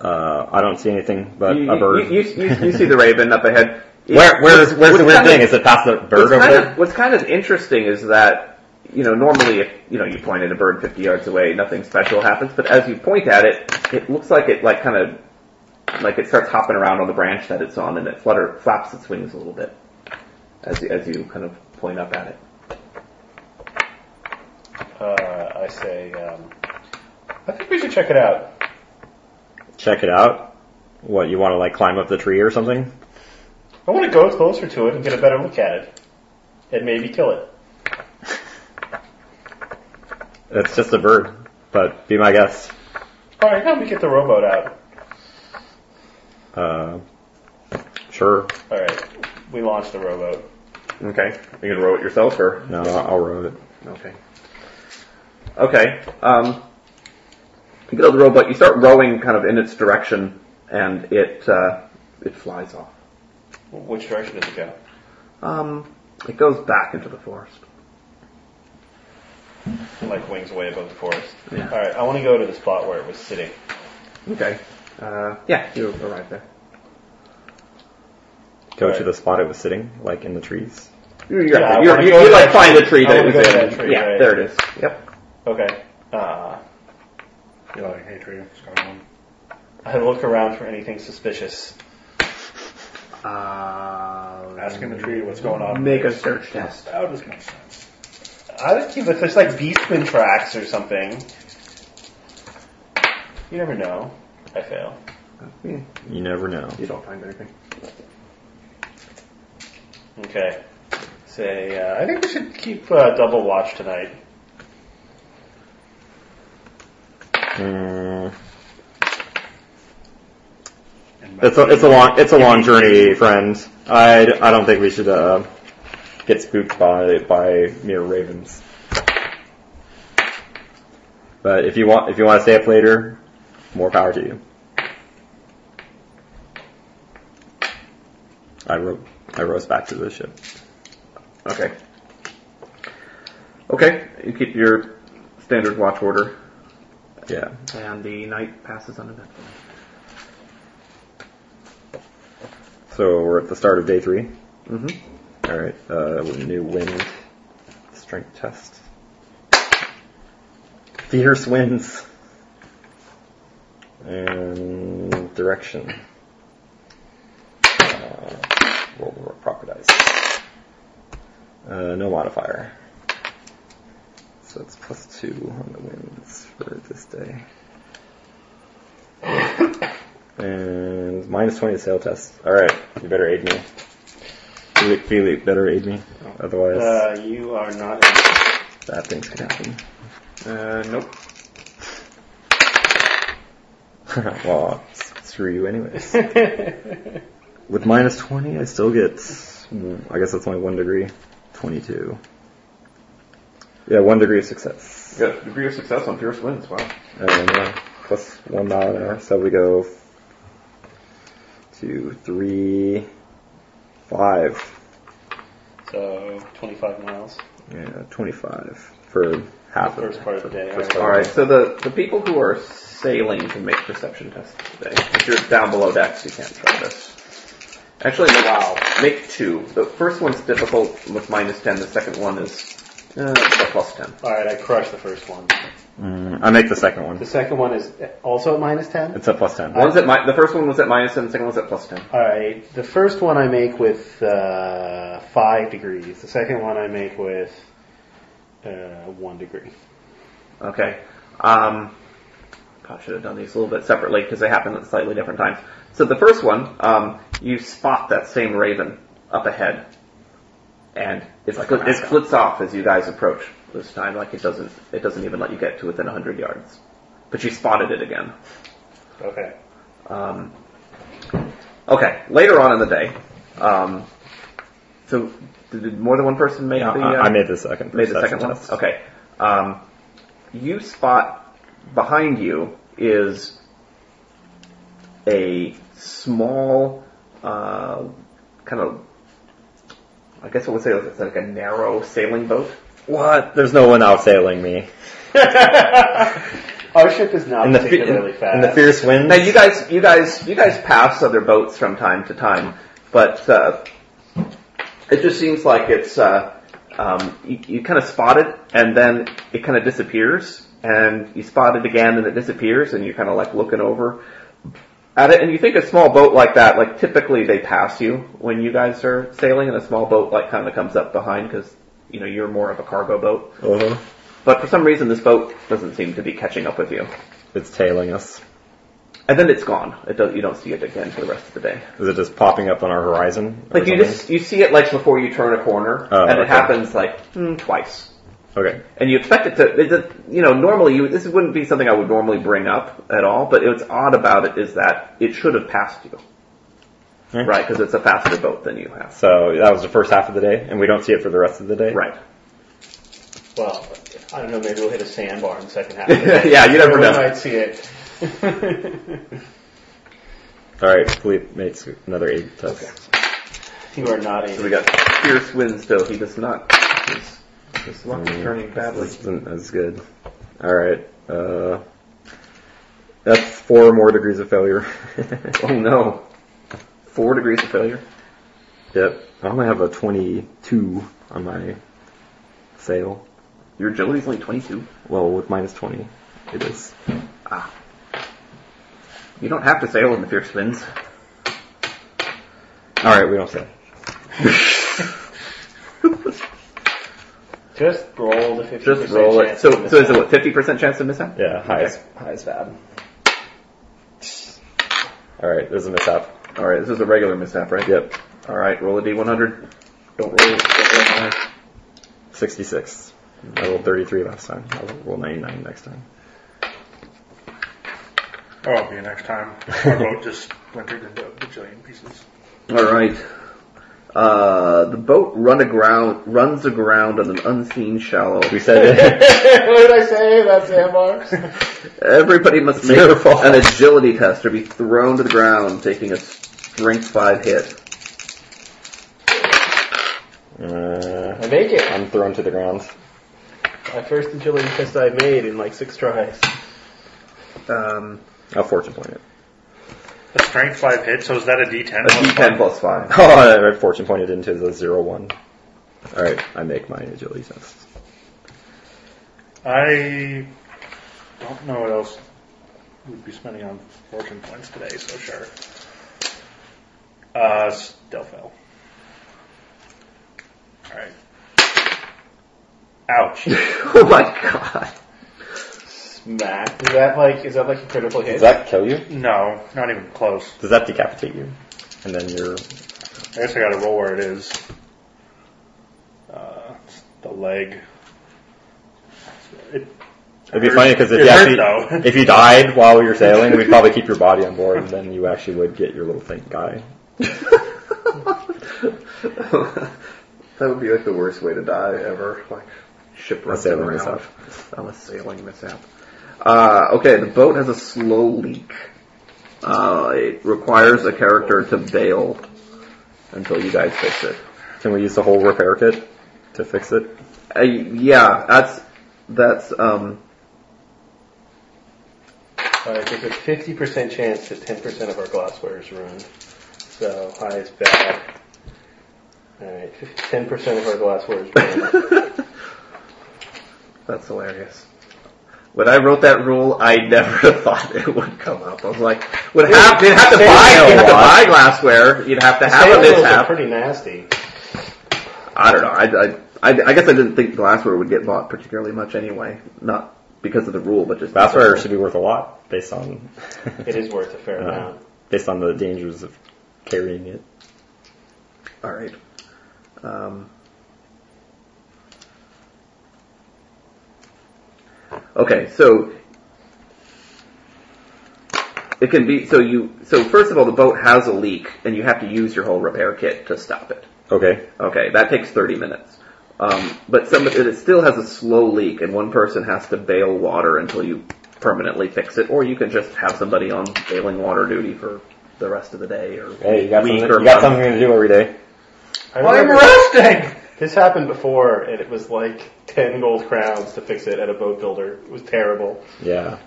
Uh, I don't see anything but you, a bird. You, you, you- you see the raven up ahead. It- where, where's, where's what's the weird kind of- thing? Is it past the bird What's over kind, there? of, what's kind of interesting is that you know normally if you know you point at a bird 50 yards away, nothing special happens. But as you point at it, it looks like it like kind of like it starts hopping around on the branch that it's on, and it flutter flaps its wings a little bit as you, as you kind of point up at it. Uh, I say. Um, I think we should check it out. Check it out. What, you want to like climb up the tree or something? I want to go closer to it and get a better look at it, and maybe kill it. It's just a bird, but be my guest. All right, help me get the rowboat out. Uh, sure. All right, we launch the rowboat. Okay, you gonna row it yourself or No, I'll row it. Okay. Okay. Um, you get out the robot. You start rowing kind of in its direction, and it uh, it flies off. Which direction does it go? Um, it goes back into the forest. Like wings way above the forest. Yeah. All right, I want to go to the spot where it was sitting. Okay. Uh, yeah, you arrive there. Go to Right. the spot it was sitting, like in the trees. You're, Yeah, I you're, wanna you're, go you you, to like that find the tree. tree I that it wanna was go to in. that tree, yeah, right. there it is. Yep. Okay. Uh, You're like, hey, tree, what's going on? I look around for anything suspicious. Uh, Asking the tree what's going on. make a search test. That does make sense. I would keep if there's like beastman tracks or something. You never know. I fail. You never know. You don't find anything. Okay. Say, uh, I think we should keep uh, double watch tonight. Mm. It's a, it's a long it's a long journey, friend. I, I don't think we should uh, get spooked by by mere ravens. But if you want if you want to stay up later, more power to you. I ro- I rose back to the ship. Okay. Okay, you keep your standard watch order. Yeah. And the night passes uneventfully. So we're at the start of day three. Mm-hmm. All right. Uh, with new wind strength test. Fierce winds and direction. Uh, roll the proper dice. Uh, no modifier. So it's plus two on the winds for this day. And minus 20 to sail test. Alright, you better aid me. Felix, Felix, better aid me. Otherwise, Uh, you are not. bad things could happen. Uh, nope. well, screw you anyways. With minus 20, I still get, I guess that's only one degree. 22. Yeah, one degree of success. You got a degree of success on fierce winds. Wow. And then, uh, plus one mile an hour, so we go two, three, five. So 25 miles. Yeah, 25 for half The of first part of the day. first all All right. right. So the, the people who are sailing can make perception tests today. If you're down below decks, you can't try this. Actually, no, wow. Make two. The first one's difficult with minus ten. The second one is uh, plus ten. All right, I crushed the first one. Mm, I make the second one. The second one is also at minus 10. It's at plus 10. One's at mi- the first one was at minus ten. The second one was at plus ten. All right, the first one I make with uh, five degrees. The second one I make with uh, one degree. Okay. Um, probably should have done these a little bit separately because they happen at slightly different times. So the first one, um, you spot that same raven up ahead, and it, split, it splits off as you guys approach. This time, like it doesn't, it doesn't even let you get to within hundred yards. But you spotted it again. Okay. Um, okay. Later on in the day, um, so did did more than one person make Yeah, the? I, uh, I made the second. Made the perception second one? test. Okay. Um, you spot behind you is a small, uh, kind of, I guess I would say it's like a narrow sailing boat. What? There's no one outsailing me. Our ship is not In the, fe- particularly in, fast. in the fierce wind. Now you guys, you guys, you guys pass other boats from time to time, but uh, it just seems like it's uh, um, you, you kind of spot it and then it kind of disappears, and you spot it again and it disappears, and you're kind of like looking over at it, and you think a small boat like that, like typically they pass you when you guys are sailing, and a small boat like kind of comes up behind because you know you're more of a cargo boat, Uh-huh. but for some reason this boat doesn't seem to be catching up with you. It's tailing us. And then it's gone. It does, you don't see it again for the rest of the day. Is it just popping up on our horizon? or Like you something? just you see it like before you turn a corner, Oh, and it okay. happens like mm, twice. Okay. And you expect it to. It, it- you know, normally you this wouldn't be something I would normally bring up at all. But what's odd about it is that it should have passed you, Hmm. right? Because it's a faster boat than you have, So that was the first half of the day, and we don't see it for the rest of the day. right? Well, I don't know. Maybe we'll hit a sandbar in the second half. Of the day. yeah, you never Everyone know. might see it. All right. Philippe makes another aid test. you are not So able. we got Pierce wins, though he does not. His, his luck is Mm, turning badly. This isn't as good. All right. Uh, that's four more degrees of failure. Oh no! Four degrees of failure. yep. I only have a 22 on my sail. Your agility's only twenty-two. Well, with minus 20, it is. Ah. You don't have to sail in the fierce winds. Alright, we don't say. Just roll the 50% Just roll it. chance So, of so is missing. it what fifty percent chance of mishap? Yeah, highest, highest bad. Alright, there's a mishap. All right, this is a regular mishap, right? Yep. All right, roll a d100. Don't roll. Don't roll high. 66. I rolled 33 last time. I'll roll 99 next time. Oh, I'll be here next time. Our boat just splintered into a bajillion pieces. All right. Uh, the boat run aground, runs aground on an unseen shallow. We said what did I say about sandbars? Everybody must make your fault. an agility test or be thrown to the ground, taking a strength five hit. uh, I make it. I'm thrown to the ground. My first agility test I made in like six tries. Um, I'll fortune point it. The strength five hit, so is that a D10? a d10 plus five. Oh, I fortune pointed into the zero one. Alright, I make my agility test. I don't know what else we'd be spending on fortune points today, so sure. Uh, still fail. Alright. Ouch. oh my god. Smack. Is that like is that like a critical hit? Does that kill you? No, not even close. Does that decapitate you? And then you're I guess I gotta roll where it is. Uh, it's the leg. It, It'd be Hurt. funny because if, It hurt, you actually- though. if you died while you were sailing, we'd probably keep your body on board, and then you actually would get your little thing guy. that would be like the worst way to die ever. Like shipwreck. A sailing around. mishap. I'm a sailing mishap. Uh, okay, the boat has a slow leak. Uh, it requires a character to bail until you guys fix it. Can we use the whole repair kit to fix it? Uh, yeah, that's that's um. Alright, there's a fifty percent chance that ten percent of our glassware is ruined. So high is bad. Alright, ten percent of our glassware is ruined. That's hilarious. When I wrote that rule, I never thought it would come up. I was like, would have, you'd have to buy, you'd have to buy glassware, you'd have to have a Sandals are mishap. pretty nasty. I don't know. I, I, I, I guess I didn't think glassware would get bought particularly much anyway. Not because of the rule, but just Glassware should be worth a lot based on Uh, It is worth a Uh-huh. fair amount. based on the dangers of carrying it. All right. Um, okay, so it can be so you so first of all the boat has a leak and you have to use your whole repair kit to stop it. Okay. Okay, that takes 30 minutes. Um, but some, it still has a slow leak, and one person has to bail water until you permanently fix it, or you can just have somebody on bailing water duty for the rest of the day or Hey, you got, week something, or you month. got something to do every day. I I'm remember resting! this happened before, and it was like ten gold crowns to fix it at a boat builder. It was terrible. Yeah.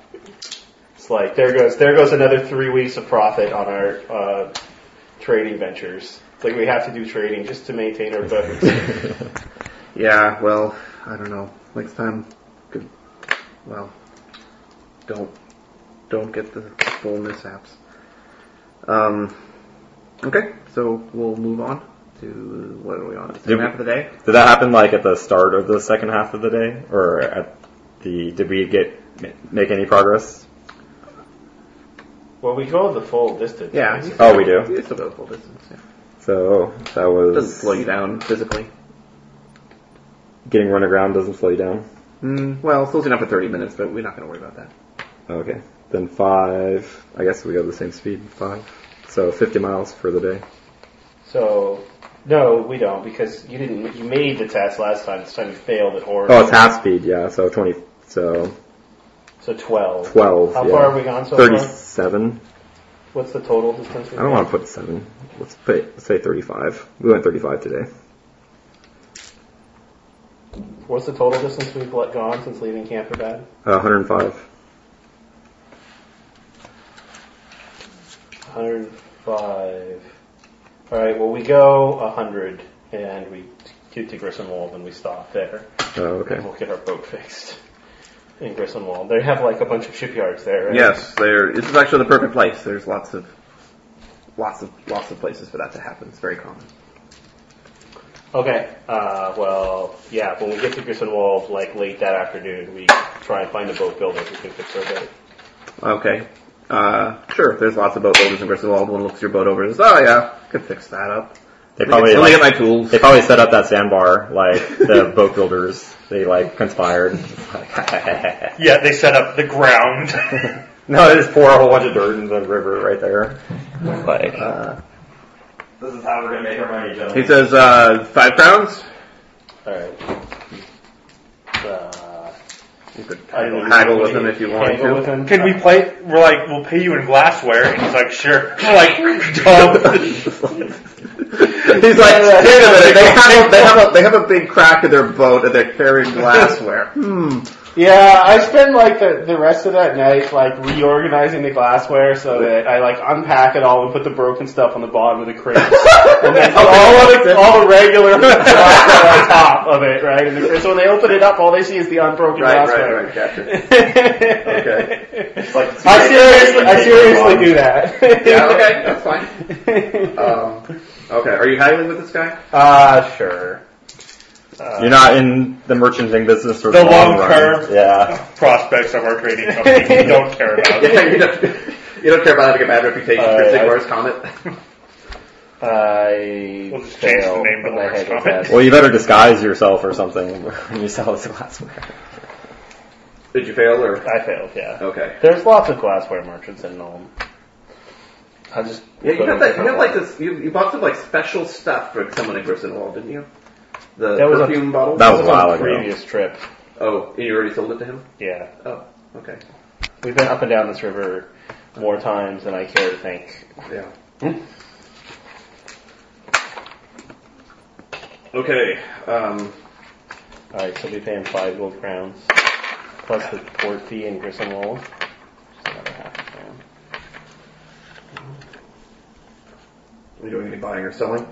It's like there goes there goes another three weeks of profit on our uh, trading ventures. It's like we have to do trading just to maintain our boats. Yeah, well, I don't know. Next time, could, well, don't don't get the full mishaps. Um, okay, so we'll move on to what are we on? The second we- half of the day. Did that happen like at the start of the second half of the day, or at the? Did we get make any progress? well, we go the full distance. Yeah. Oh, we do? It's about full distance. Yeah. So that Doesn't was slow you down physically. getting run aground doesn't slow you down. Hmm. Mm, well, slows you down for thirty minutes, but we're not going to worry about that. Okay. Then five. I guess we go the same speed. Five. So 50 miles for the day. So no, we don't because you didn't. You made the test last time. This time you failed at horror. Oh, it's half speed. Yeah. So 20. So so twelve. 12. How yeah. far have we gone so far? 37. What's the total distance? we I don't want to put seven. Let's put let's say 35. We went 35 today. What's the total distance we've let gone since leaving Camperbad? Uh, 105. 105. All right. Well, we go 100, and we get to Grissom Wold, and we stop there. Oh, okay. And we'll get our boat fixed. in Grissenwald. They have like a bunch of shipyards there. Right? Yes, there. This is actually the perfect place. There's lots of, lots of, lots of places for that to happen. It's very common. Okay. Uh, well, yeah. When we get to Grissenwald, like late that afternoon, we try and find a boat builder who can fix our boat. Okay. Uh, sure. There's lots of boat builders in Griswold. One looks your boat over and says, "Oh yeah, could fix that up." They probably Let me get like, my tools. they probably set up that sandbar like the boat builders. They like conspired. Yeah, they set up the ground. no, they just pour a whole bunch of dirt into the river right there. Like uh, this is how we're gonna make our money, He says, uh, five crowns? All right. Uh, You could I don't know. haggle with him if you want Haggle with to. him? Can we play? We're like, we'll pay you in glassware, and he's like, sure. We're like, dumb. He's like, wait a minute, they have, a, they, have a, they have a big crack in their boat and they're carrying glassware. Hmm. Yeah, I spend like the, the rest of that night like reorganizing the glassware so that I like unpack it all and put the broken stuff on the bottom of the crate. and then put all of the, all the regular glassware on top of it, right? And the, so when they open it up, all they see is the unbroken Right, right, glassware. right, gotcha. okay. I seriously, I seriously do that. Yeah, okay, that's fine. Um, okay, are you haggling with this guy? Uh, sure. You're not in the merchanting business for Uh, The the, long run. term. Yeah. prospects of our trading company we don't care about. Yeah, you don't, you don't care about having a bad reputation for Uh, Sigmar's Comet. I We'll just change the name to the Lord's Comet. Well, you better disguise yourself or something when you sell this glassware. Did you fail or? I failed, yeah. Okay. There's lots of glassware merchants in Nome. I just Yeah, you put have them that. You have different like this. You, you bought some like special stuff for someone in Griswold, didn't you? The That was a- perfume bottle. That was a This was while on the ago. previous trip. Oh, and you already sold it to him. Yeah, Oh, okay. we've been up and down this river more times than I care to think. Yeah. Okay. Um, All right, so we pay him five gold crowns plus the port fee in Griswold. Just another half a crown. are you doing any buying or selling?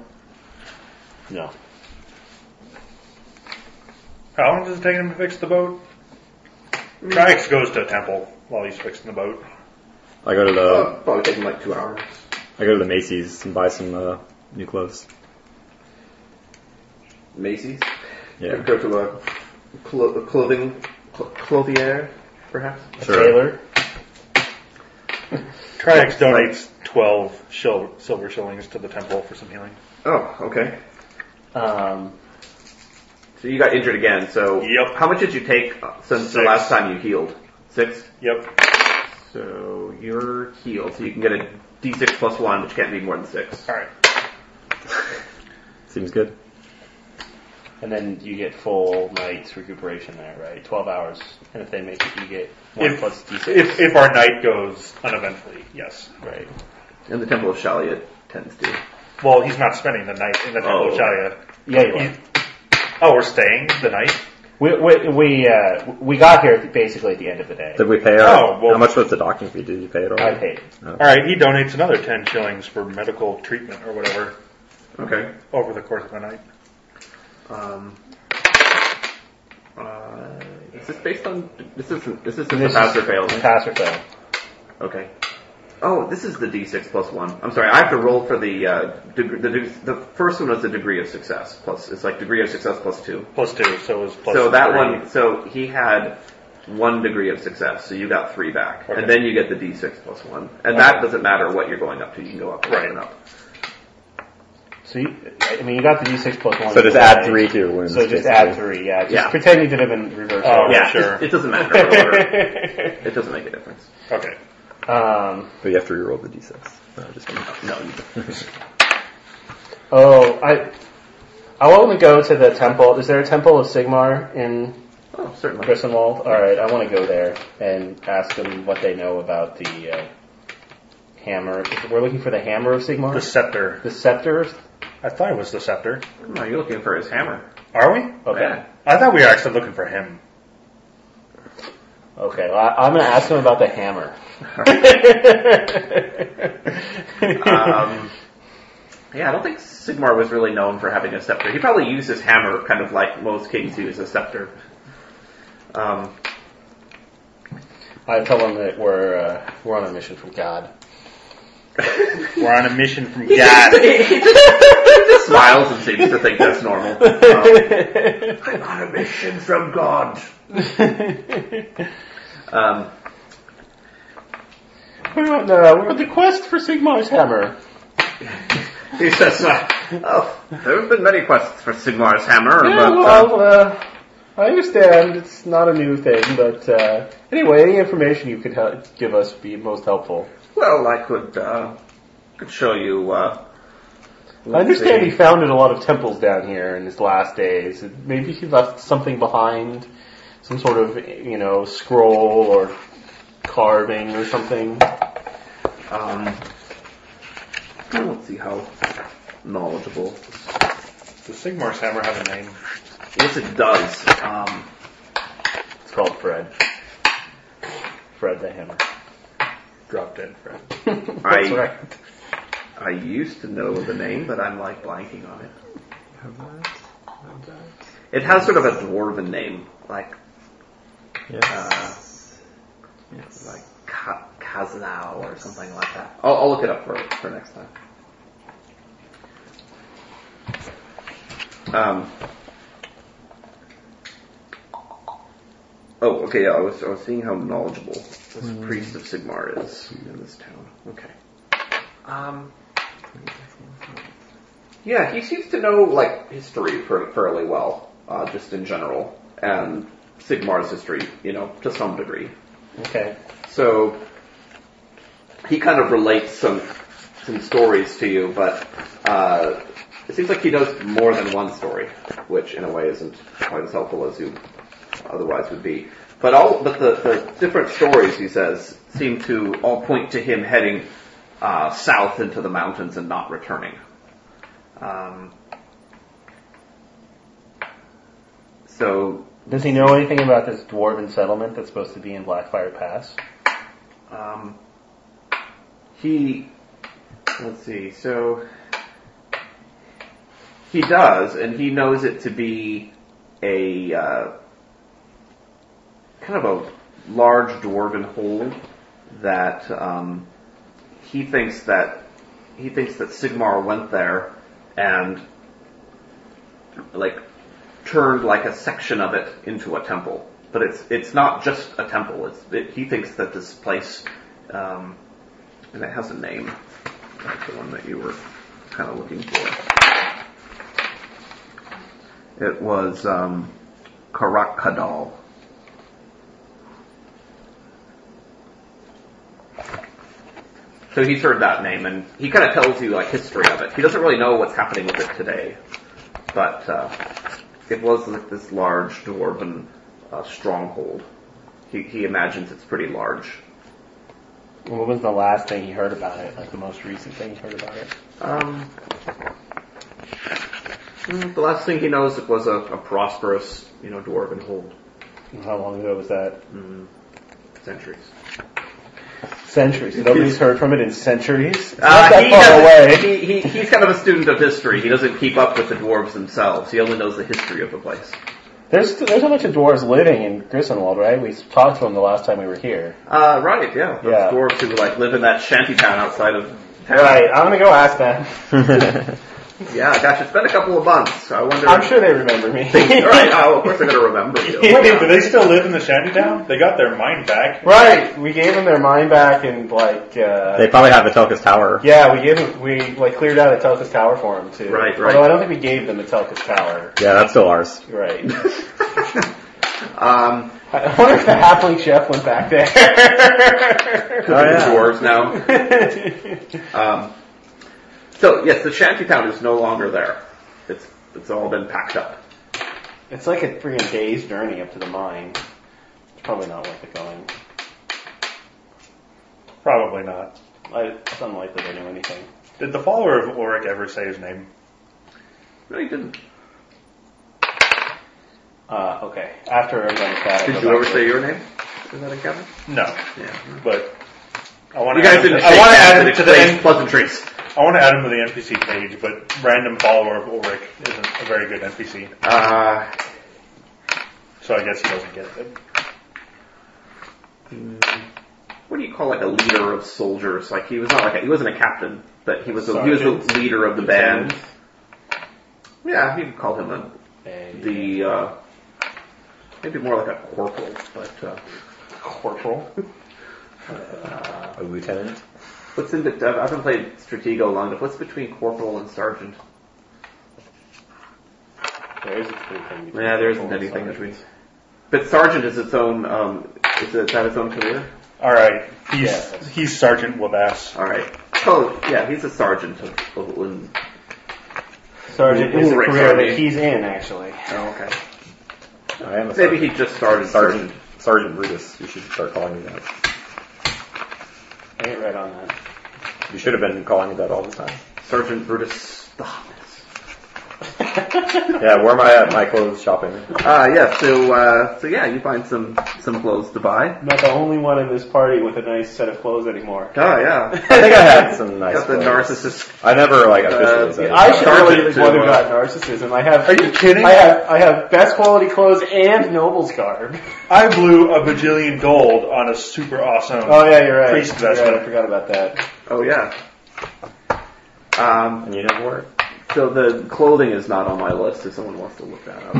No, How long does it take him to fix the boat? Trax goes to a temple while he's fixing the boat. I go to the Uh, probably taking like two hours. I go to the Macy's and buy some uh, new clothes. Macy's. Yeah. Go to a, clo- a clothing cl- clothier, perhaps. Sure. Taylor. Trax donates twelve shil- silver shillings to the temple for some healing. Oh, okay. Um, So you got injured again. So Yep. how much did you take uh, since the Six. last time you healed? Six. Yep. So you're healed, so you can get a d6 plus one, which can't be more than six. All right. Seems good. and then you get full night's recuperation there, right? Twelve hours, and if they make it, you get one If, plus d6. if if our night goes uneventfully, yes. right. And the Temple of Shalia tends to. Well, he's not spending the night in the temple Oh. of Shalia. Yeah, you are. Oh, we're staying the night. We we we, uh, we got here basically at the end of the day. Did we pay Oh, our, well- how much was the docking fee? Did you pay it all? I paid. Oh. All right. He donates another ten shillings for medical treatment or whatever Okay. over the course of the night. Um, uh, is this based on this isn't this isn't This the pass or fail? is it? Pass or fail. Okay. Oh, this is the d6 plus one. I'm sorry, I have to roll for the uh, deg- the deg- the first one was the degree of success plus. It's like degree of success plus two. Plus two, so it was plus so that three. one, so he had one degree of success, so you got three back, and then you get the d6 plus one, and that doesn't matter what you're going up to. You can go up or Right. down up. So you, I mean, you got the d6 plus one. So just add three to your wounds. So just basically. add three. Yeah. Just Yeah. pretend you did it in reverse. Oh, order. Yeah, Sure. it, it doesn't matter. Or- it doesn't make a difference. Okay. um. But you have to reroll the d6. No, just kidding. No, you don't. Oh, I. I want to go to the temple. Is there a temple of Sigmar in Oh, certainly. Grissenwald? All right, I want to go there and ask them what they know about the uh, hammer. We're looking for the hammer of Sigmar. The scepter. the scepter. I thought it was the scepter. No, you're looking for his hammer. Are we? Oh. Okay. Yeah. I thought we were actually looking for him. Okay, well, I, I'm going to ask him about the hammer. Um, yeah, I don't think Sigmar was really known for having a scepter. He probably used his hammer kind of like most kings use a scepter. Um, I tell them that we're uh, we're on a mission from God. We're on a mission from God. smiles and seems to think that's normal. I'm on a mission from God. Um, We're on, uh, we're on the quest for Sigmar's hammer. he says, uh, "Oh, there have been many quests for Sigmar's hammer, Yeah, but uh, well, uh, I understand it's not a new thing, but uh, anyway, any information you could hel- give us would be most helpful. well, I could uh, could show you." Uh, I understand he founded a lot of temples down here in his last days. Maybe he left something behind, some sort of you know scroll or carving or something. Um, let's see how knowledgeable. Does Sigmar's hammer have a name? Yes, it does. Um, It's called Fred. Fred the Hammer. Drop dead Fred. I I used to know the name, but I'm like blanking on it. It has sort of a dwarven name, like uh, like Ka- Kaznow or something like that. I'll, I'll look it up for for next time. Um. Oh, okay. Yeah, I was I was seeing how knowledgeable this priest of Sigmar is in this town. Okay. Um. Yeah, he seems to know like history fa- fairly well, uh, just in general, and Sigmar's history, you know, to some degree. Okay. So he kind of relates some some stories to you, but uh, it seems like he does more than one story, which in a way isn't quite as helpful as you otherwise would be. But all but the, the different stories he says seem to all point to him heading uh, south into the mountains and not returning. Um, so Does he know anything about this dwarven settlement that's supposed to be in Blackfire Pass? Um, he, let's see, so he does, and he knows it to be a uh, kind of a large dwarven hole that um, he thinks that he thinks that Sigmar went there and like turned like a section of it into a temple. But it's it's not just a temple. It's it, he thinks that this place, um, and it has a name, like the one that you were kind of looking for. It was um, Karakadal. So he's heard that name, and he kind of tells you like history of it. He doesn't really know what's happening with it today, but uh, it was like this large dwarven uh, stronghold. He, he imagines it's pretty large. What was the last thing he heard about it? Like the most recent thing he heard about it? Um, mm, the last thing he knows it was a, a prosperous, you know, dwarven hold. And How long ago was that? Mm, centuries. Centuries. Nobody's heard from it in centuries. It's Uh, Ah, not that he far doesn't- away. He, he, he's kind of a student of history. He doesn't keep up with the dwarves themselves. He only knows the history of the place. There's there's a bunch of dwarves living in Grissenwald, right? We talked to them the last time we were here. Uh, right, yeah. Those Yeah. dwarves who like live in that shanty town outside of town. Right, I'm gonna go ask them. Yeah, gosh, it's been a couple of months. So I wonder. I'm sure they remember me. All right. Oh, of course they're gonna remember you. Do they still live in the shantytown? They got their mind back. Right, we gave them their mine back and like uh, They probably have a Telka's Tower. yeah, we gave them, we like cleared out a Telkus Tower for them too. Right, right. Although I don't think we gave them a Telkus Tower. Yeah, that's still ours. Right. um, I wonder if the halfling chef went back there. Oh, cooking the dwarves now. Um, so yes, the shanty town is no longer there. It's it's all been packed up. it's like a freaking day's journey up to the mine. It's probably not worth it going. Probably not. I, it's unlikely they know anything. Did the follower of Ulrich ever say his name? No, you didn't. Uh, okay. After I'm done with that, I Did go you back ever to- say your name? Is that a Kevin? No, Yeah. but I want You to guys add him didn't. to, I want to add him to the explain N- pleasantries. I want to add him to the NPC page, but random follower of Ulrich isn't a very good NPC, Uh, so I guess he doesn't get it. what do you call like a leader of soldiers? Like he was not like a, he wasn't a captain, but he was the, he was the leader of the band. Yeah, you could call him a, the uh, maybe more like a corporal, but uh, Corporal. A lieutenant. what's in the, I've- I haven't played Stratego long enough. What's between corporal and sergeant? There isn't anything. Yeah, there isn't anything between. But sergeant is its own. Um, is it that its own career? All right, he's he's Sergeant Wabash. All right. So yeah, he's a sergeant of, of Lin- Sergeant is a Ulrich, career sorry. that he's in, actually. Oh, okay. I am a Maybe sergeant. he just started sergeant. Sergeant, Sergeant Brutus. You should start calling me that. I ain't right on that. You should have been calling me that all the time. Sergeant Brutus Thomas. Yeah, where am I at? My clothes shopping. Uh, yeah. So uh, so yeah, you find some some clothes to buy. I'm not the only one in this party with a nice set of clothes anymore. Oh yeah. I think I had some nice Got the clothes. narcissist. Uh, I never like officially said. I should Sergeant really be the one uh, who to, got narcissism. I have. Are you kidding? I have. I have best quality clothes and noble's garb. I blew a bajillion gold on a super awesome. Oh yeah, you're right. Priest You're right, vestment. I forgot about that. Oh yeah. Um, and you never wore it. so the clothing is not on my list. If someone wants to look that up.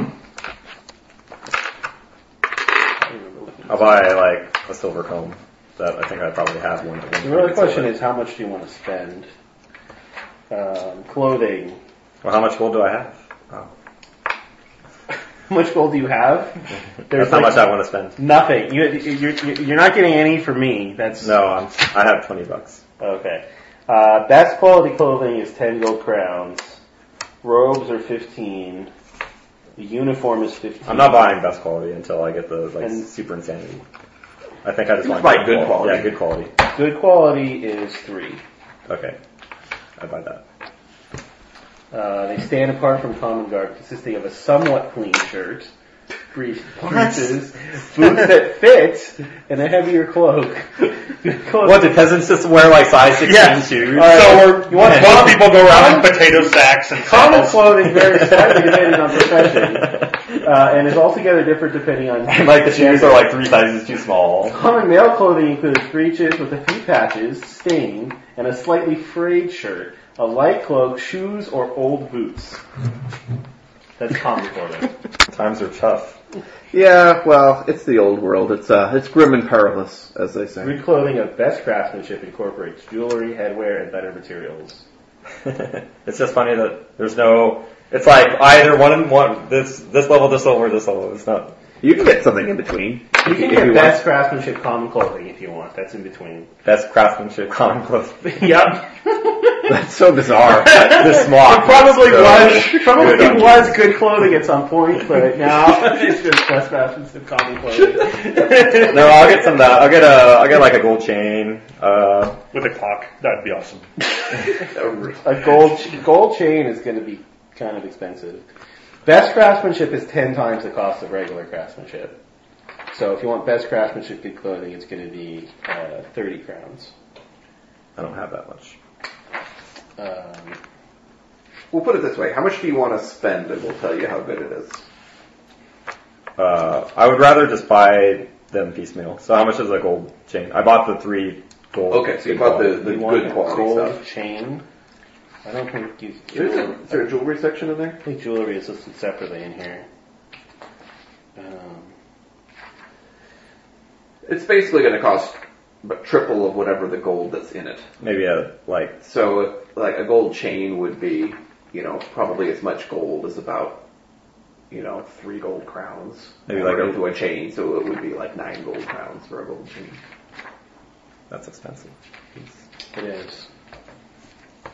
I'll buy like a silver comb. That I think I probably have one. of them. The real question is, how much do you want to spend? Um, clothing. Well, how much gold do I have? Oh, How much gold do you have? That's how like much I want to spend. Nothing. You, you're, you're you're not getting any from me. That's No, I'm, I have twenty bucks. Okay. Uh, best quality clothing is 10 gold crowns. Robes are 15. The uniform is 15. I'm not buying best quality until I get the like And- super insanity. I think I just You want buy good quality. Yeah, good quality. Good quality is 3. Okay, I buy that. Uh, they stand apart from common garb, consisting of a somewhat clean shirt, brief breeches, boots that fit, and a heavier cloak. What do peasants just wear like size sixteen Yes. shoes? So you want most common, people go around in potato sacks and common sandals. clothing varies slightly depending on profession, uh, and is altogether different depending on like the shoes are like three sizes too small. Common male clothing includes breeches with a few patches, stain, and a slightly frayed shirt, a light cloak, shoes, or old boots. That's common clothing. Times are tough. Yeah, well, it's the old world. It's uh, it's grim and perilous, as they say. Good clothing of best craftsmanship incorporates jewelry, headwear, and better materials. it's just funny that there's no. It's like either one and one. This this level, this level, or this level. It's not. You can get something in between. You can If get you best craftsmanship common clothing if you want. That's in between. That's craftsmanship, common clothing. yep. That's so bizarre. this smock. Probably So- was probably Good on you. was good clothing at some point, but now it's just best craftsmanship common clothing. No, I'll get some of that. I'll get a. I'll get like a gold chain. Uh, with a clock. That'd be awesome. A gold ch- gold chain is going to be kind of expensive. Best craftsmanship is ten times the cost of regular craftsmanship. So if you want best craftsmanship good clothing, it's going to be uh, thirty crowns. I don't have that much. Um, We'll put it this way: How much do you want to spend, and we'll tell you how good it is. Uh, I would rather just buy them piecemeal. So how much is a gold chain? I bought the three gold. Okay, so you bought the, the you want good a quality gold stuff. chain. I don't think you. Is there- is there a jewelry section in there? I think jewelry is listed separately in here. Um, It's basically going to cost but triple of whatever the gold that's in it. Maybe a like So, if, like a gold chain would be, you know, probably as much gold as about, you know, three gold crowns. Maybe like Or a- into a chain, so it would be like nine gold crowns for a gold chain. that's expensive. it is.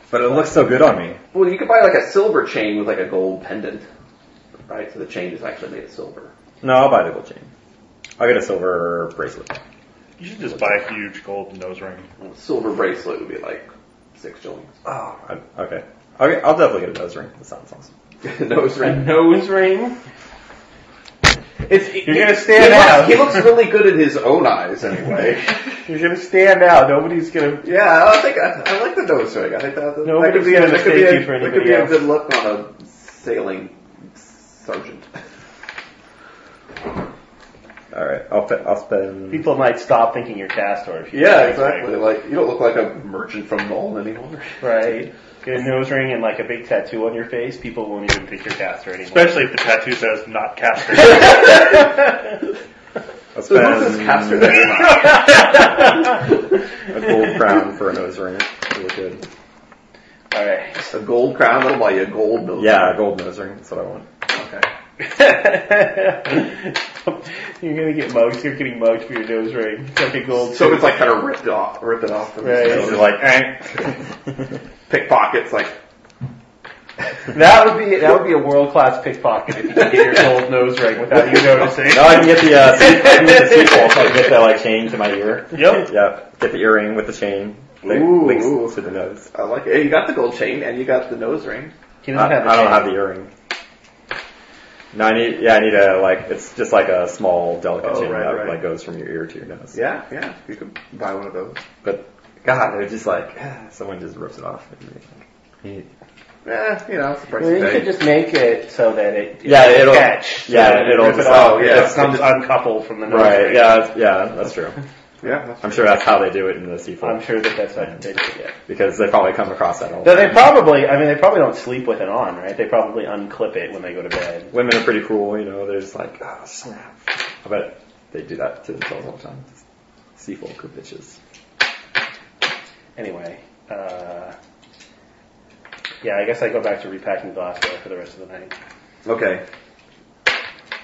But it looks so good on me. Well, you could buy like a silver chain with like a gold pendant, right? So the chain is actually made of silver. No, I'll buy the gold chain. I'll get a silver bracelet. You should just buy a huge gold nose ring. A silver bracelet would be like six shillings. Oh, I, okay. Okay, I'll definitely get a nose ring. That sounds awesome. Nose A ring. nose ring. It's, you're gonna He stand looks, out. he looks really good in his own eyes, anyway. You're gonna stand out. Nobody's gonna. yeah, I think I, I like the nose ring. I think that, that, that Nobody's could be, gonna that could be mistake a, you for that could anybody be a else. good look on a sailing sergeant. All right, I'll pe- I'll spend. People might stop thinking you're Castor. If you Yeah, exactly. Like you don't look like a merchant from Nolan anymore. Right. Get a nose ring and like a big tattoo on your face. People won't even think you're Castor anymore. Especially if the tattoo says not caster. I'll spend a gold crown for a nose ring. Really good. All right. A gold crown that'll buy you a gold nose. Yeah, a gold nose ring. That's what I want. Okay. you're gonna get mugged. You're getting mugged for your nose ring. It's like a gold. So it's like kind of ripped off, ripping off. From Right. It's like eh. pickpockets. Like that would be that would be a world class pickpocket if you could get your gold nose ring without you noticing. No, I can get the uh, se- I can get the sequel. So I can get that like chain to my ear. Yep. Yep. Get the earring with the chain. Link, Ooh. links to the nose. I uh, like it. You got the gold chain and you got the nose ring. He I, doesn't have a I don't chain. have the earring. No, I need. Yeah, I need a like. It's just like a small delicate Oh, chain right, that right. like goes from your ear to your nose. Yeah, yeah. You could buy one of those. But God, they're just like someone just rips it off. Yeah, Eh, you know, it's a price Well, you to pay. could just make it so that it Yeah, it'll- catch. yeah, so that it'll rip it just- off. oh, yeah. it becomes uncoupled from the nose Right. ring. Yeah. that's- Yeah. That's true. Yeah, that's I'm sure that's how they do it in the sequel I'm sure that that's what they did. Yeah. because they probably come across that all. the Though they time. probably, I mean, they probably don't sleep with it on, right? They probably unclip it when they go to bed. Women are pretty cool. You know, they're just like oh snap. I bet they do that to themselves all the time. Sequel good bitches. Anyway, uh, yeah, I guess I go back to repacking glassware for the rest of the night. Okay.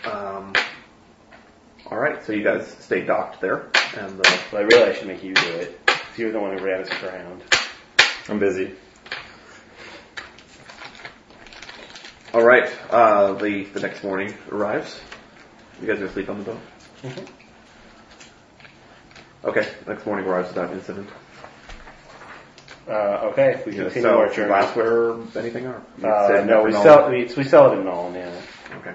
Um, all right, so you guys stay docked there, and uh, But I really I should make you do it. 'cause You're the one who ran us around. I'm busy. all right, uh, the the next morning arrives. You guys are asleep on the boat. Mm-hmm. Okay, next morning arrives without incident. Uh, okay, we You continue sell our journey. glassware, or anything, or you Uh, said no, we nothing sell, on- we, we sell it in Nolan, yeah. Okay.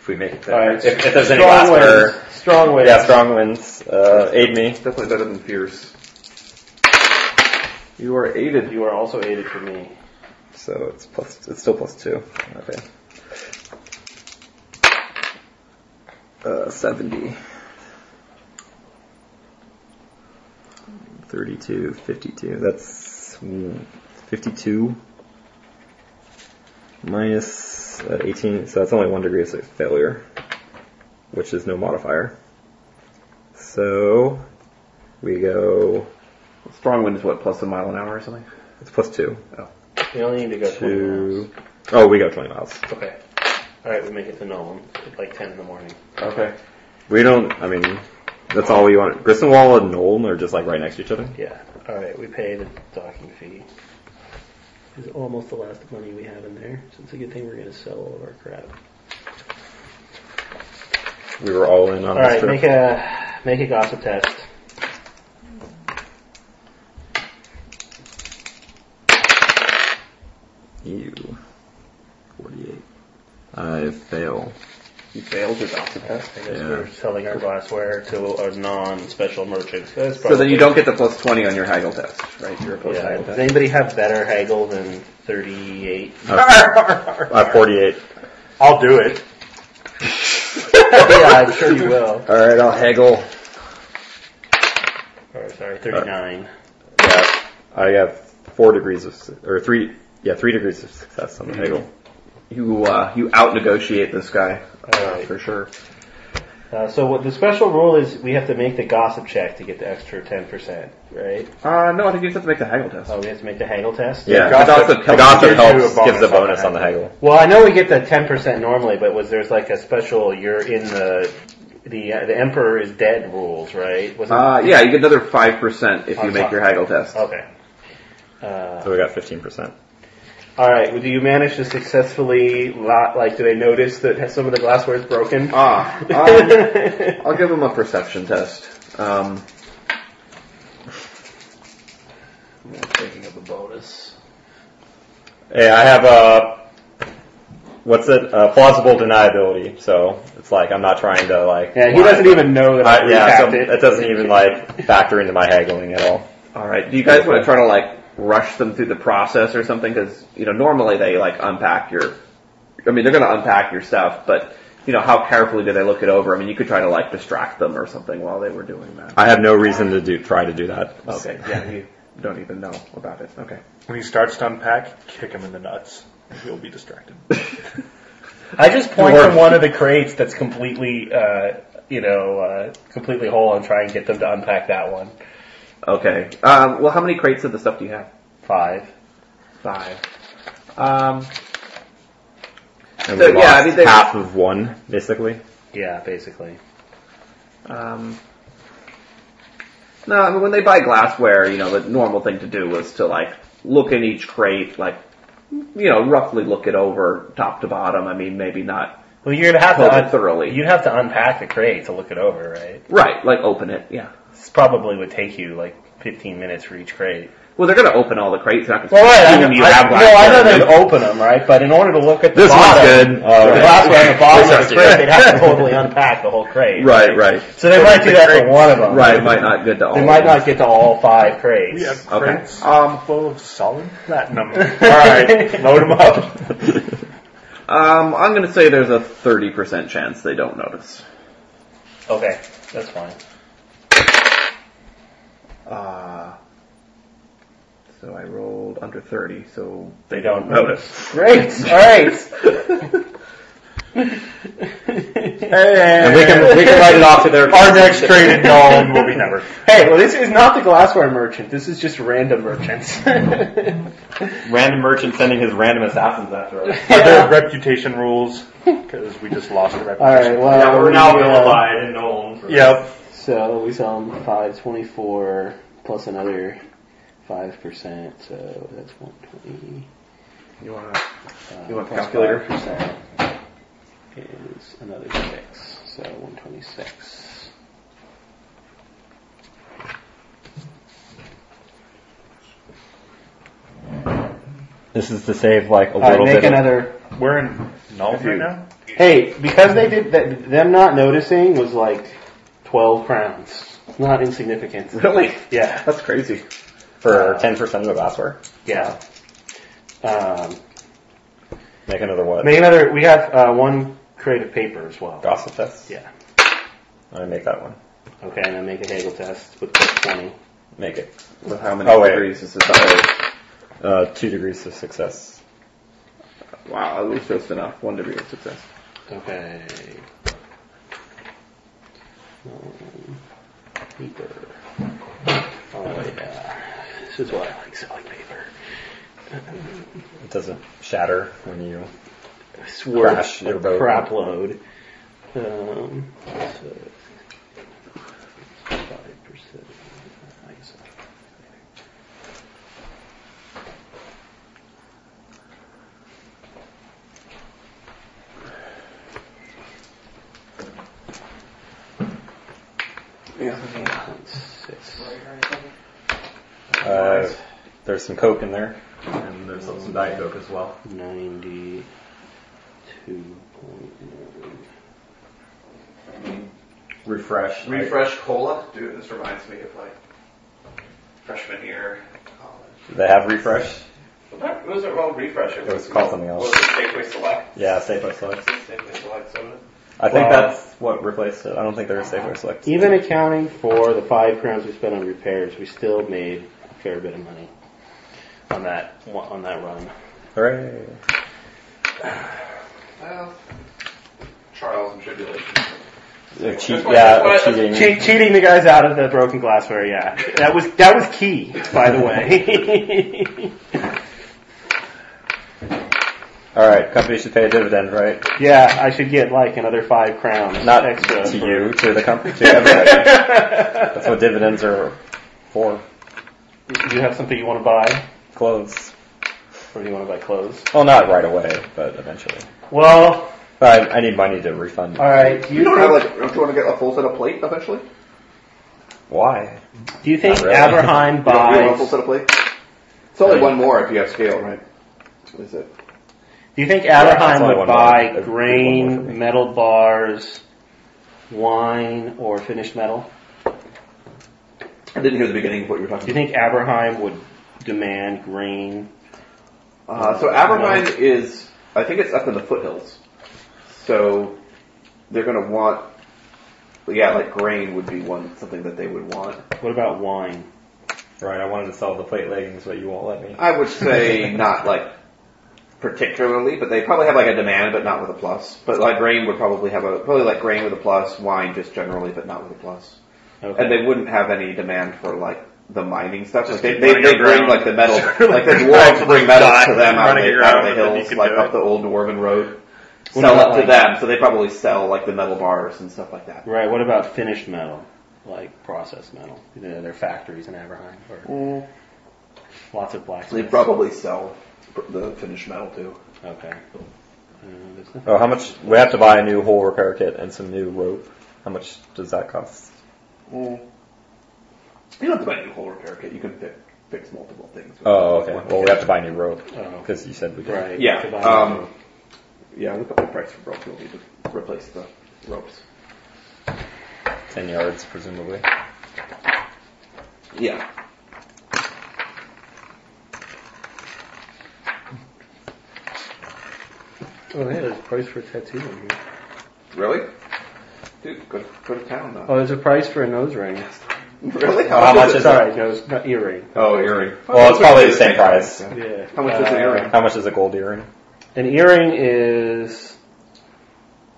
If we make it All there. right, if, if there's any strong glassware. winds. Strong winds. Yeah, strong winds. Uh, aid me. Definitely better than fierce. You are aided. You are also aided for me. So it's plus. It's still plus two. Okay. Uh, seventy. 32, 52, that's mm, 52 minus uh, 18, so that's only one degree of failure, which is no modifier. So we go, Strong wind is what plus a mile an hour or something. Oh. it's plus two. We only need to go 20 miles. Two. Oh, we go 20 miles. Okay. Alright, we make it to Nolan at like 10 in the morning. Okay. We don't. I mean, that's all we want. Gristnwall and Nolan are just like right next to each other. Yeah. Alright, we pay the docking fee. It's almost the last money we have in there, so it's a good thing we're going to sell all of our crap. We were all in on this Alright, trip. make a, make a gossip test. You. Forty-eight. I fail. You failed your gossip test. I guess Yeah. we're selling our glassware to a non-special merchant. That's So then probably- you don't get the plus twenty on your haggle test, right? You're a plus Yeah. haggle Does test. anybody have better haggle than 38? I forty-eight. I'll do it. yeah, I'm sure you will. All right, I'll haggle. Or sorry, Uh, 39. Yeah, I have four degrees of su- or three. Yeah, three degrees of success on the haggle. You uh, you out negotiate this guy uh, Alright. for sure. Uh, so what the special rule is we have to make the gossip check to get the extra 10%, right? Uh, no, I think you just have to make the haggle test. Oh, we have to make the haggle test? Yeah, gossip the gossip, the helps gossip give you helps a gives a bonus on bonus the on the haggle. Well, I know we get the 10% normally, but was there's like a special you're in the the uh, the emperor is dead rules, right? Wasn't Ah, Uh, yeah, you get another five percent if you On make top. your haggle test. Okay. Uh, So we got fifteen percent. all right. well, Do you manage to successfully lot like? Do they notice that some of the glassware is Uh, broken? Ah, um, I'll give him a perception test. Um, Thinking of a bonus. Hey, I have a what's it? Uh, plausible deniability. So it's like I'm not trying to like. Yeah, he doesn't even know that I, I, Uh, yeah, so recapped it. that doesn't even like factor into my haggling at all. all right. Do you guys want to try to like rush them through the process or something? Because you know normally they like unpack your. I mean, they're going to unpack your stuff, but you know, how carefully did they look it over? I mean, you could try to like distract them or something while they were doing that. I have no reason to do try to do that. Okay, yeah, you don't even know about it. Okay. When he starts to unpack, kick him in the nuts. He'll be distracted. I just point to one of the crates that's completely, uh, you know, uh, completely whole and try and get them to unpack that one. Okay. Um, well, how many crates of the stuff do you have? Five. Five. Um, And So, we yeah, lost I mean, they- half of one basically. Yeah, basically. Um, no, I mean when they buy glassware, you know, the normal thing to do was to like look in each crate, like you know, roughly look it over top to bottom. I mean, maybe not Well, you're gonna have to cover un- it thoroughly. you'd have to unpack the crate to look it over, right? Right, like open it. Yeah. This probably would take you like 15 minutes for each crate. Well, they're gonna open all the crates. They're not Well, gonna right, I, assume you I- have no, I know glassware. they'd open them, right? But in order to look at the This bottom, one's good. All the right. glassware on the This bottom of one's the crate, good. they'd have to totally unpack the whole crate. Right, right. So they might do that for one of them. Right, it might not good to all. They might not get to all five crates. We have Okay. crates Um, full of solid platinum. All right, load them up. Um, I'm gonna say there's a thirty percent chance they don't notice. Okay, that's fine. Uh, so I rolled under thirty, so They don't notice. Great. All right. And we can we can write it off to their Our next trade in Nolan will be never. Hey, well, this is not the glassware merchant. This is just random merchants. random merchant sending his random assassins after us. Are there reputation rules? Because we just lost a All reputation. right. Well, we're now we, uh, vilified in Nolan. For Yep. So we saw him five twenty-four plus another five percent. So that's one twenty. You wanna Uh, You want a plus calculator? 5% Is another six. So one twenty-six. This is to save like a All right, little make bit. Of, another. We're in Nolan right now? Hey, because they did that, them not noticing was like twelve crowns. It's Not insignificant. really? Yeah. That's crazy. for ten percent of the glassware. Yeah. Um, Make another what? make another. We have uh, one crate of paper as well. Gossip test. Yeah. I'm gonna make that one. Okay, and then make a Hegel test with plus twenty. Make it. With how many Oh, wait. degrees is it? Uh, two degrees of success. Wow, at least just enough. One degree of success. Okay. Um, paper. Oh yeah. This is why I like selling paper. It doesn't shatter when you. It's worth Crash your a boat. crap load. Um, so, five percent. I guess Yeah. Six. Uh, there's some coke in there, and there's some diet coke as well. 92.9. Refresh. Refresh cola. Dude, this reminds me of like freshman year college. They have refresh. It wasn't well refresh. It was called something else. What was it? Safeway Select. Yeah, Safeway Select. Safeway Select soda. I think Well- that's what replaced it. I don't think there is Safeway Select. Even accounting for the five crowns we spent on repairs, we still made a fair bit of money on that on that run. Hooray! Well, trials and tribulations. Yeah, cheat, why- yeah, that's why- cheating. Che- cheating the guys out of the broken glassware, yeah, that was that was key, by the way. All right, company should pay a dividend, right? yeah, I should get like another five crowns Not extra. to you, to the company, to everybody. That's what dividends are for. Do you have something you want to buy, Clothes. or do you want to buy clothes? Well, not right away, but eventually. Well, But I, I need money to refund. all right. Do You you, don't have think, like. Don't you want to get a full set of plate eventually? Why? do you think Not really. Aberheim You don't- you don't want a buys? full set of plate. It's only one more if you have scale, right? Is it? Do you think that's Aberheim only one would buy more. That's one more for grain, me. metal bars, wine, or finished metal? I didn't hear the beginning of what you were Do talking you think Aberheim would demand grain? Uh, so Abermine is, I think it's up in the foothills. So they're gonna want. Yeah, like grain would be one something that they would want. What about wine? Right, I wanted to sell the plate leggings, but you won't let me. I would say not like particularly, but they probably have like a demand, but not with a plus. But like grain would probably have a probably like grain with a plus, wine just generally, but not with a plus. Okay. And they wouldn't have any demand for like the mining stuff. Like, Just they keep they, mining they your bring ground. like the metal, Sure, like the like, right, dwarves so bring they metal die to them out running of the, out around, of the and you hills, can like do up it. the old dwarven road. What sell about, up like- to them, so they probably sell like the metal bars and stuff like that. Right. What about finished metal, like processed metal? You know, their factories in Aberheim or lots of Mm. They blacksmiths. probably sell pr- the finished metal too. Okay. Uh, there's nothing- Oh, how much? We have to buy a new hole repair kit and some new rope. How much does that cost? You don't have to buy a new whole repair kit. You can fi- fix multiple things. with Oh, okay. one Well, we kit. have to buy new rope Oh, because you said we did. right. Yeah, Goodbye. um, Yeah, look up the price for rope. You'll need to replace the ropes. Ten yards, presumably. Yeah. Oh yeah, there's a price for a tattoo on here. Really? Dude, go to, go to town now. Oh, there's a price for a nose ring. Oh, really? How much is Sorry, nose, not earring. Oh, earring. Well, it's probably the same price. Yeah. How much is an Uh, earring? How much is a gold earring? An earring is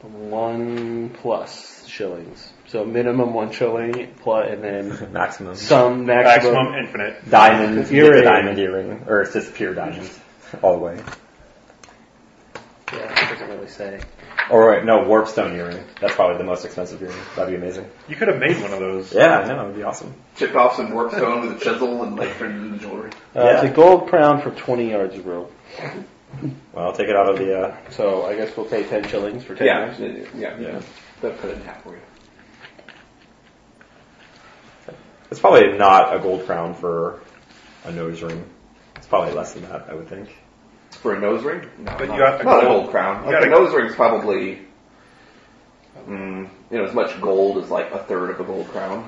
one plus shillings. So minimum one shilling plus, and then Maximum. some maximum. Maximum infinite. Diamond. you get the Earring. diamond earring, or it's just pure diamond all the way. Yeah, it doesn't really say. Or wait, no, warpstone earring. That's probably the most expensive earring. That'd be amazing. You could have made one of those. Yeah, I know. It'd be awesome. Chip off some warp stone with a chisel and like turned it into jewelry. Uh, It's a gold crown for 20 yards of rope. Well, I'll take it out of the. Uh, So I guess we'll pay 10 shillings for 10 Yeah, yards. yeah, yeah. yeah. That put it in half for you. It's probably not a gold crown for a nose ring. It's probably less than that, I would think. For a nose ring? No, But not, you have to not a go- gold crown. you Like, a gotta- nose ring's probably, mm, you know, as much gold as like a third of a gold crown.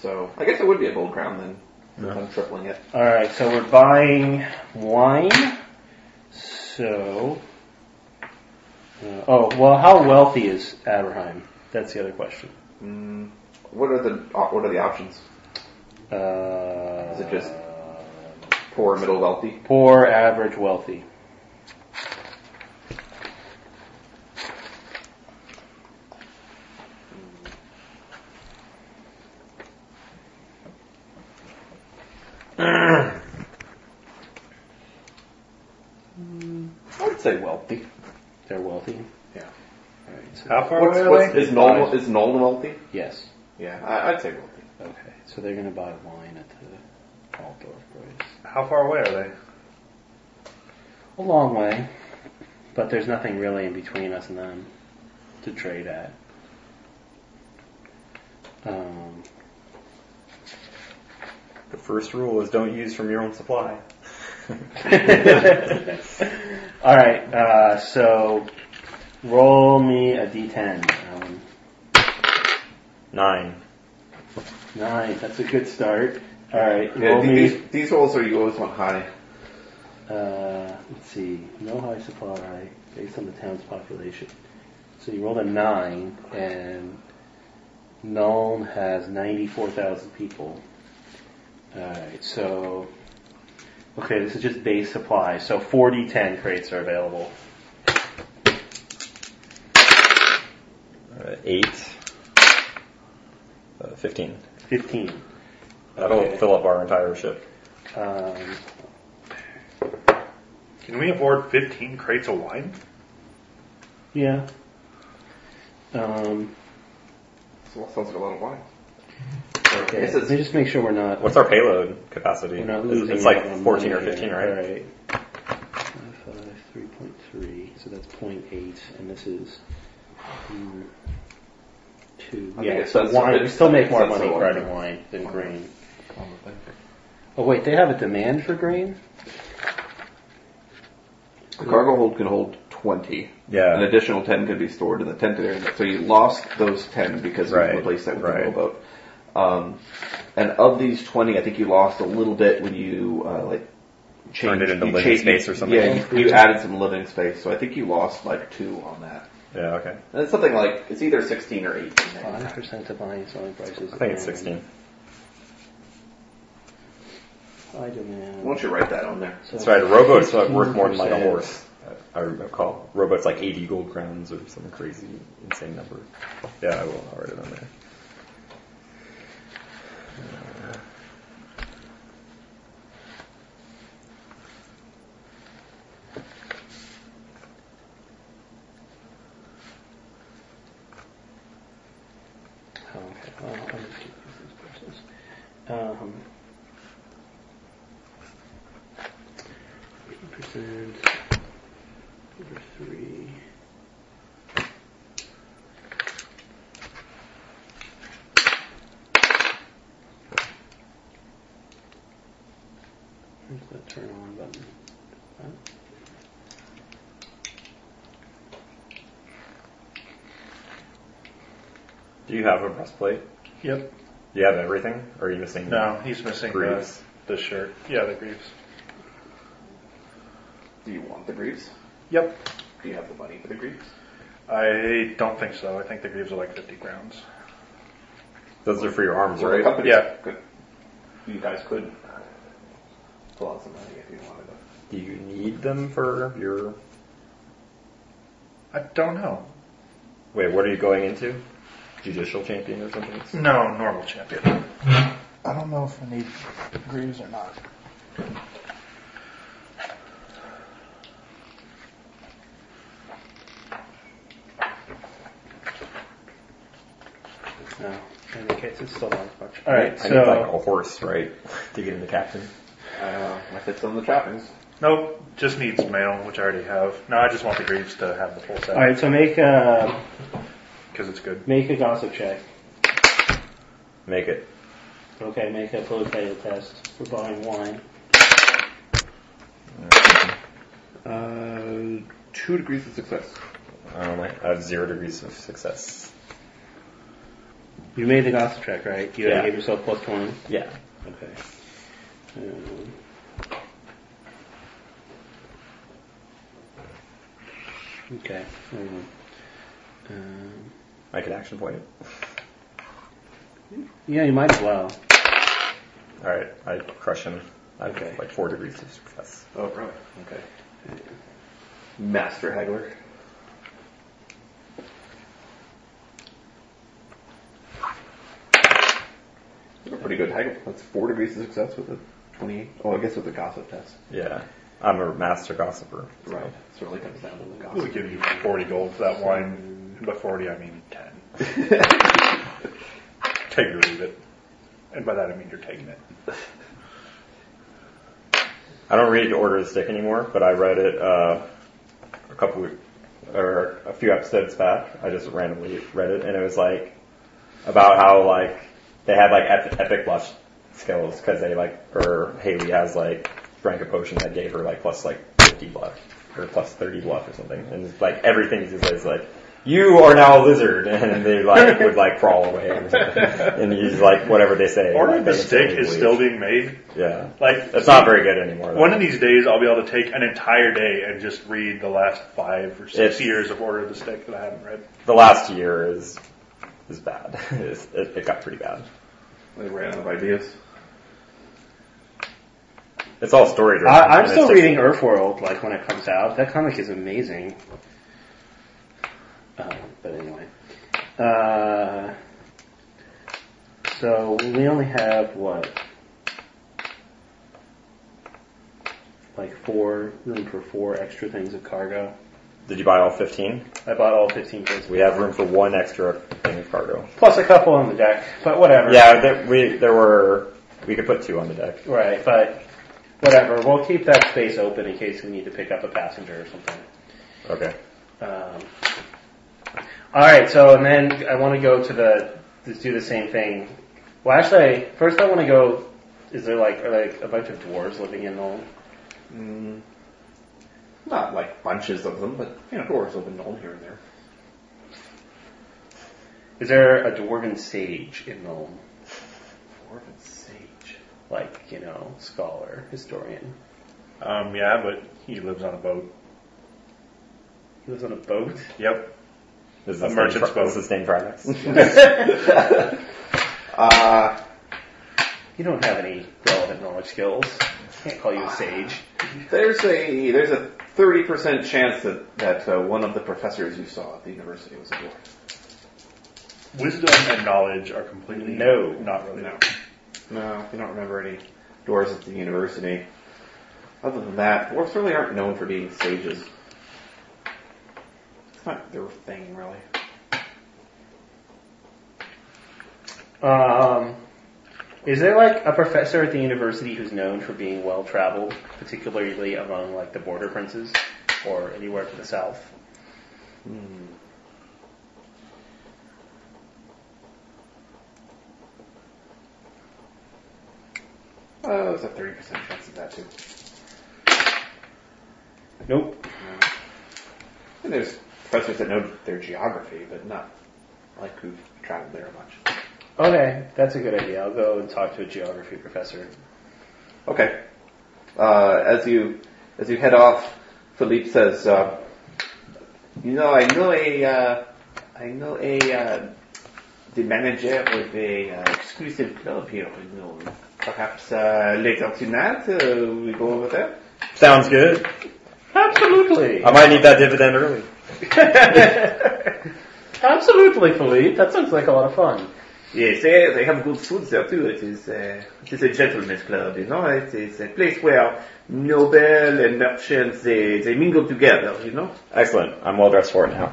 So I guess it would be a gold crown then. if I'm tripling it. Alright, so we're buying wine. So. uh, oh, well, how wealthy is Aberheim? That's the other question. Mm, what are the op- what are the options? Uh, Is it just- Poor, middle, wealthy. poor, average, wealthy? I would say wealthy. They're wealthy. How far What's, away are what's, they? is Nolan is Nolan wealthy? Yes. Yeah, I, I'd say wealthy. Okay, so they're going to buy wine at the Altdorf price. How far away are they? A long way, but there's nothing really in between us and them to trade at. Um, The first rule is don't use from your own supply. all right, uh, so roll me a Um, d10. Alan. Nine. Nice, that's a good start. All right, Yeah, roll the- me. these, these rolls are you always want high. Uh, let's see, no high supply based on the town's population. So you rolled a nine, and Nuln has ninety-four thousand people. All right, so okay, this is just base supply. So forty ten crates are available. Uh, eight. Uh, Fifteen. Fifteen. That'll Okay. fill up our entire ship. Um, Can we afford 15 crates of wine? yeah. Um, So sounds like a lot of wine. okay. This Let is- me just make sure we're not What's our payload capacity? We're not It's- losing it's like out on 14 or money 15, there. right? All right. Five, three point three. So that's point eight, and this is mm, two. I think yeah, it so says- wine. We it still make more says money so. grinding wine than grain. Oh wait, they have a demand for grain. The cargo hold can hold twenty. An Yeah. additional ten can be stored in the tent area. So you lost those ten because you Right, replaced that with right. a rowboat. Um, and of these twenty, I think you lost a little bit when you uh, like changed Turned it into you living cha- space or something. Yeah, you, you added some living space. So I think you lost like two on that. Yeah, okay. And it's something like it's either sixteen or eighteen. Five percent of buying selling prices. I think it's 16. I demand. Why don't you write that on there? That's right. A robot's like worth more than like a horse. I recall. Robot's like 80 gold crowns or some crazy insane number. Yeah, I will. I'll write it on there. Oh, okay. Well, I'm gonna keep these prices. Um, eight percent over three. Where's the turn on button? Huh? Do you have a breastplate? Yep. Do you have everything? Or are you missing No, he's missing the, greaves? the shirt. Yeah, the greaves. Do you want the greaves? Yep. Do you have the money for the greaves? I don't think so. I think the greaves are like 50 grams. Those are for your arms, Well, the right? company Yeah. could- you guys could pull out some money if you wanted to. Do you need them for your. I don't know. Wait, what are you going into? Judicial champion or something? No, normal champion. I don't know if I need greaves or not. No. In any case, it's still not as much. Alright, I need like so. a horse, right? to get into captain. Uh, I fit some of the trappings. Nope, just needs mail, which I already have. No, I just want the greaves to have the full All set right, so make a because it's good. make a gossip check. Make it. Okay, make a polyphagia test for buying wine. Uh, two degrees of success. Um, I have zero degrees of success. You made the gossip check, right? You Yeah. gave yourself plus twenty. Yeah. Okay. Um, okay. Um, um, I can action point it. yeah, you might as well. Alright, I crush him. I have Okay. like four degrees of success. Oh, right. Okay. Master haggler. You're a pretty good haggler. That's four degrees of success with a 28. Oh, I guess with the gossip test. Yeah. I'm a master gossiper. Right. It really comes down to the We'll gossip. give you 40 gold for that wine. And by 40, I mean 10. Take or leave it. And by that, I mean you're taking it. I don't read Order of the Stick anymore, but I read it uh, a couple or a few episodes back. I just randomly read it, and it was like about how like they had like ep- epic lush skills because they like or Haley has like drank a potion that gave her like plus like fifty bluff or plus thirty bluff or something, and it's like everything is just is like. You are now a lizard, and they like would like crawl away, or something. and you just like whatever they say. Order like, of they the stick instantly is leave. still being made. yeah. Like It's not very good anymore. though. One of these days, I'll be able to take an entire day and just read the last five or six It's- years of Order of the Stick that I haven't read. the last year is is bad. It's- it, it got pretty bad. They ran out of ideas. It's all story driven. I, I'm still reading Earthworld, like when it comes out. That comic is amazing. Uh, but anyway, uh, so we only have what, like four room for four extra things of cargo. Did you buy all fifteen? I bought all 15 places, We have room for one extra thing of cargo. plus a couple on the deck. But whatever. Yeah, there, we there were we could put two on the deck. Right, but whatever. We'll keep that space open in case we need to pick up a passenger or something. Okay. Um, all right, so and then I want to go to the just do the same thing. Well, actually, first I want to go. Is there like are like a bunch of dwarves living in Nol? Mm, not like bunches of them, but you know, doors open all here and there. Is there a dwarven sage in Nol? Dwarven sage. Like you know, scholar, historian. Um, yeah, but he lives on a boat. He lives on a boat. Yep. This is A the merchant's same, pro- boat. This is named products. Uh, you don't have any relevant knowledge skills. Can't call you a sage. There's a there's a thirty percent chance that that uh, one of the professors you saw at the university was a dwarf. Wisdom and knowledge are completely No. not really. No. No, we don't remember any dwarves at the university. Other than that, dwarves really aren't known for being sages. It's not their thing, really. Um, is there like a professor at the university who's known for being well traveled, particularly among like the border princes or anywhere to the south? Oh, there's a thirty percent chance of that too. Nope. No. And there's professors that know their geography, but not like who've traveled there much. Okay, that's a good idea. I'll go and talk to a geography professor. Okay. Uh, as you as you head off, Philippe says, uh, "You know, I know a uh, I know a uh, the manager of a uh, exclusive club here. You know, perhaps uh, later tonight uh, we go over there." Sounds good. Absolutely. I might need that dividend early. Absolutely, Philippe. That sounds like a lot of fun. Yes, they, they have good food there too. It is uh, it is a gentleman's club, you know. It is a place where noble and merchants they, they mingle together, you know. Excellent. I'm well dressed for it now.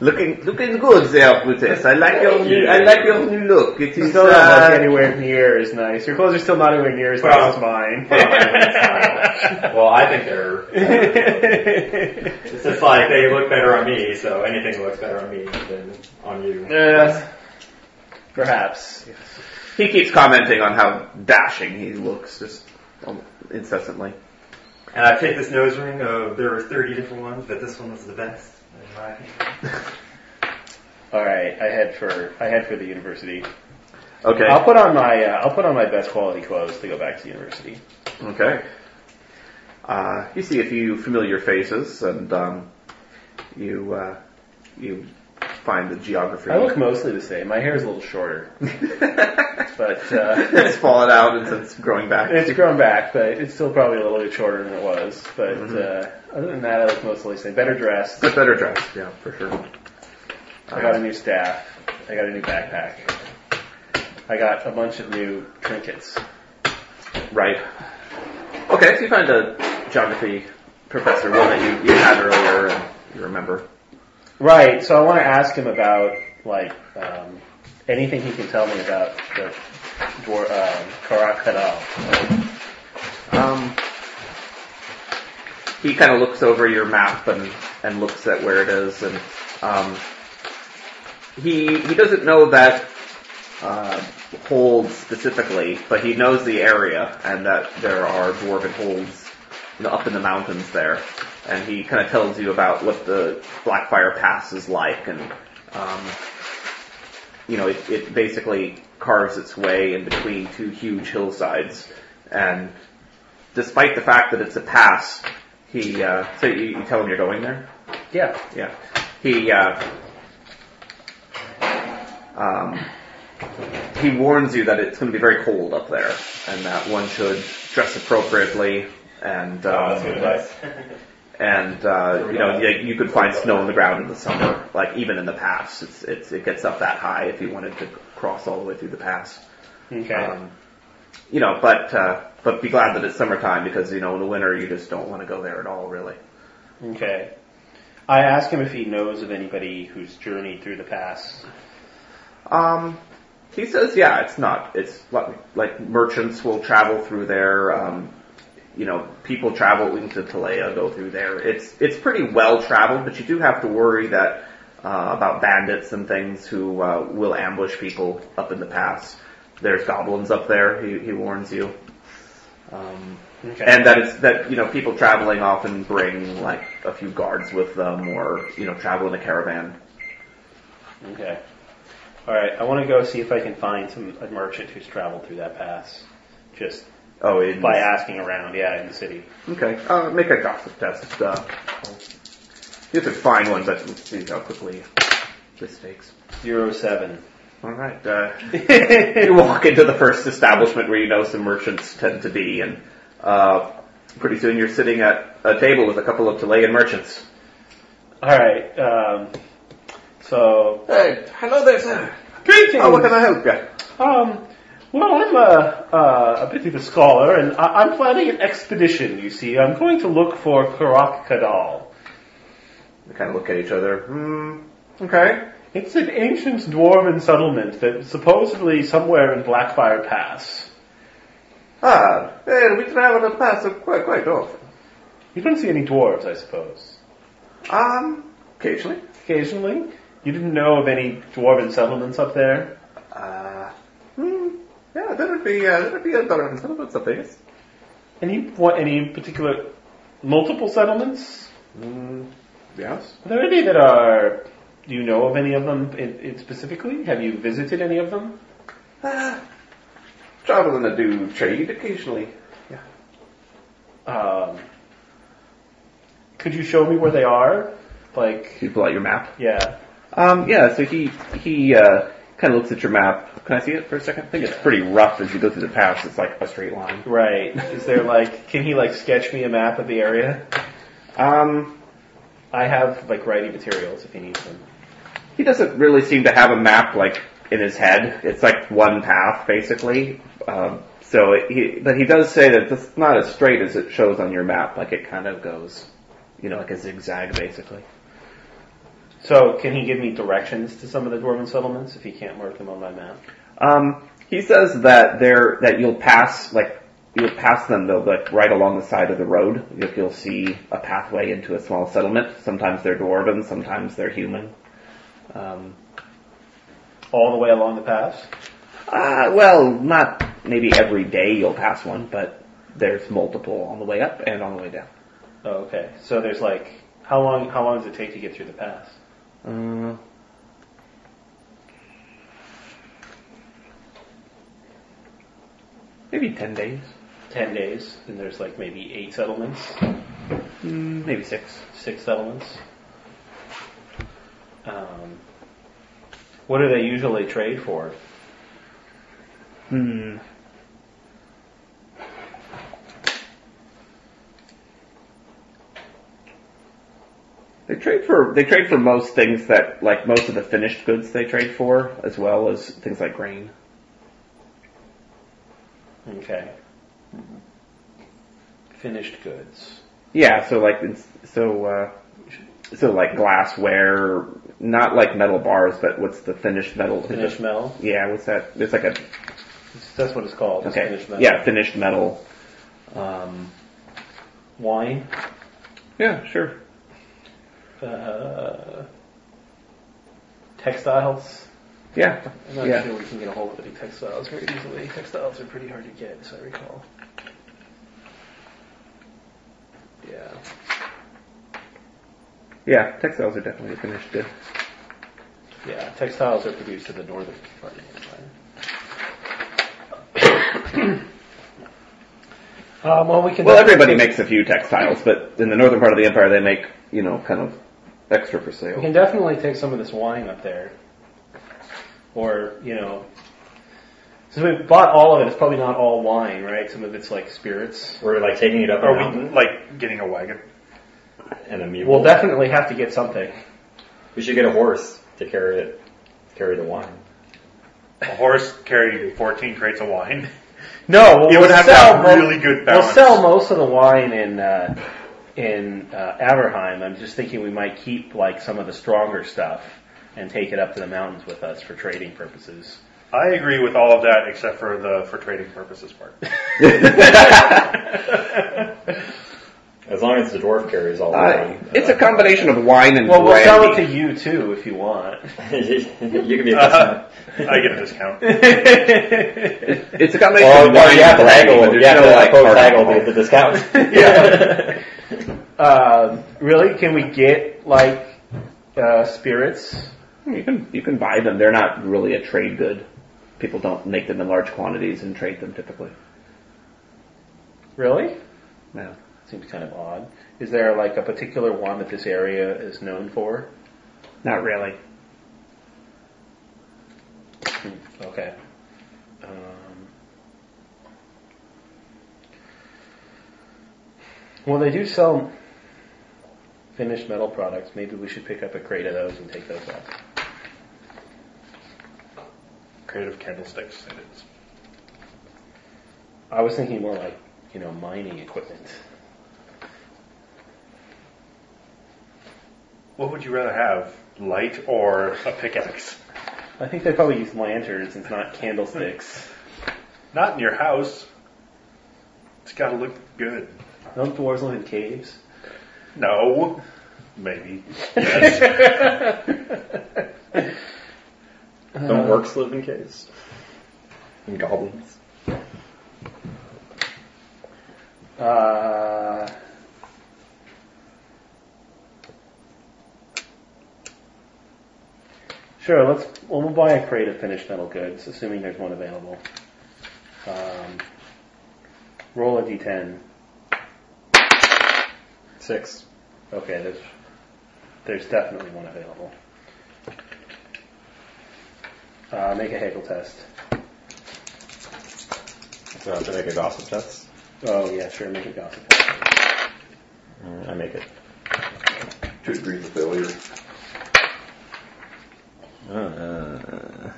Looking looking good there, Brutes. I like your new, I like your new look. It is Still not like uh, anywhere near as nice. Your clothes are still not anywhere near as nice as mine. well, I think they're. It's just like they look better on me, so anything looks better on me than on you. Yeah. Perhaps. he keeps commenting on how dashing he looks just um, incessantly. And I picked this nose ring. Of, there were 30 different ones, but this one was the best. in my opinion. All right, I head for I head for the university. Okay. I'll put on my uh, I'll put on my best quality clothes to go back to university. Okay. Uh, you see a few familiar faces, and um, you uh, you find the geography. I look mostly the same. My hair is a little shorter, but uh, it's fallen out and it's growing back. it's grown back, but it's still probably a little bit shorter than it was. But uh, other than that, I look mostly the same. Better dressed. But better dressed, yeah, for sure. I got a new staff. I got a new backpack. I got a bunch of new trinkets. Right. Okay, so you find a geography professor, one that you, you had earlier and you remember. Right. So I want to ask him about like um, anything he can tell me about the dwar- um, Caracaral. Um, he kind of looks over your map and, and looks at where it is, and um, he he doesn't know that uh, hold specifically, but he knows the area and that there are dwarven holds you know, up in the mountains there, and he kind of tells you about what the Blackfire Pass is like, and um, you know it, it basically carves its way in between two huge hillsides, and despite the fact that it's a pass, he uh, so you, you tell him you're going there. Yeah. Yeah, he uh, um, he warns you that it's going to be very cold up there, and that one should dress appropriately. And Oh, uh, and uh, you know you, you could find snow on the ground in the summer, like even in the pass, it's, it's it gets up that high if you wanted to cross all the way through the pass. Okay. Um, you know, but uh, but be glad that it's summertime because you know in the winter you just don't want to go there at all, really. okay. I ask him if he knows of anybody who's journeyed through the pass. Um, he says, yeah, it's not. It's like, like merchants will travel through there. Um, you know, people traveling to Talea go through there. It's it's pretty well traveled, but you do have to worry that uh, about bandits and things who uh, will ambush people up in the pass. There's goblins up there. He he warns you. Um, Okay. and that it's that you know people traveling often bring like a few guards with them, or you know travel in a caravan. okay. All right. I want to go see if I can find some a merchant who's traveled through that pass. Just Oh, in by asking around, yeah, in the city. Okay, uh, make a gossip test. Uh, You have to find ones that see how quickly this takes. Zero seven. All right. Uh, you walk into the first establishment where you know some merchants tend to be, and uh, pretty soon you're sitting at a table with a couple of Chilean merchants. All right. Um, so, Hey, hello there, sir. greetings. Oh, what can I help you? Um, well, I'm a, uh, a bit of a scholar, and I- I'm planning an expedition, you see. I'm going to look for Karak Kadal. They kind of look at each other. Hmm. Okay. It's an ancient dwarven settlement that supposedly somewhere in Blackfire Pass. Ah, well, we travel the pass quite quite often. You don't see any dwarves, I suppose. Um, occasionally. Occasionally. You didn't know of any dwarven settlements up there? Uh, hmm. Yeah, that would be uh, that would be a dollar and some of something. Yes. Any what, any particular multiple settlements? Mm, yes. Are there any that are? Do you know of any of them in, in specifically? Have you visited any of them? Ah, travel and I do trade occasionally. Um, could you show me where they are? Like, You pull out your map. yeah. Um, yeah, so he he uh, kind of looks at your map. Can I see it for a second? I think it's pretty rough as you go through the pass. It's like a straight line. Right. Is there like, can he like sketch me a map of the area? Um, I have like writing materials if he needs them. he doesn't really seem to have a map like in his head. It's like one path basically. Um, so it, he, but he does say that it's not as straight as it shows on your map. Like it kind of goes, you know, like a zigzag basically. So, can he give me directions to some of the dwarven settlements if he can't mark them on my map? Um, he says that there that you'll pass like you'll pass them though, like right along the side of the road. You'll, you'll see a pathway into a small settlement. Sometimes they're dwarven, sometimes they're human. Um, All the way along the pass? uh, well, not maybe every day you'll pass one, but there's multiple on the way up and on the way down. Oh, okay. So there's like, how long, how long does it take to get through the pass? Uh, maybe ten days, Ten days, and there's like maybe eight settlements, Mm, maybe six. six settlements. Um, what do they usually trade for? Hmm. They trade for they trade for most things that like most of the finished goods they trade for, as well as things like grain. Okay. Mm-hmm. Finished goods. Yeah, so like it's- so uh, so like glassware, not like metal bars, but what's the finished metal? Finished metal. Yeah, what's that? It's like a That's what it's called. is okay, Finished metal. yeah, finished metal. Um, Wine. yeah, sure. Uh, textiles. Yeah, I'm not yeah. sure we can get a hold of any textiles very easily. Textiles are pretty hard to get, as I recall. Yeah. Yeah, textiles are definitely a finished good. Yeah, textiles are produced in the northern part of the empire. um, well, we can. Well, everybody makes a few textiles, but in the northern part of the empire, they make you know kind of extra for We sale. can definitely take some of this wine up there, or you know, since we bought all of it, it's probably not all wine, right? Some of it's like spirits. We're like taking it up a Are we mountain like getting a wagon? and a mule. We'll definitely have to get something. we should get a horse to carry it, carry the wine. A horse carrying 14 crates of wine. No, well, It would we'll have to sell have mo- really good We'll balance. sell most of the wine in uh, in uh, Averheim. I'm just thinking we might keep like some of the stronger stuff and take it up to the mountains with us for trading purposes. I agree with all of that except for the for trading purposes part. As long as the dwarf carries all the Uh, wine. it's a combination of wine and Well, we'll brandy. sell it to you too if you want. you can be a Uh, customer. I get a discount. It's a combination Well, of no, wine you and have to brandy. but haggle. there's You have no, to like, like, both hard haggle alcohol. the, the discount. yeah. Um, really? Can we get like uh, spirits? You can you can buy them. They're not really a trade good. People don't make them in large quantities and trade them typically. Really? No. Seems kind of odd. Is there like a particular one that this area is known for? Not really. Hmm, Okay. Um, well, they do sell finished metal products. Maybe we should pick up a crate of those and take those up. Creative candlesticks, it is. I was thinking more like, you know, mining equipment. What would you rather have, light or a pickaxe? I think they probably use lanterns and not candlesticks. Not in your house. It's got to look good. Don't dwarves live in caves? No, maybe. Don't orcs live in caves? And goblins. Uh, sure, let's. Well, we'll buy a crate of finished metal goods, assuming there's one available. Um, roll a d10. Six. Okay, there's there's definitely one available. Uh, make a Hegel test. So I have to make a gossip test. Oh yeah, sure, make a gossip. Mm, I make it. Two degrees of failure. Uh,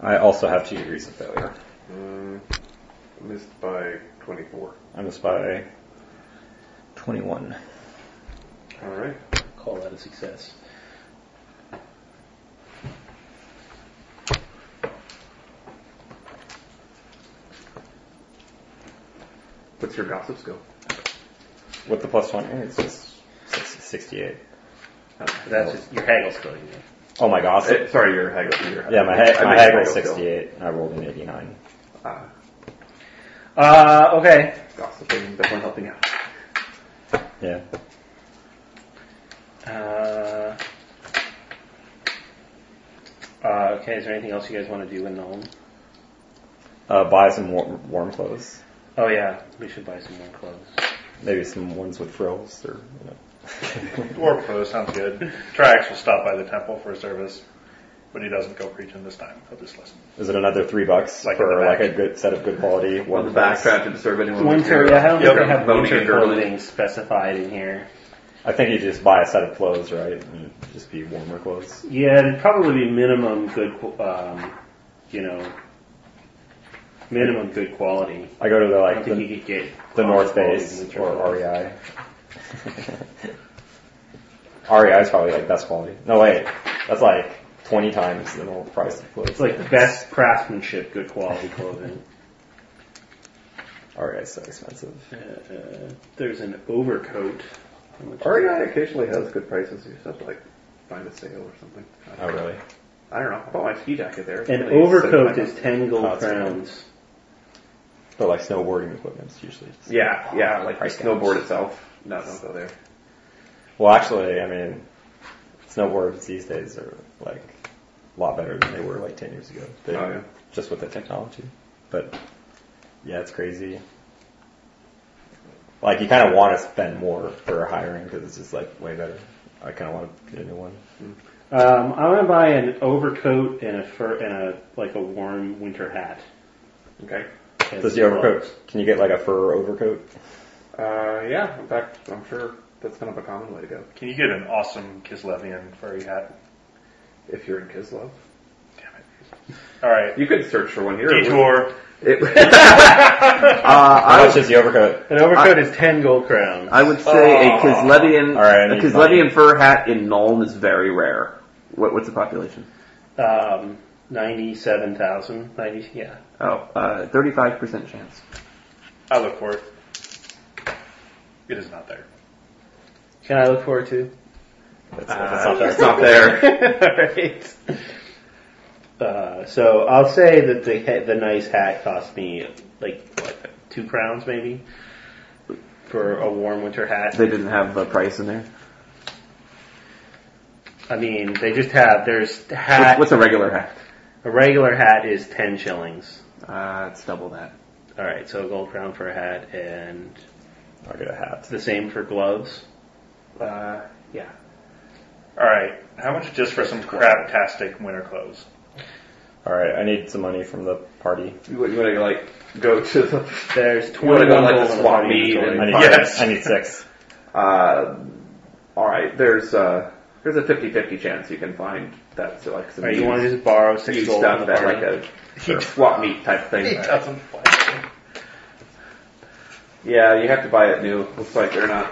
I also have two degrees of failure. Mm, missed by 24. I missed by 21. Alright. Call that a success. What's your gossip skill? With the plus one, it's just six- 68. Uh, That's just your Haggle skill. You mean. Oh my gosh. Eh, sorry, your haggle. Your Yeah, my, I ha- meant my your haggle skill. 68, and I rolled an 89. Ah, Uh, okay. gossiping, definitely helping out. Yeah. Uh, uh, okay, is there anything else you guys want to do in Nuln? Uh, buy some war- warm clothes. Oh yeah, we should buy some more clothes. Maybe some ones with frills or, you know. Dwarf pose sounds good. Trax will stop by the temple for a service, but he doesn't go preaching this time. He'll just listen. Is it another three bucks Like in for the like back. a good set of good quality On warm the clothes? backpack to disturb anyone. with Winter, your- yeah, I don't think Yep. they have Voting winter and girdling. clothing specified in here. I think you just buy a set of clothes, right? And just be warmer clothes. Yeah, it'd probably be minimum good, qu- um, you know, minimum good quality. I go to the I like don't think you the, could get the North quality Face winter or E clothes. REI. REI E is probably like best quality. No wait, that's like twenty times the normal price of clothes. It's like best craftsmanship, good quality clothing. REI E is so expensive. Uh, uh, there's an overcoat. REI E occasionally has good prices. You just have to like find a sale or something. I Oh don't, really? I don't know. I bought my ski jacket there. An Really overcoat satisfying. is ten Oh, gold it's fine. crowns. But like snowboarding equipment is usually. just- Yeah, yeah, like the Price snowboard itself. No, don't go there. Well, actually, I mean, snowboards these days are like a lot better than they were like ten years ago. They- Oh, yeah. Just with the technology, but yeah, it's crazy. Like you kind of want to spend more for hiring because it's just like way better. I kind of want to get a new one. Um, I want to buy an overcoat and a fur and a like a warm winter hat. Okay. And Does the gloves. overcoat? Can you get like a fur overcoat? Uh, yeah. In fact, I'm sure that's kind of a common way to go Can you get an awesome Kislevian furry hat? if you're in Kislev. Damn it. All right. You could search for one here. Detour. It, uh, How I, much would- is the overcoat? An overcoat is ten gold crowns. I would say a Kislevian, Oh. All right, I a need money. Kislevian fur hat in Nuln is very rare. What, what's the population? Um, ninety-seven thousand. Ninety. Yeah. Oh, uh, 35% chance. I look for it. It is not there. Can I look forward to? That's, that's Ah, Uh, not It's that. not there. Alright. Uh, so I'll say that the ha- the nice hat cost me like what two crowns maybe for a warm winter hat. They didn't have the price in there. I mean, they just have there's What's, hat. what's a regular hat? a regular hat is ten shillings. Uh, it's double that. All right, so a gold crown for a hat and I'll get a hat. the same for gloves. Uh, yeah. Alright, how much just for some craptastic winter clothes? All right, I need some money from the party. You, you want to like go to the There's you want to 21 go like gold the on the swap body meet inventory. and I need, Yes. I need six. Uh, all right. There's uh, there's a 50-50 chance you can find that so like some All right, you used- want to just borrow six used gold stuff from the that party? like a swap meet type thing. doesn't Yeah, you have to buy it new. Looks like they're not.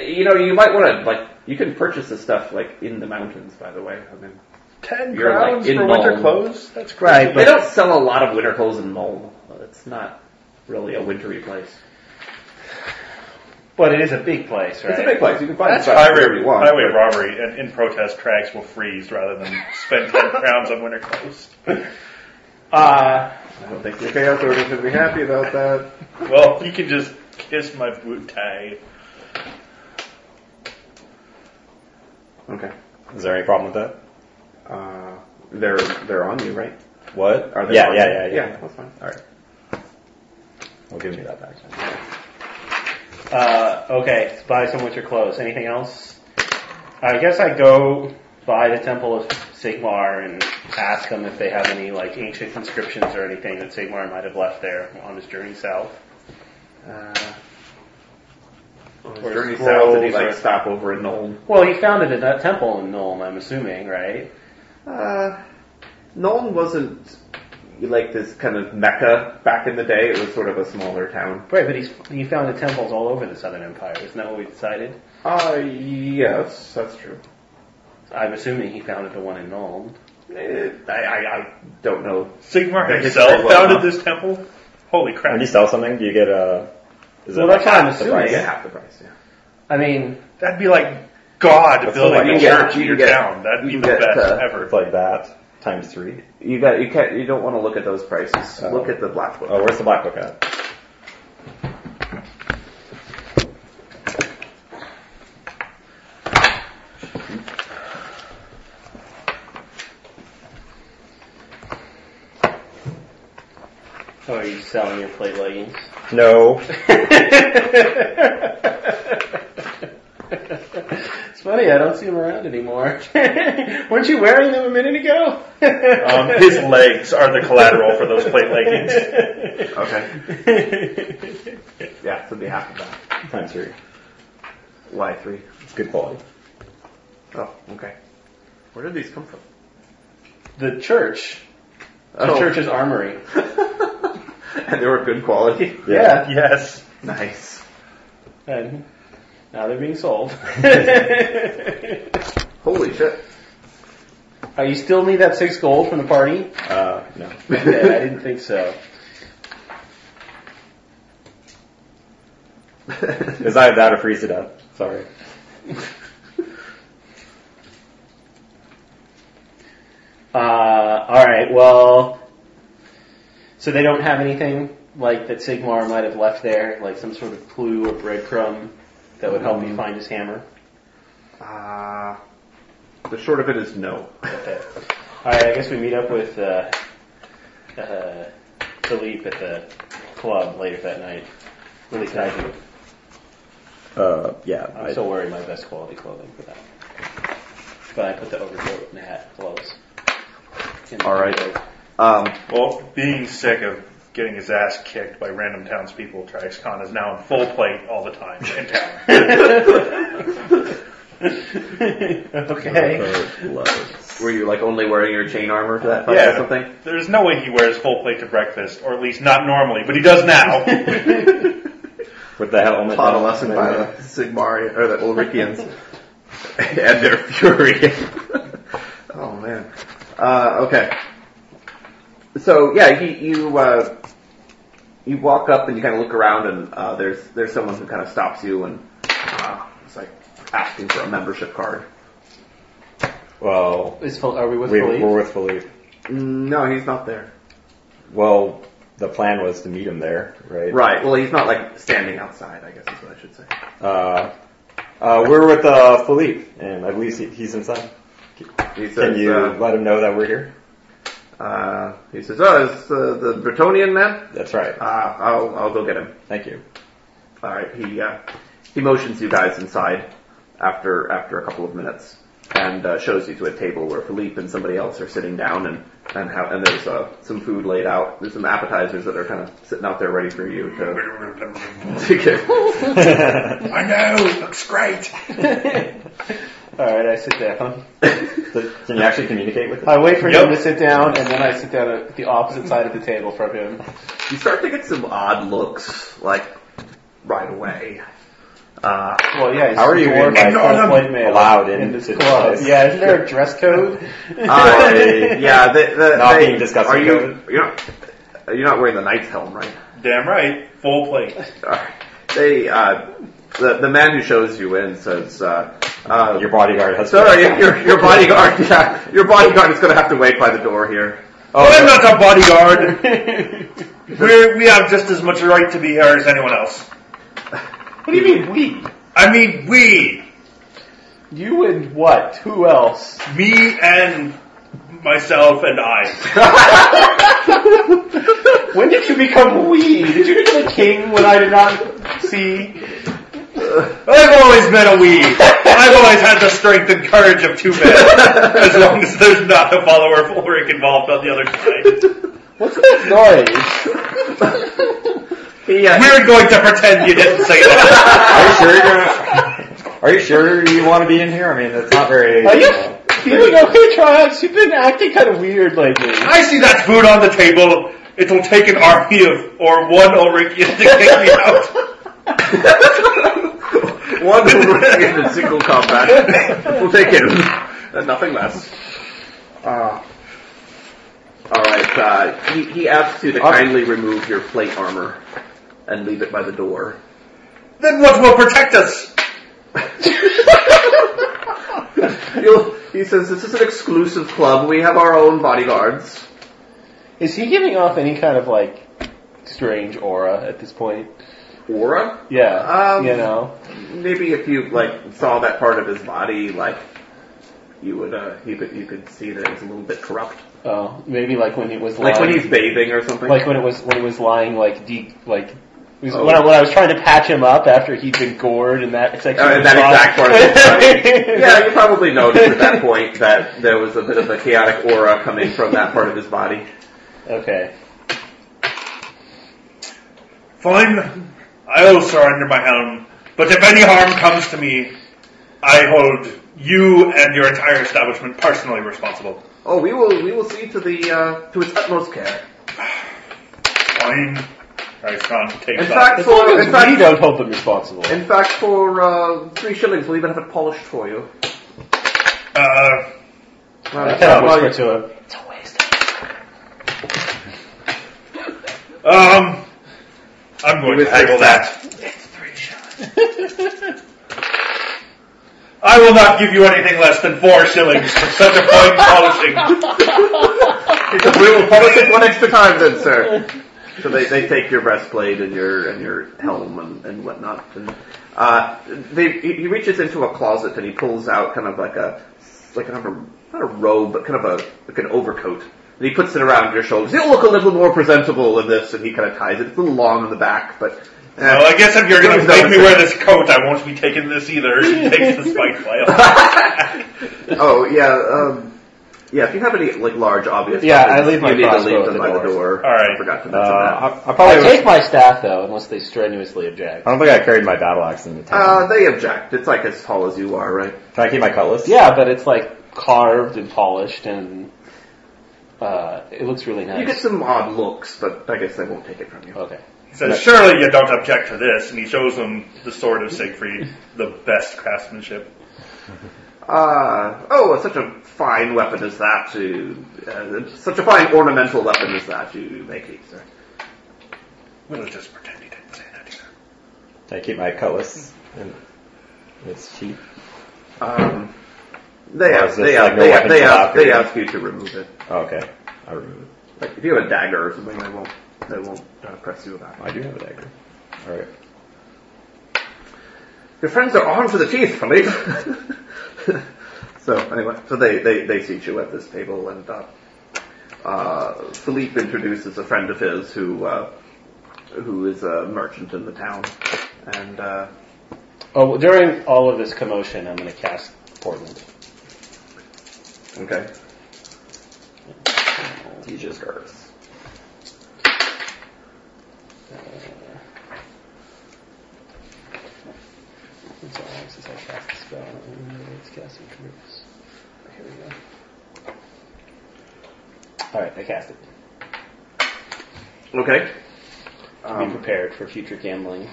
You know, you might want to like you can purchase this stuff like in the mountains. By the way, I mean Ten You're, like, crowns in for winter Mull. clothes? That's crazy. Right, they but don't sell a lot of winter clothes in Mole. It's not really a wintry place. but it is a big place, right? It's a big place. You can find That's stuff wherever highway, you want. highway robbery, and in protest, Trags will freeze rather than spend ten crowns on winter clothes. Uh, I don't think The Chaos Order's gonna be happy about that. Well, you can just kiss my boot tie. Okay. Is there any problem with that? Uh, they're they're on you, right? What? Are they yeah, on yeah, you? yeah, yeah, yeah. That's fine. All right. Well, give me that back. Uh, okay, buy some winter clothes. Anything else? I guess I go by the Temple of Sigmar and ask them if they have any like ancient inscriptions or anything that Sigmar might have left there on his journey south. Uh, Or journey south, did he like stop over in Noln? Well, he founded a that temple in Nuln, I'm assuming, right? Uh, Noln wasn't like this kind of mecca back in the day. It was sort of a smaller town. Right, but he's he founded temples all over the Southern Empire. Isn't that what we decided? Uh, yes, that's true. I'm assuming he founded the one in Nuln. Eh, I, I, I don't know. Sigmar That is himself very well uh, founded known. this temple? Holy crap. When you sell something, do you get a? Is Well, it that's what I'm half the price? assuming. Yeah, half the price. Yeah. I mean, That'd be like God That's building like a you get- church in you your get- town. That'd be you the get, best uh, ever. It's like that times three. You got you can't you don't want to look at those prices. Oh. Look at the black book. Oh, where's the black book at? oh, are you selling your plate leggings? No. it's funny, I don't see him around anymore. Weren't you wearing them a minute ago? Um, his legs are the collateral for those plate leggings. Okay. Yeah, so it'd be half of that. Times three. Why three? It's good quality. Oh, okay. Where did these come from? the church. The Oh. church's armory. and they were good quality. Yeah. Yes. Nice. And now they're being sold. Holy shit. Uh, you still need that six gold from the party? Uh, no. Okay, I didn't think so. Is I that or freeze to death? Sorry. Uh, alright, well, so they don't have anything like that Sigmar might have left there, like some sort of clue or breadcrumb that would help you find his hammer? Uh, the short of it is no. Okay. Alright, I guess we meet up with, uh, uh, Philippe at the club later that night. At least I do. Uh, yeah. I'm still wearing my best quality clothing for that. But I put the overcoat and hat clothes. in the All right. coat. Um, Well, being sick of getting his ass kicked by random townspeople, Traxcon is now in full plate all the time in town. okay. were you like only wearing your chain armor for that fight or something? There's no way he wears full plate to breakfast, or at least not normally, but he does now. With the helmet. Plot a lesson by the Sigmari or the Ulrichians and their fury. oh man. Uh, okay. So yeah, he, you uh, you walk up and you kind of look around and uh, there's there's someone who kind of stops you and uh, it's like asking for a membership card. Well, Is, Phil- are we with we, Philippe? we're with Philippe. Mm, No, he's not there. Well, the plan was to meet him there, right? Right. Well, he's not like standing outside. I guess is what I should say. Uh, uh, we're with uh, Philippe, and I believe he, he's inside. He Can says, you uh, let him know that we're here? uh, Uh, he says, "Oh, it's the, the Bretonian man." That's right. Uh, I'll I'll go get him. Thank you. All right. He uh, he motions you guys inside after after a couple of minutes and uh, shows you to a table where Philippe and somebody else are sitting down and and how and there's uh, some food laid out. There's some appetizers that are kind of sitting out there ready for you to, to get. I know. Looks great. Alright, I sit down. Can you actually communicate with him? I wait for him to sit down, and then I sit down at the opposite side of the table from him. You start to get some odd looks, like right away. Uh, Well, yeah, he's How are you dwarf, in, like, full plate mail allowed in into this this club. place? Yeah, isn't there a dress code? I- yeah, the, the, Not they- being discussed Are with you? You're not, you're not wearing the knight's helm, right? Damn right. Full plate. Alright. They, uh, the, the man who shows you in says, uh, uh, Your bodyguard has sorry, your, your bodyguard, yeah, your bodyguard is gonna have to wait by the door here. Oh, I'm not a bodyguard. We're, we have just as much right to be here as anyone else. What do you mean we? I mean, we, You and what? Who else? me and myself and I. When did you become we? Did you become a king when I did not see? I've always been a we. I've always had the strength and courage of two men, as long as there's not a follower of Ulrich involved on the other side. What's that He, uh, We're going to pretend you didn't say that. Are you sure you're, are you sure you want to be in here? I mean, that's not very. Are you- uh, noise? Feeling okay, Triax? You've been acting kind of weird lately. I see that food on the table. It'll take an army of or one Ulrich to kick me out. one who will take it in single combat. We'll take it. And nothing less. Uh, Alright, uh, he, he asks you to kindly remove your plate armor and leave it by the door. Then what will protect us? You'll, he says, this is an exclusive club. We have our own bodyguards. Is he giving off any kind of like strange aura at this point? Aura? Yeah, Um, you know. Maybe if you like saw that part of his body, like you would, uh, you could, you could see that it's a little bit corrupt. Oh, maybe like when it was lying, Like when he's bathing or something. like when it was when it was lying like deep like. it was Oh. When, I, when I was trying to patch him up after he'd been gored and that section, Oh, of and his that body. exact part of his body. yeah, you probably noticed at that point that there was a bit of a chaotic aura coming from that part of his body. Okay. Fine, I'll surrender my helm. But if any harm comes to me, I hold you and your entire establishment personally responsible. Oh, we will, we will see to the, uh, to its utmost care. Fine. Ryscon In takes off. fact, As long for, in as we fact, don't hold them responsible. in fact, for uh, three shillings, we'll even have it polished for you. Uh, Well, I kind of well, whisper to him. um, I'm going to table that. I will not give you anything less than four shillings for such a fine polishing. we will publish it one extra time then, sir. So they, they take your breastplate and your and your helm and, and whatnot. And uh, they, he he reaches into a closet and he pulls out kind of like a like kind of a, not a robe but kind of a like an overcoat. And he puts it around your shoulders. It'll look a little more presentable in this. And he kind of ties it. It's a little long in the back, but eh. Well, I guess if you're going to Shillings don't make me wear this coat, I won't be taking this either. She takes the spike flail. oh yeah, um, yeah. If you have any like large obvious, Yeah, weapons, I leave my you need to crossbow leave at them the by the door. door. All right. I forgot to Uh, mention that. I, I I probably. would- take my staff though, unless they strenuously object. Oh. I don't think I carried my battle axe in the Uh, town. they object. It's like as tall as you are, right? Can I keep my cutlass? Yeah, but it's like carved and polished, and uh, it looks really You get nice. some odd looks, but I guess they won't take it from you. Okay. He says, surely you don't object to this, and he shows him the sword of Siegfried, the best craftsmanship. Uh, oh, such a fine weapon as that to, uh, such a fine ornamental weapon as that you make it, sir. We'll just pretend he didn't say that either. Can I keep my cutlass? And it's cheap. Um, they Or ask, is this they like ask, no they, weapon they, allowed ask, they here? ask you to remove it. Oh, okay. I remove it. Like, if you have a dagger or something, they won't, they won't uh, press you about it. I do have a dagger. Alright. Your friends are armed to the teeth, Philippe. so anyway, so they, they, they seat you at this table and uh, uh, Philippe introduces a friend of his who uh, who is a merchant in the town, and uh, Oh, well, during all of this commotion, I'm going to cast Portland. okay, You just curse. It's all right since I cast the spell. I don't remember what it's casting for this. Here we go. Alright, I cast it. okay. Be Um, prepared for future gambling.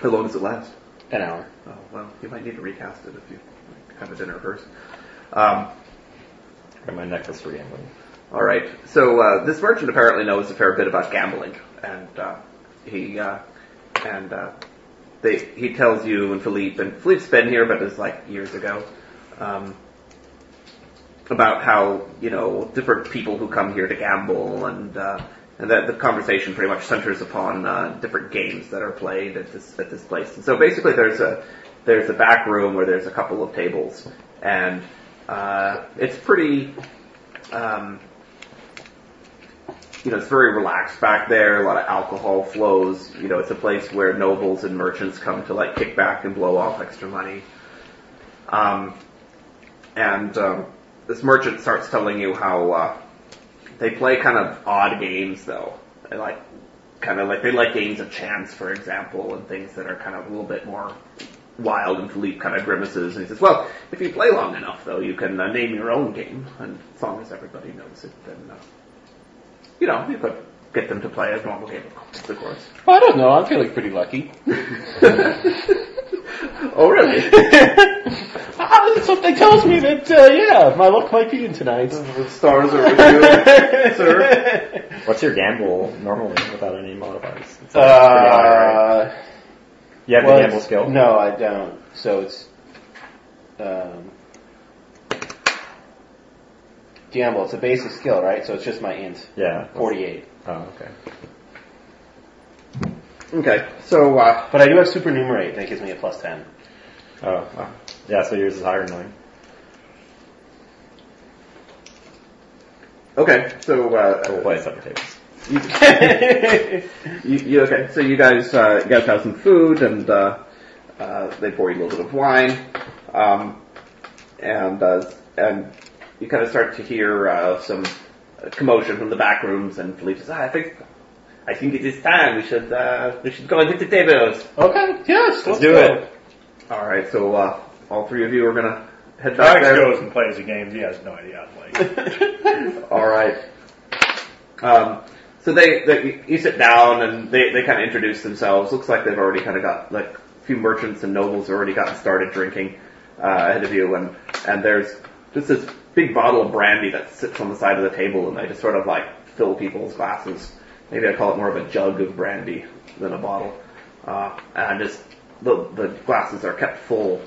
how long does it last? An hour. Oh well, you might need to recast it if you like, have a dinner first. Um, Got my necklace for gambling. All right. So uh, this merchant apparently knows a fair bit about gambling, and uh, he uh, and uh, they he tells you and Philippe, and Philippe's been here, but it's like years ago, um, about how you know different people who come here to gamble, and uh, and that the conversation pretty much centers upon uh, different games that are played at this at this place. And so basically, there's a there's a back room where there's a couple of tables, and uh, it's pretty. Um, you know, it's very relaxed back there. A lot of alcohol flows. You know, it's a place where nobles and merchants come to like kick back and blow off extra money. Um, and um, this merchant starts telling you how uh, they play kind of odd games though. They like kind of like they like games of chance, for example, and things that are kind of a little bit more wild. And Philippe kind of grimaces and he says, "Well, if you play long enough, though, you can uh, name your own game, and as long as everybody knows it, then." Uh, you know, you could get them to play a normal game of cards, of course. I don't know, I'm feeling pretty lucky. Oh, really? ah, something tells me that, uh, yeah, my luck might be in tonight. the stars are with you, sir. What's your gamble normally without any modifiers? It's like pretty high, right? Uh, You have well, the gamble it's- skill. No, I don't. So it's um, gamble. It's a basic skill, right? So it's just my int. Yeah. Forty-eight. Oh, okay. Okay, so, uh, But I do have supernumerate. That gives me a plus ten. Oh, wow. Yeah, so yours is higher than mine. okay, so, We'll uh, play separate tables. you, you, okay, so you guys, uh, you guys have some food, and, uh, uh, they pour you a little bit of wine, um, and, uh, and you kind of start to hear, uh, some commotion from the back rooms, and Philippe says, ah, I think, I think it is time, we should, uh, we should go and hit the tables. Okay. Yes. Let's, do go. it. All right, so uh, all three of you are gonna head back Alex there. goes and plays the games. He has no idea how to play. All right. Um, so they, they you sit down and they, they kind of introduce themselves. Looks like they've already kind of got like a few merchants and nobles have already gotten started drinking uh, ahead of you, and and there's just this big bottle of brandy that sits on the side of the table, and they just sort of like fill people's glasses. Maybe I call it more of a jug of brandy than a bottle, uh, and just the the glasses are kept full.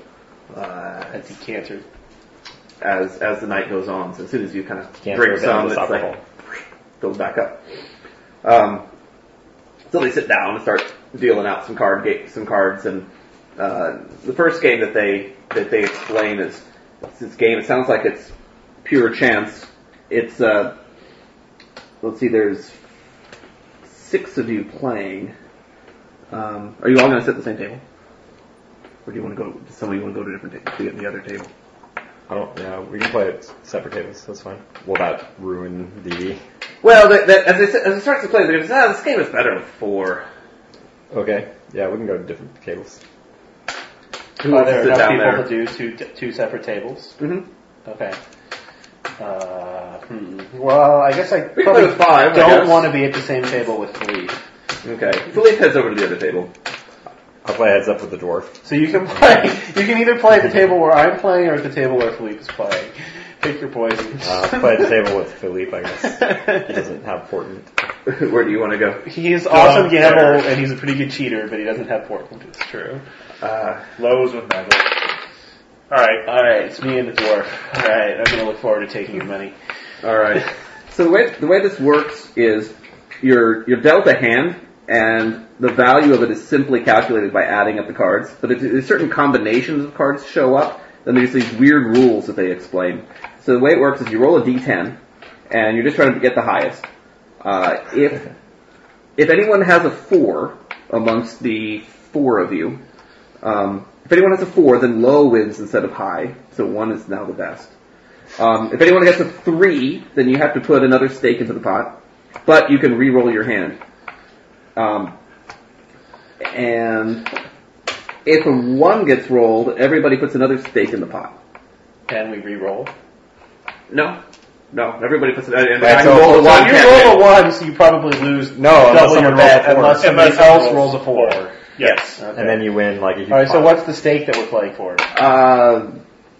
Uh, That's cancer. as as the night goes on. So as soon as you kind of Can't drink throw down some, it's this alcohol. like goes back up. Um, so they sit down and start dealing out some card ga- some cards, and uh, the first game that they that they explain is it's this game. It sounds like it's pure chance. It's uh, let's see, there's six of you playing. Um, are you all going to sit at the same table? Or do you want to go? Does some of you want to go to a different table, to the other table? I don't. Yeah, we can play it separate tables. That's fine. Will that ruin the? Well, the, the, as, it, as it starts to play, they're ah, this game is better with four. Okay. Yeah, we can go to different tables. Who are there sit enough down people there. to do two t- two separate tables? Mm-hmm. Okay. Uh, hmm. Well, I guess I We can play probably with five. I don't guess. want to be at the same table with Philippe. Okay. Philippe heads over to the other table. I'll play heads up with the dwarf. So you can play. You can either play at the table where I'm playing or at the table where Philippe is playing. Pick your poison. Uh, play at the table with Philippe, I guess. He doesn't have portent. Where do you want to go? He's awesome gamble and he's a pretty good cheater, but he doesn't have Portland. It's true. Uh, Lows with Michael. All right. All right, it's me and the dwarf. All right, I'm gonna look forward to taking your money. all right. So the way the way this works is you're you're dealt a hand, and the value of it is simply calculated by adding up the cards. But if there's certain combinations of cards show up, then there's these weird rules that they explain. So the way it works is you roll a d10, and you're just trying to get the highest. Uh, if if anyone has a four amongst the four of you, um, if anyone has a four, then low wins instead of high. So one is now the best. Um, if anyone gets a three, then you have to put another stake into the pot, but you can re-roll your hand. Um, and if a one gets rolled, everybody puts another stake in the pot. Can we re-roll? No, no, everybody puts it. And the Right, guy so- who rolled a so one you can't roll a one, so you probably lose No, unless double someone your rolls a bet four. Unless unless somebody else rolls a four. Yes. Uh, Okay. and then you win. Like if you All right. So what's the stake that we're playing for? Uh,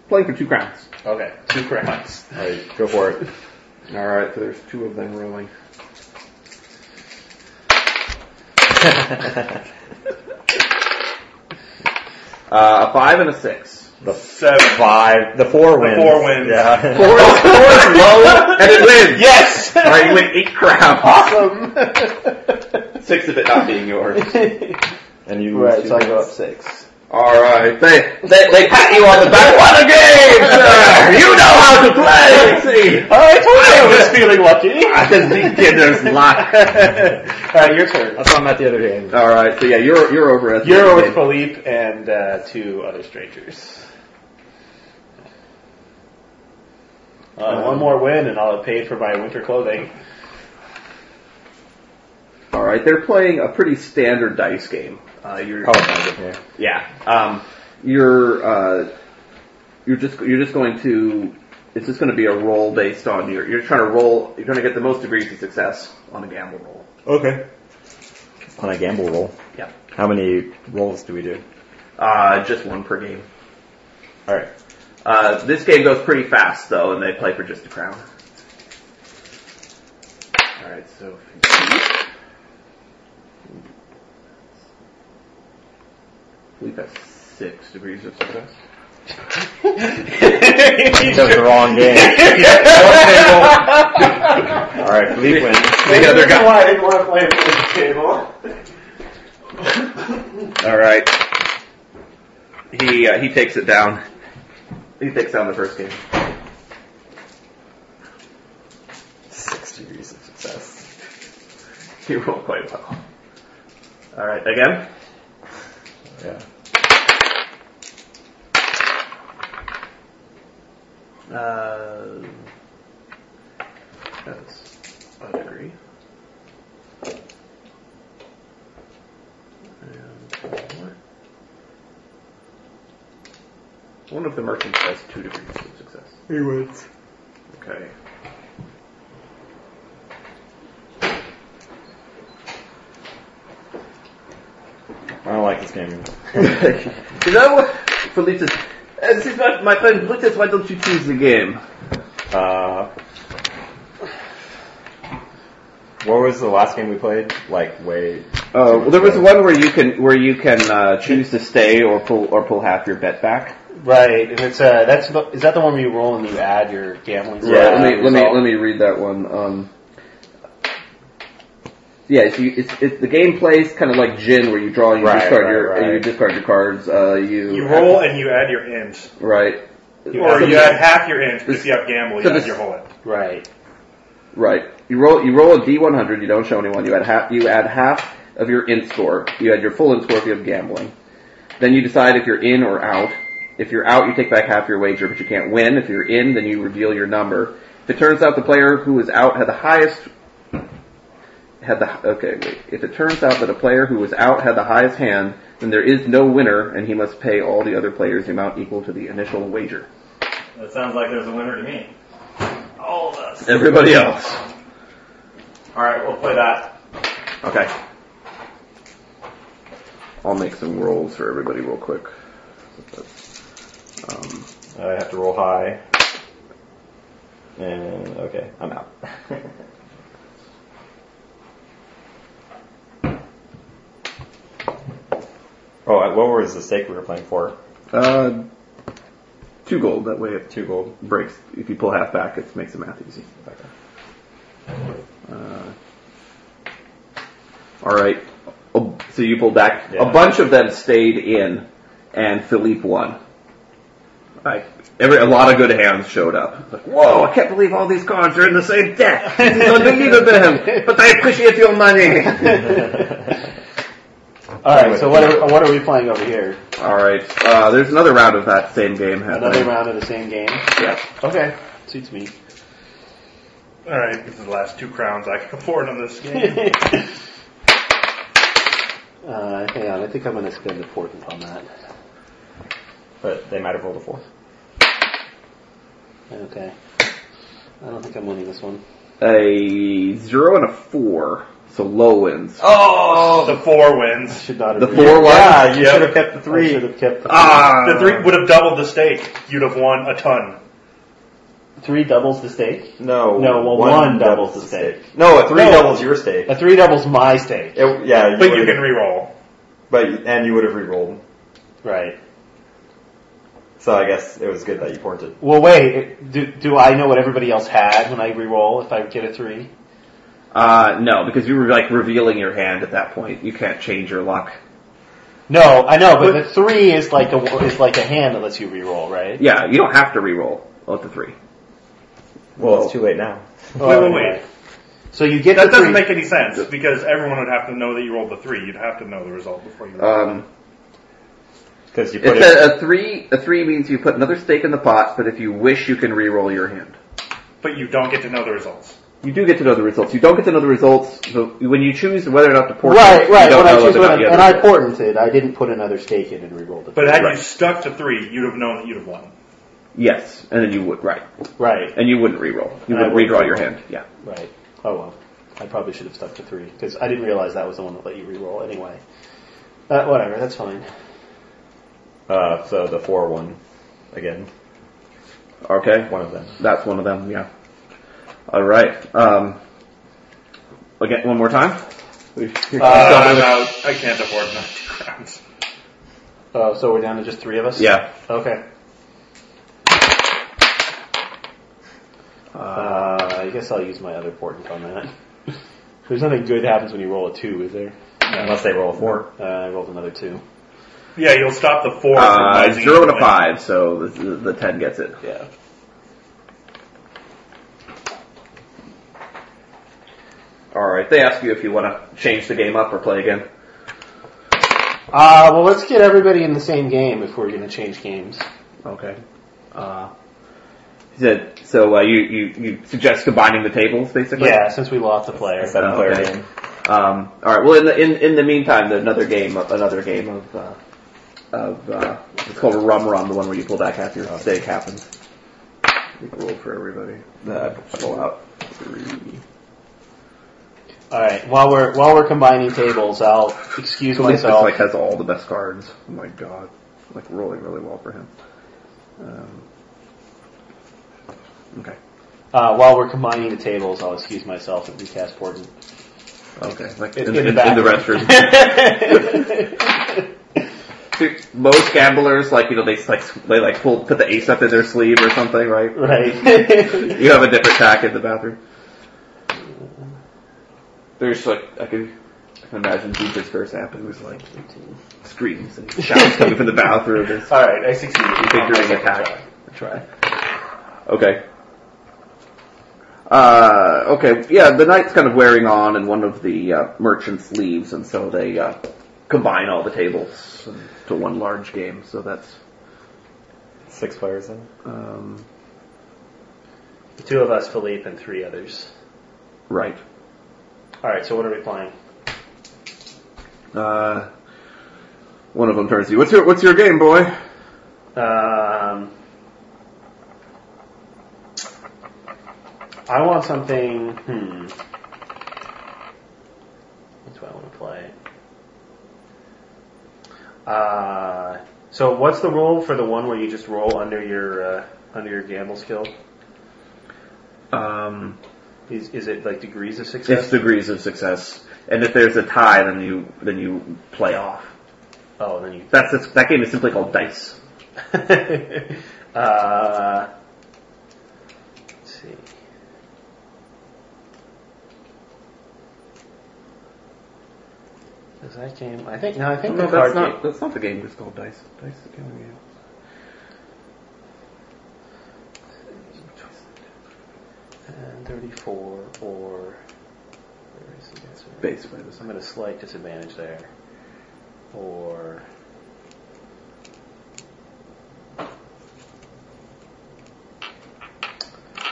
playing for two crowns. Okay, two crowns. All right, go for it. All right, so there's two of them rolling. uh, a five and a six. Seven. Five. The four wins. four wins. Yeah. Four, is- four is low, and it wins. Yes. All right, you win eight crowns. Awesome. Six of it not being yours. And you lose Right, two so I go wins. up six. All right, they they, they pat you on the back. What a game! sir! You know how to play. See, I told you I was feeling lucky. these beginner's luck. All right, your turn. That's why I'm at the other end. All right, so yeah, you're you're over at the You're end with game. Philippe and uh, two other strangers. Uh, one more win, and I'll have paid for my winter clothing. All right, they're playing a pretty standard dice game. Uh, you're Oh, yeah. yeah. Um, you're uh, you're just you're just going to it's just going to be a roll based on your you're trying to roll you're trying to get the most degrees of success on a gamble roll. Okay. On a gamble roll. Yep. How many rolls do we do? Uh, just one per game. All right. Uh, this game goes pretty fast though, and they play for just a crown. All right, so we've got six degrees of success. That was the wrong game. All right, Philippe wins. The other guy. Why I didn't want to play at this table. All right. He uh, he takes it down. He takes down the first game. Six degrees of success. He rolled quite well. All right, again. Yeah. Uh, that's a degree. And one more. One of the merchants has two degrees of success. He wins. Okay. I don't like this game. you know what, Felicitas? Uh, this is not my friend Felicitas. Why don't you choose the game? Uh, what was the last game we played? Like way. Uh, well, there was one where you can where you can uh, choose to stay or pull or pull half your bet back. Right, and it's uh, that's the- is that the one where you roll and you add your gambling? Yeah, score? let me let me let me read that one. Um, yeah, it's, you, it's, it's the game plays kind of like gin, where you draw, you Right, discard right, your right. you discard your cards. Uh, you, You roll and you add your int. right, Or you add half your int, but if you have gamble, you So add this- your whole int. Right. right. You roll you roll a d100. You don't show anyone. You add half you add half of your int score. You add your full int score if you have gambling. Then you decide if you're in or out. If you're out, you take back half your wager, but you can't win. If you're in, then you reveal your number. If it turns out the player who is out had the highest had the okay wait. If it turns out that a player who was out had the highest hand, then there is no winner, and he must pay all the other players the amount equal to the initial wager. That sounds like there's a winner to me. All of us. Everybody else. All right, we'll play that. Okay. I'll make some rolls for everybody real quick. Um, I have to roll high. And okay, I'm out. oh, uh, what was the stake we were playing for? uh, two gold. That way it Two gold. breaks. If you pull half back, it makes the math easy. Uh, all right. Oh, So you pulled back. Yeah. A bunch of them stayed in, and Philippe won. Like every, a lot of good hands showed up. Like, Whoa! I can't believe all these cards are in the same deck. This is unbelievable. But I appreciate your money. All right. So what are what are we playing over here? all right. Uh, there's another round of that same game Another happening. round of the same game. Yeah. Okay. Suits me. Alright, these are the last two crowns I can afford on this game. uh, hang on, I think I'm going to spend the portent on that. But they might have rolled a four. Okay. I don't think I'm winning this one. A zero and a four. So low wins. Oh, the four wins. Should not have The four wins. Yeah, you Yep. should have kept the I three. should have kept the Ah. The three would have doubled the stake. Um, You'd have won a ton. three doubles the stake. No. No, well, one doubles the stake. No, a three No. doubles your stake. A Uh, three doubles my stake. It- yeah, But you would've- can re-roll. But and you would have re-rolled. Right. So I guess it was good that you pointed. Well, wait. Do, do I know what everybody else had when I re-roll if I get a three? Uh, no, because you were like revealing your hand at that point. You can't change your luck. No, I know, but, the three is like a is like a hand that lets you re-roll, right? Yeah, you don't have to re-roll with the three. Well, Oh. it's too late now. uh, Oh, Wait, wait, wait. So you get That the doesn't three. make any sense because everyone would have to know that you rolled the three. You'd have to know the result before you. rolled. Um, Because you It put it. said a three. A three means you put another stake in the pot, but if you wish, you can re-roll your hand. but you don't get to know the results. You do get to know the results. You don't get to know the results but when you choose whether or not to port. Right, you right. don't When I know choose whether or one, not you and have I the- portented, I didn't put another stake in and re-rolled it. But had Right. you stuck to three, you'd have known that you'd have won. Yes, and then you would right, right, and you wouldn't re-roll. You And I would wouldn't redraw your re-roll. hand. Yeah. right. Oh well, I probably should have stuck to three because I didn't realize that was the one that let you re-roll anyway. Uh, whatever, that's fine. Uh, so the four one, again, Okay. one of them. That's one of them. Yeah. All right. Um, again, one more time. Uh, I'm out. I can't afford another two crowns. Uh, so we're down to just three of us. yeah. Okay. Uh, I guess I'll use my other portent on that. There's nothing good happens when you roll a two, is there? Unless they roll a four. Uh, I rolled another two. Yeah, you'll stop the four. from Uh, rising zero and and a win. five, so the, the, the ten gets it. Yeah. All right. They ask you if you want to change the game up or play again. Uh, well, let's get everybody in the same game if we're going to change games. Okay. Uh, he said, so uh, you, you, you suggest combining the tables, basically? Yeah, since we lost a player. Seven player Okay. game. Um, all right. Well, in the in, in the meantime, there's another game, of- another game of uh, of uh, it's called Rum Rum, the one where you pull back half your stake happens. You can roll for everybody. Uh, pull out three. All right. While we're while we're combining tables, I'll excuse So this myself. like has all the best cards. Oh my god, like rolling really well for him. Um, okay. Uh, while we're combining the tables, I'll excuse myself and recast Porton. Okay. Like In- in, in the in- back. in the restroom. Dude, most gamblers, like you know, they like they like pull put the ace up in their sleeve or something, right? right. You have a different tack in the bathroom. There's like I can, I can imagine Deepest Curse app and there's like screams and shouts coming from the bathroom. There's- All right, I succeeded. You think you're an attack? Try. Okay. Uh, okay, yeah, the night's kind of wearing on, and one of the uh, merchants leaves, and so they uh, combine all the tables to one large game. So that's Six players in. um, The two of us, Philippe, and three others. right. All right. So what are we playing? Uh, one of them turns to you. What's your What's your game, boy? Um, I want something. Hmm. That's what I want to play. Uh, so what's the rule for the one where you just roll under your uh, under your gamble skill? Um, Is, is it like degrees of success? it's degrees of success, and if there's a tie, then you then you play off. oh, then you That's it's, that game is simply called dice. uh, let's see. Is that game? I think no. I think the card game. that's not the game. It's called dice. Dice is the game. And 34 or. where is the answer? Base windows. I'm at a slight disadvantage there. Or.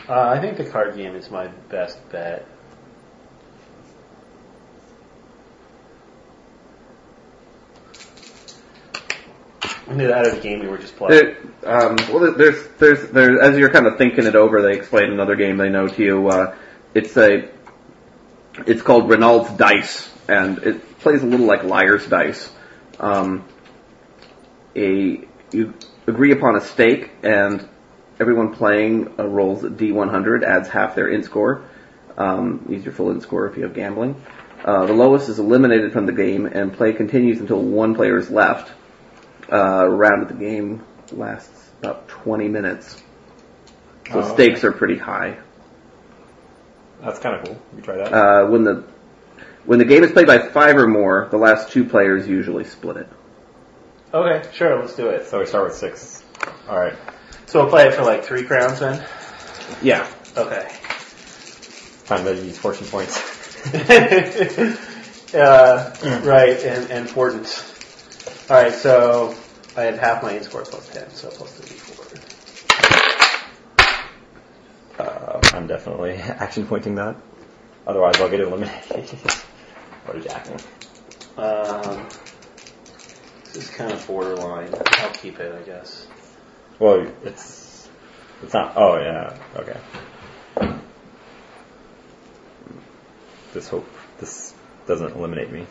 Uh, I think the card game is my best bet. Into that of the game we were just playing. There, um, well, there- there's, there's, there. As you're kind of thinking it over, they explain another game they know to you. Uh, it's a, it's called Renault's Dice, and it plays a little like Liar's Dice. Um, a you agree upon a stake, and everyone playing uh, rolls a D100, adds half their int score. Um, use your full int score if you have gambling. Uh, the lowest is eliminated from the game, and play continues until one player is left. Uh, round of the game lasts about 20 minutes, so Oh, okay. stakes are pretty high. That's kind of cool. You try that. Uh, when the when the game is played by five or more, the last two players usually split it. Okay, sure, let's do it. so we start with six. All right. So we'll play it for like three crowns then? Yeah. Okay. Time to use fortune points. uh, right, and, and Fortin's. Alright, so I had half my int score plus 10, so plus 34. Uh, I'm definitely action pointing that. Otherwise, I'll get eliminated. or jacking. Um, this is kind of borderline. I'll keep it, I guess. Well, it's it's not. Oh yeah. Okay. This hope this doesn't eliminate me.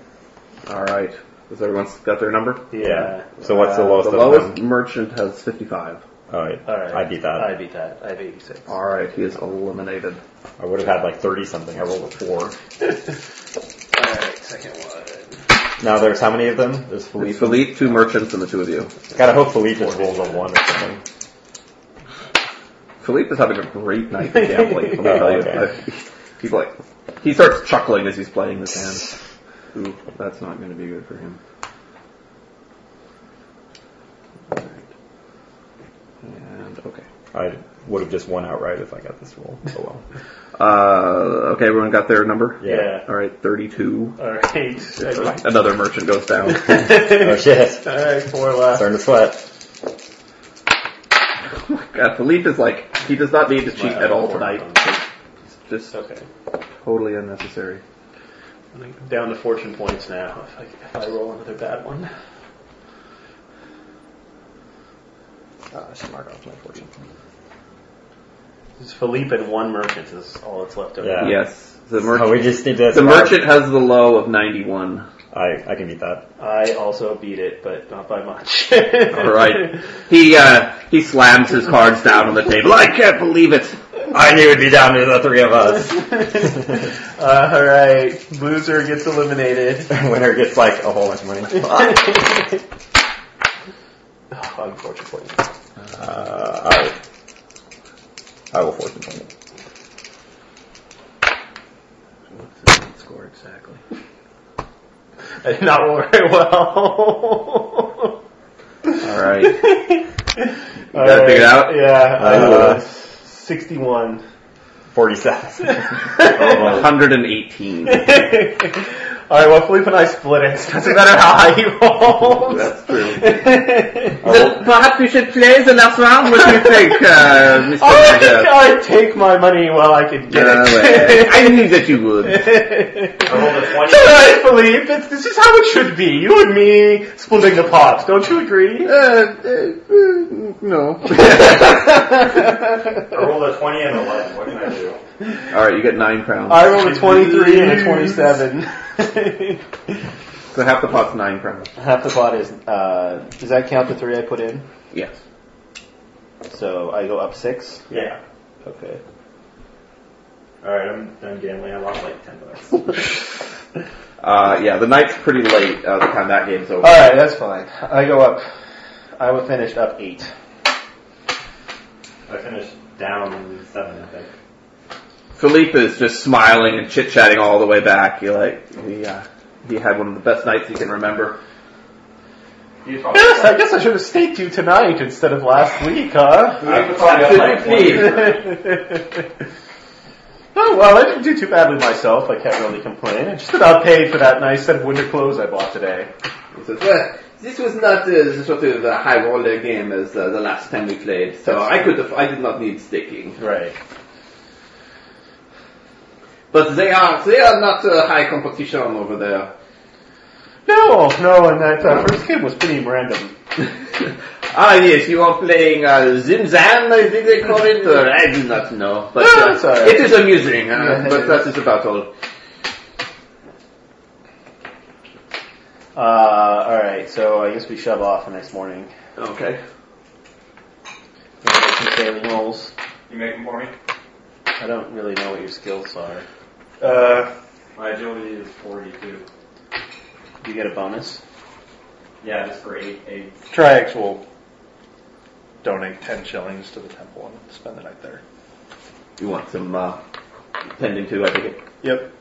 All right. Has everyone got their number? Yeah. So what's the Uh, lowest? the of lowest them? merchant has 55. All right. All right. I beat that. I beat that. I have 86. All right, he is eliminated. I would have had like thirty something. I rolled a four. Alright, second one. Now there's how many of them? There's Felipe. It's Philippe, two merchants, and the two of you. Gotta hope Felipe just rolls a one or something. Philippe is having a great night of gambling. Let me Oh, tell you. okay. He's like, he starts chuckling as he's playing this hand. Ooh, that's not going to be good for him. All right. And okay. I would have just won outright if I got this roll. Oh well. Uh, okay, everyone got their number. Yeah. All right, 32. Alright. Another merchant goes down. oh shit. Alright, four left. Starting to sweat. God, Philippe is like, he does not need to cheat at all tonight. It's just Okay. totally unnecessary. I'm down to fortune points now if I, if I roll another bad one. Oh, I should mark off my fortune. It's Philippe and one merchant is all that's left over. Yeah. Yes. The, merch- Oh, we just need to. the merchant has the low of 91. I I can beat that. I also beat it, but not by much. All right. He, uh, he slams his cards down on the table. I can't believe it. I knew it'd be down to the three of us. Uh, all right. Loser gets eliminated. Winner gets like a whole bunch of money. Oh, unfortunately. Uh, I will. I will fortune point it. Score exactly. I did not roll very well. All right. you got it figured out? Yeah. I Uh, was 61. Forty-seven. 118. all right. Well, Philippe and I split it. so It doesn't matter how high he rolls. That's true. Then perhaps we should play the last round. What do you think, uh, Mr. I think I take my money while I can get it. I knew that you would. It's alright, Philippe. It's, this is how it should be. You and me splitting the pot. Don't you agree? no. I rolled a 20 and 11. What can I do? All right, you get nine crowns. Uh, I rolled a 23 and a 27. So half the pot's nine crowns. Half the pot is, uh, does that count the three I put in? Yes. So I go up six? Yeah. Okay. Alright, I'm done gambling. I lost like 10 bucks. Uh, yeah, the night's pretty late uh, the time that game's over. Alright, that's fine. I go up, I would finish up eight. I finished down 7, I think. Philippe is just smiling and chit chatting all the way back. He like he uh, he had one of the best nights he can remember. Yes, I guess I should have staked you tonight instead of last week, huh? Philippe, Oh, well, I didn't do too badly myself. I can't really complain. I just about paid for that nice set of winter clothes I bought today. He says, well, this was not uh, sort of a high roller game as uh, the last time we played, so I could have, I did not need sticking. Right. But they are they are not uh, high competition over there. No, no, and that uh, first game was pretty random. Ah yes, you are playing uh, Zimzan, I think they call it. Or I do not know, but Ah, uh, it's all right. it is amusing. Uh, Yeah. but that is about all. Uh, alright, so I guess we shove off the next morning. Okay. Wanna make some saving rolls. You make them for me? I don't really know what your skills are. Uh, My agility is 42. Do you get a bonus? Yeah, just for 8. eight. Triax will donate 10 shillings to the temple and spend the night there. You want some uh, tending to? I think it. Yep.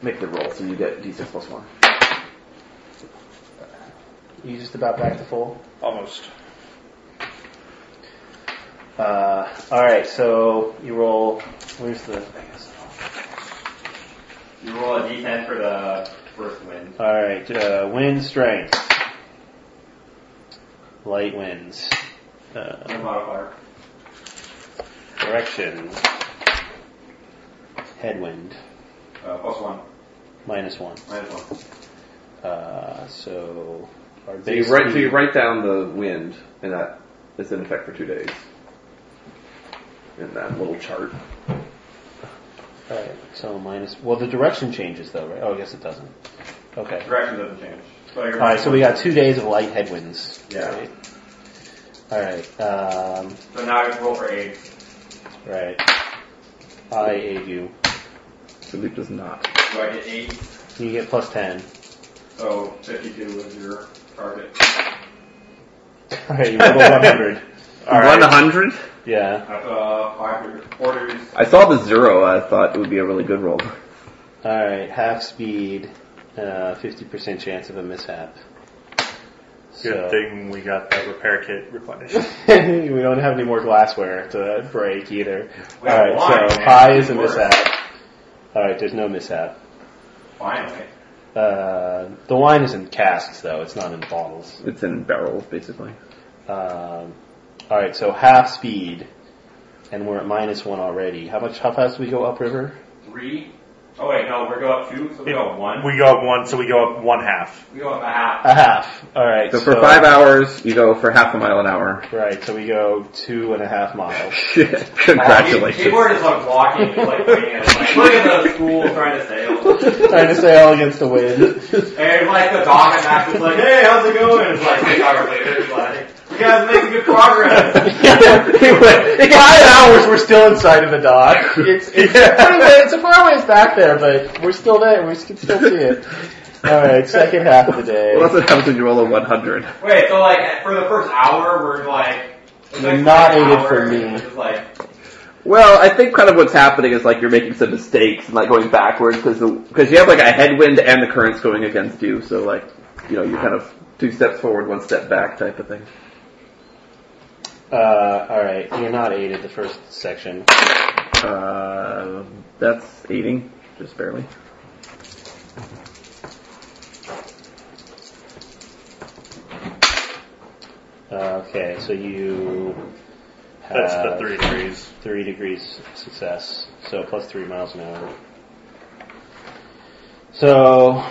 Make the roll, so you get d6 plus one. You just about back to full? Almost. Uh, alright, so you roll, where's the, I guess. You roll a d10 for the first win. Alright, uh, wind strength. Light winds. Uh, No modifier. direction. Headwind. Uh, plus 1. Minus one. Minus 1. Uh, so, our So you base write so you speed- write down the wind, and that is in effect for two days. In that little chart. Alright, so minus, well the direction changes though, right? Oh, I guess it doesn't. Okay. Direction doesn't change. So you're Alright, so we got two days of light headwinds. Yeah. Alright, um, So now you roll for 8. right. I aid you. Philippe does not. So I get 8. You get plus ten. Oh, So 52 is your target. Alright, you rolled a one hundred. One hundred. Yeah. That's uh, 5 for your quarters. I saw the zero. I thought it would be a really good roll. Alright, half speed, uh, 50% chance of a mishap. Good thing we got that repair kit replenished. we don't have any more glassware to break either. We have Alright, wine, so man. high is a Worse. mishap. Alright, there's no mishap. Finally. Uh, the wine is in casks though, it's not in bottles. It's in barrels, basically. Um, alright, so half speed, and we're at minus one already. How much, how fast do we go upriver? 3. Oh wait, no, we're going up 2, so we go up 1. We go up one, so we go up one half. We go up a half. A half. Alright, So for five hours, you go for half a mile an hour. Right, so we go two and a half miles. He- Congratulations. Keyboard is like walking, just like winging it. Like, look at the school trying to sail. Trying to sail against the wind. And like the dog at Max is like, hey, how's it going? And it's like six hours later, he's like, you guys are making good progress. Five hours, we're still inside of the dock. It's, it's, pretty wa- it's a far ways back there, but we're still there. We can still see it. All right, second half of the day. Well, that's what happens when you roll a 100. Wait, so like for the first hour, we're like, the You're next not hour, aided for me. It's just like, Well, I think kind of what's happening is like you're making some mistakes and like going backwards because because you have like a headwind and the current's going against you. So like, you know, you're kind of two steps forward, one step back type of thing. Uh, all right, you're not aided the first section. Uh, that's eating, just barely. Uh, okay, so you have That's the three degrees. three degrees success, so plus three miles an hour. So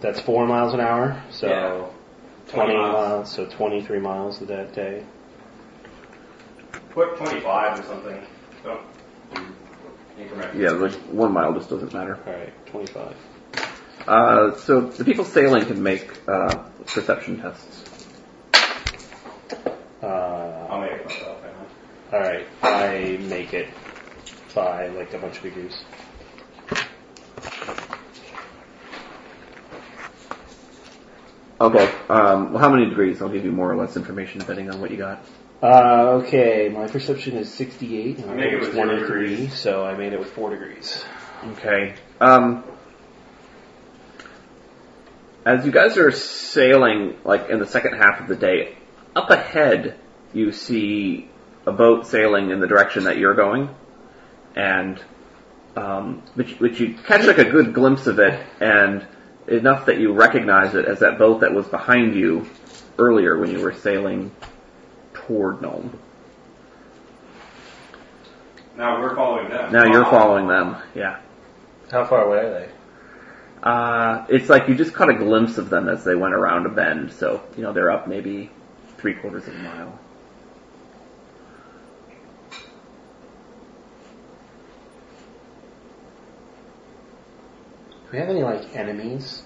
that's four miles an hour. So. Yeah. 20 20 miles. miles, so 23 miles that day. put 25 or something. Don't increment. Yeah, like one mile just doesn't matter. Alright, 25. Uh, so the people sailing can make uh, perception tests. Uh, I'll make it myself. hang on. alright, I make it by like a bunch of degrees. Okay. Um, well, how many degrees? I'll give you more or less information depending on what you got. Uh, okay, my perception is 68. and I make it with zero 103, degrees. So I made it with 4 degrees. Okay. Um, as you guys are sailing, like in the second half of the day, up ahead you see a boat sailing in the direction that you're going, and um, which, which you catch like a good glimpse of it, and enough that you recognize it as that boat that was behind you earlier when you were sailing toward Nome. Now we're following them. Now you're following them. Yeah. How far away are they? Uh, it's like you just caught a glimpse of them as they went around a bend, so you know they're up maybe three quarters of a mile. Do we have any like enemies?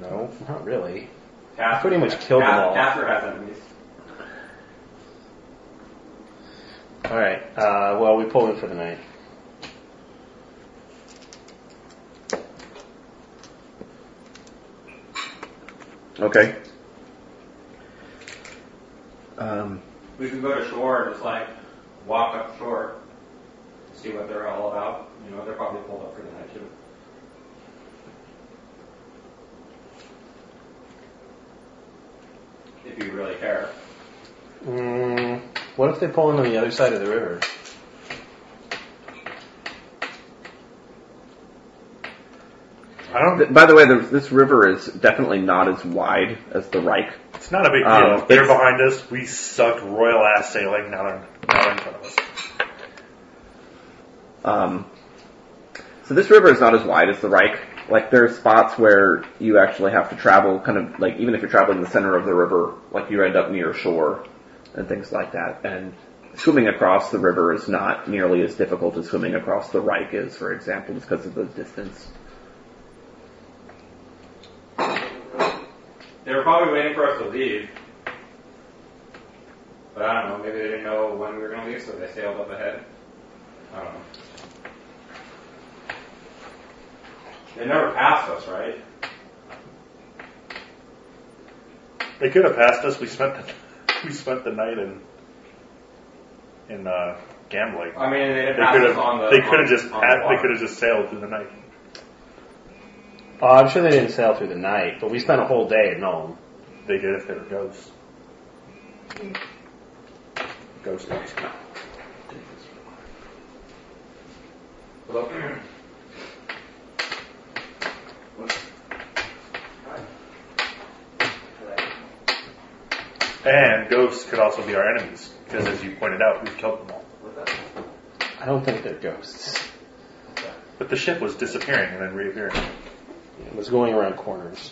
No, not really. After, pretty much killed them all. After has enemies. All right. Uh, well, we pull in for the night. Okay. Um, We can go to shore and just like walk up shore, see what they're all about. You know, they're probably pulled up for the night too. If you really care. Mm, what if they pull in on the other side of the river? I don't. By the way, the, this river is definitely not as wide as the Reich. It's not a big deal. Um, they're it's- behind us. We sucked royal ass sailing. Now they're, now they're in front of us. Um, so this river is not as wide as the Reich. Like there are spots where you actually have to travel, kind of like even if you're traveling the center of the river, like you end up near shore and things like that. And swimming across the river is not nearly as difficult as swimming across the Reich is, for example, just because of the distance. They were probably waiting for us to leave. But I don't know, maybe they didn't know when we were going to leave, so they sailed up ahead. I don't know. They never passed us, right? They could have passed us. We spent the, we spent the night in in uh, gambling. I mean, they They didn't pass could us on the. have they could on- have just had- on the they water. could have just sailed through the night. Oh, I'm sure they didn't sail through the night, but we spent a whole day at Nome. They did if they were ghosts. Ghost hunts. Hello? And ghosts could also be our enemies because, as you pointed out, we've killed them all. I don't think they're ghosts. But the ship was disappearing and then reappearing. It was going around corners.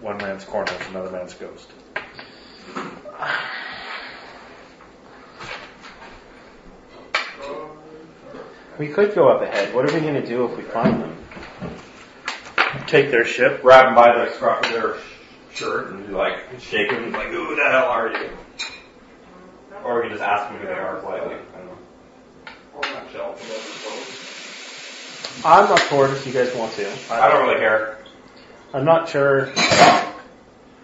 One man's corner is another man's ghost. We could go up ahead. What are we going to do if we find them? Take their ship. Grab them by the scruff of their sh- shirt and be like, shake them, like, who the hell are you? Or we can just ask them who they are politely. I don't know. Or not chill. I'm up for it if you guys want to. I don't really care. I'm not sure.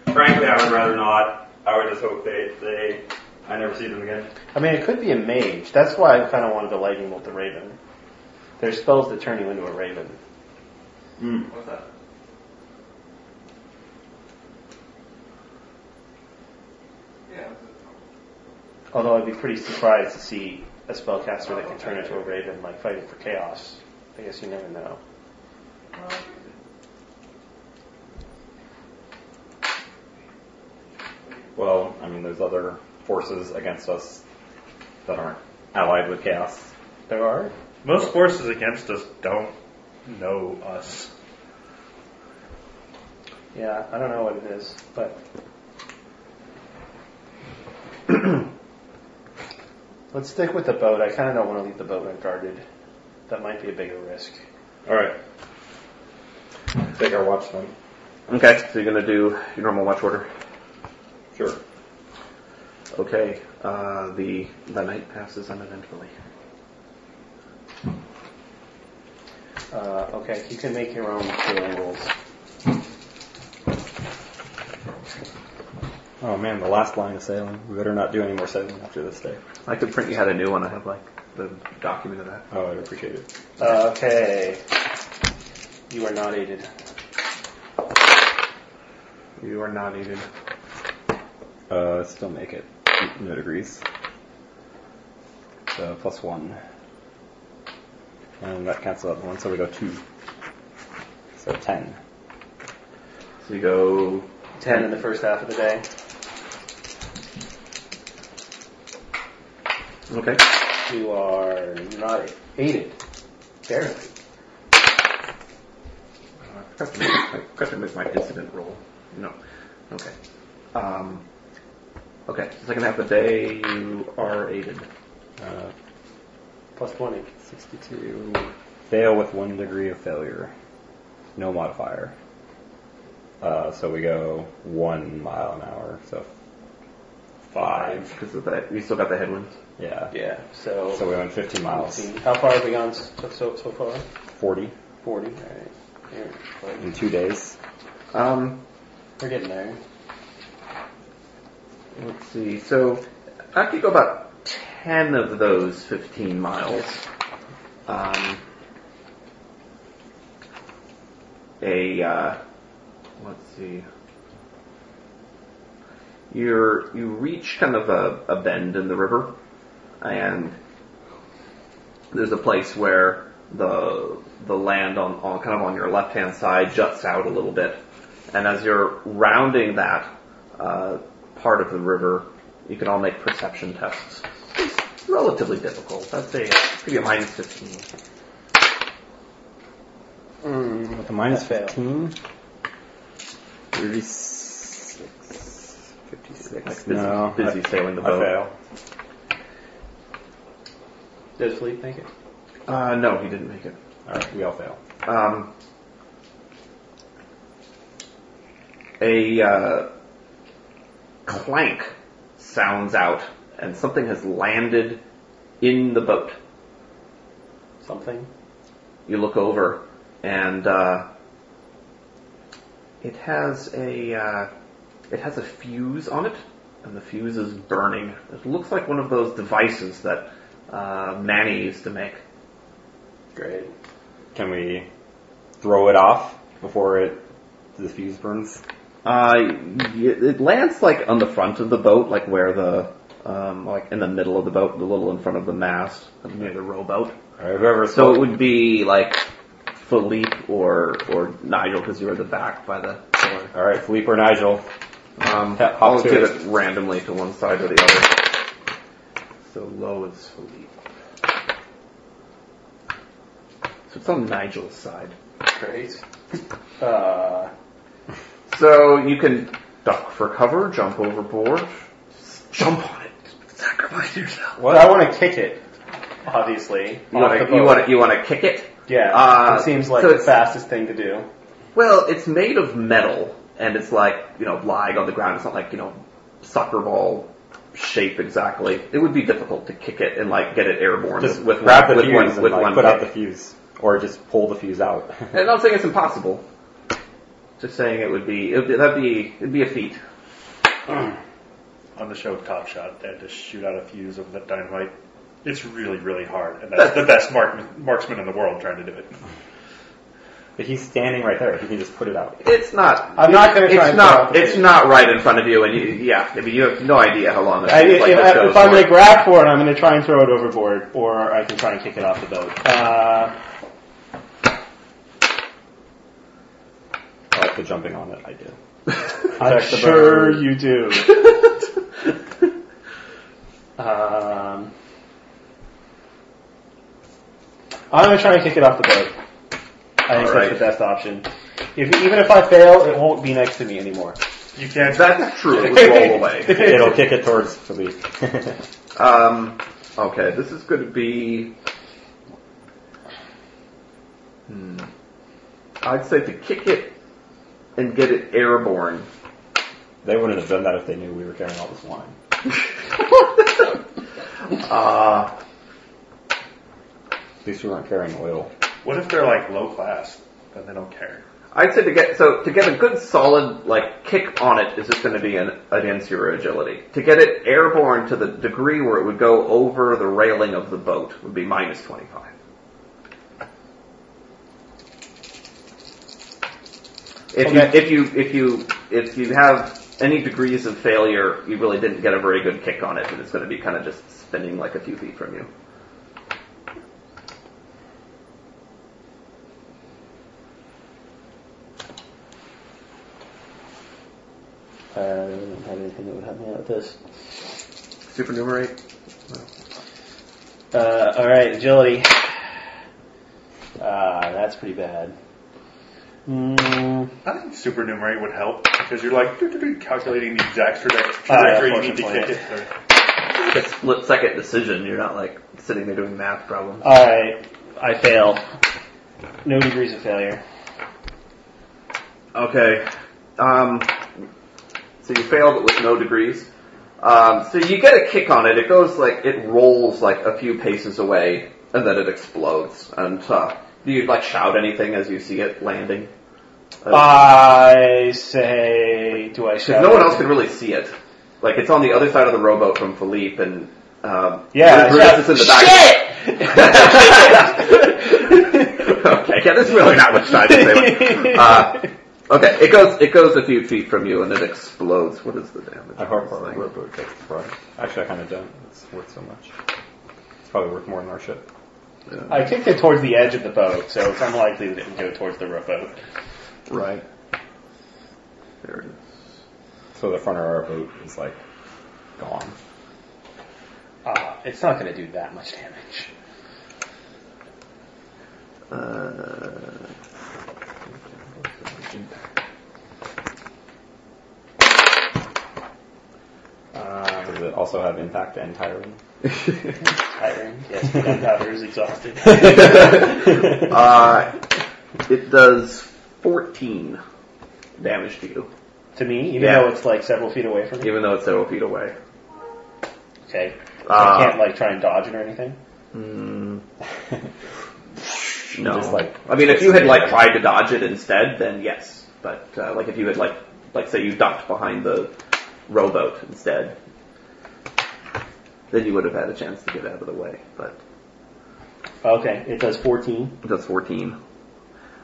Frankly, I would rather not. I would just hope they, they, I never see them again. I mean, it could be a mage. That's why I kind of wanted to lightning bolt the raven. There's spells that turn you into a raven. What's that? Yeah. Although I'd be pretty surprised to see a spellcaster that can turn into a raven, like fighting for chaos. I guess you never know. Well, I mean, there's other forces against us that aren't allied with chaos. There are. Most forces against us don't know us. Yeah, I don't know what it is, but let's stick with the boat. I kind of don't want to leave the boat unguarded. That might be a bigger risk. Alright. Take our watch then. Okay, so you're gonna do your normal watch order. Sure. Okay, uh, the the night passes uneventfully. Uh, okay, you can make your own sailing rules. oh man, the last line of sailing. We better not do any more sailing after this day. I could print you had a new one. I have like the document of that. Oh, I'd appreciate it. Okay, you are not aided. You are not needed. Uh, still make it. No degrees. So plus one. And that cancels out the one, so we go two. So ten. So you go 10 in the first half of the day. Okay. You are not aided. Barely. Question with my incident roll. No. Okay. Um, okay. Second half of the day, you are aided. Uh, Plus 20. 62. Fail with one degree of failure. No modifier. Uh, so we go one mile an hour, so five. Because of that, you still got the headwinds. Yeah. Yeah, so. So we went 15 Let's miles. see. How far have we gone so, so, so far? 40 40. Alright. Here, like, in two days. Um, We're getting there. let's see. So I could go about ten of those fifteen miles. Um, a uh, let's see. You're you reach kind of a, a bend in the river, and there's a place where the the land on, on kind of on your left hand side juts out a little bit, and as you're rounding that uh, part of the river, you can all make perception tests. It's relatively difficult. I'd say it's gonna be a minus fifteen. With a minus 15. 36. 56. busy- No. busy I- sailing the I boat. fail. Does Philippe make it? Uh, no, he didn't make it. Alright, we all fail. Um, a uh, clank sounds out, and something has landed in the boat. Something? You look over, and uh, it has a uh, it has a fuse on it, and the fuse is burning. It looks like one of those devices that uh, Manny used to make. Great. Can we throw it off before it the fuse burns? Uh, it lands like on the front of the boat, like where the, um, like in the middle of the boat, a little in front of the mast, near the rowboat. Alright, whoever So it would be like Philippe or or Nigel because you were the back by the door. Alright, Philippe or Nigel. Um, Yeah, hop I'll to get it. it randomly to one side or the other. So low is Philippe. So it's on Nigel's side. Great. Uh, So you can duck for cover, jump overboard, just jump on it, sacrifice yourself. well, I want to kick it, obviously. You off want the to you boat. want to you want to kick it? Yeah, Uh, Ah, it seems like so the it's- fastest thing to do. Well, it's made of metal, and it's like you know lying on the ground. It's not like you know soccer ball shape exactly. It would be difficult to kick it and like get it airborne Just with wrap one, the with fuse one and with like, one put out the kick. fuse. Or just pull the fuse out. And I'm not saying it's impossible. Just saying it would be it would be, that'd be it'd be a feat. On the show Top Shot, they had to shoot out a fuse of the dynamite. It's really, really hard, and that's the best mark, marksman in the world trying to do it. but he's standing right there. He can just put it out. It's not. I'm not gonna It's try and put out not. the It's fuse. not right in front of you, and you, yeah, I mean you have no idea how long. I, this, if, like, this I, goes if I'm for. going to grab for it, I'm going to try and throw it overboard, or I can try and kick it off the boat. Uh, I like the jumping on it idea. I'm Protect the sure bird. you do. um, I'm going to try and kick it off the boat. I think Alright. that's the best option. If, even if I fail, it won't be next to me anymore. You can't. That's true. It would roll away. It'll kick it towards Philippe. Um, okay, this is going to be. Hmm. I'd say to kick it and get it airborne. They wouldn't have done that if they knew we were carrying all this wine. Uh, At least we weren't carrying oil. What if they're like low class and they don't care? I'd say to get so to get a good solid like kick on it is just going to be an against your agility. To get it airborne to the degree where it would go over the railing of the boat would be minus twenty five. If you if you if you if you have any degrees of failure, you really didn't get a very good kick on it, and it's going to be kind of just spinning like a few feet from you. Uh, I don't have anything that would help me out with this. Supernumerate. Uh, all right, agility. Ah, that's pretty bad. Mm, I think supernumerate would help because you're like doo-doo-doo, calculating the exact traje- trajectory you need to fortunately. kick it through. It's a split second decision. You're not like sitting there doing math problems. all right, I fail. No degrees of failure. Okay. Um, so you failed it with no degrees. Um, so you get a kick on it. It goes like it rolls like a few paces away, and then it explodes. And uh, do you like shout anything as you see it landing? Uh, I say, do I Because shout? no one else can really see it. Like it's on the other side of the rowboat from Philippe, and um, Yeah, Brutus is I in the back. okay, yeah, there's really not much time to say. Uh, okay, it goes it goes a few feet from you, and it explodes. What is the damage? I hope our Like, rowboat gets destroyed. Actually, I kind of don't. It's worth so much. It's probably worth more than our ship. I kicked it towards the edge of the boat, so it's unlikely that it would go towards the rowboat. Right. there it is. So the front of our boat is like gone. Ah, it's not going to do that much damage. Uh, Um. Uh, Does it also have impact and tiring? tiring. Yes, the gunpowder is exhausted. uh, it does fourteen damage to you, to me, even Yeah. though it's like several feet away from me. even though it's several feet away. Okay. So Ah. I can't like try and dodge it or anything. Mm. no. Just like- I mean, if you had like tried to dodge it instead, then yes. But uh, like if you had like like say you ducked behind the rowboat instead, then you would have had a chance to get out of the way. But Okay, it does 14. that's 14.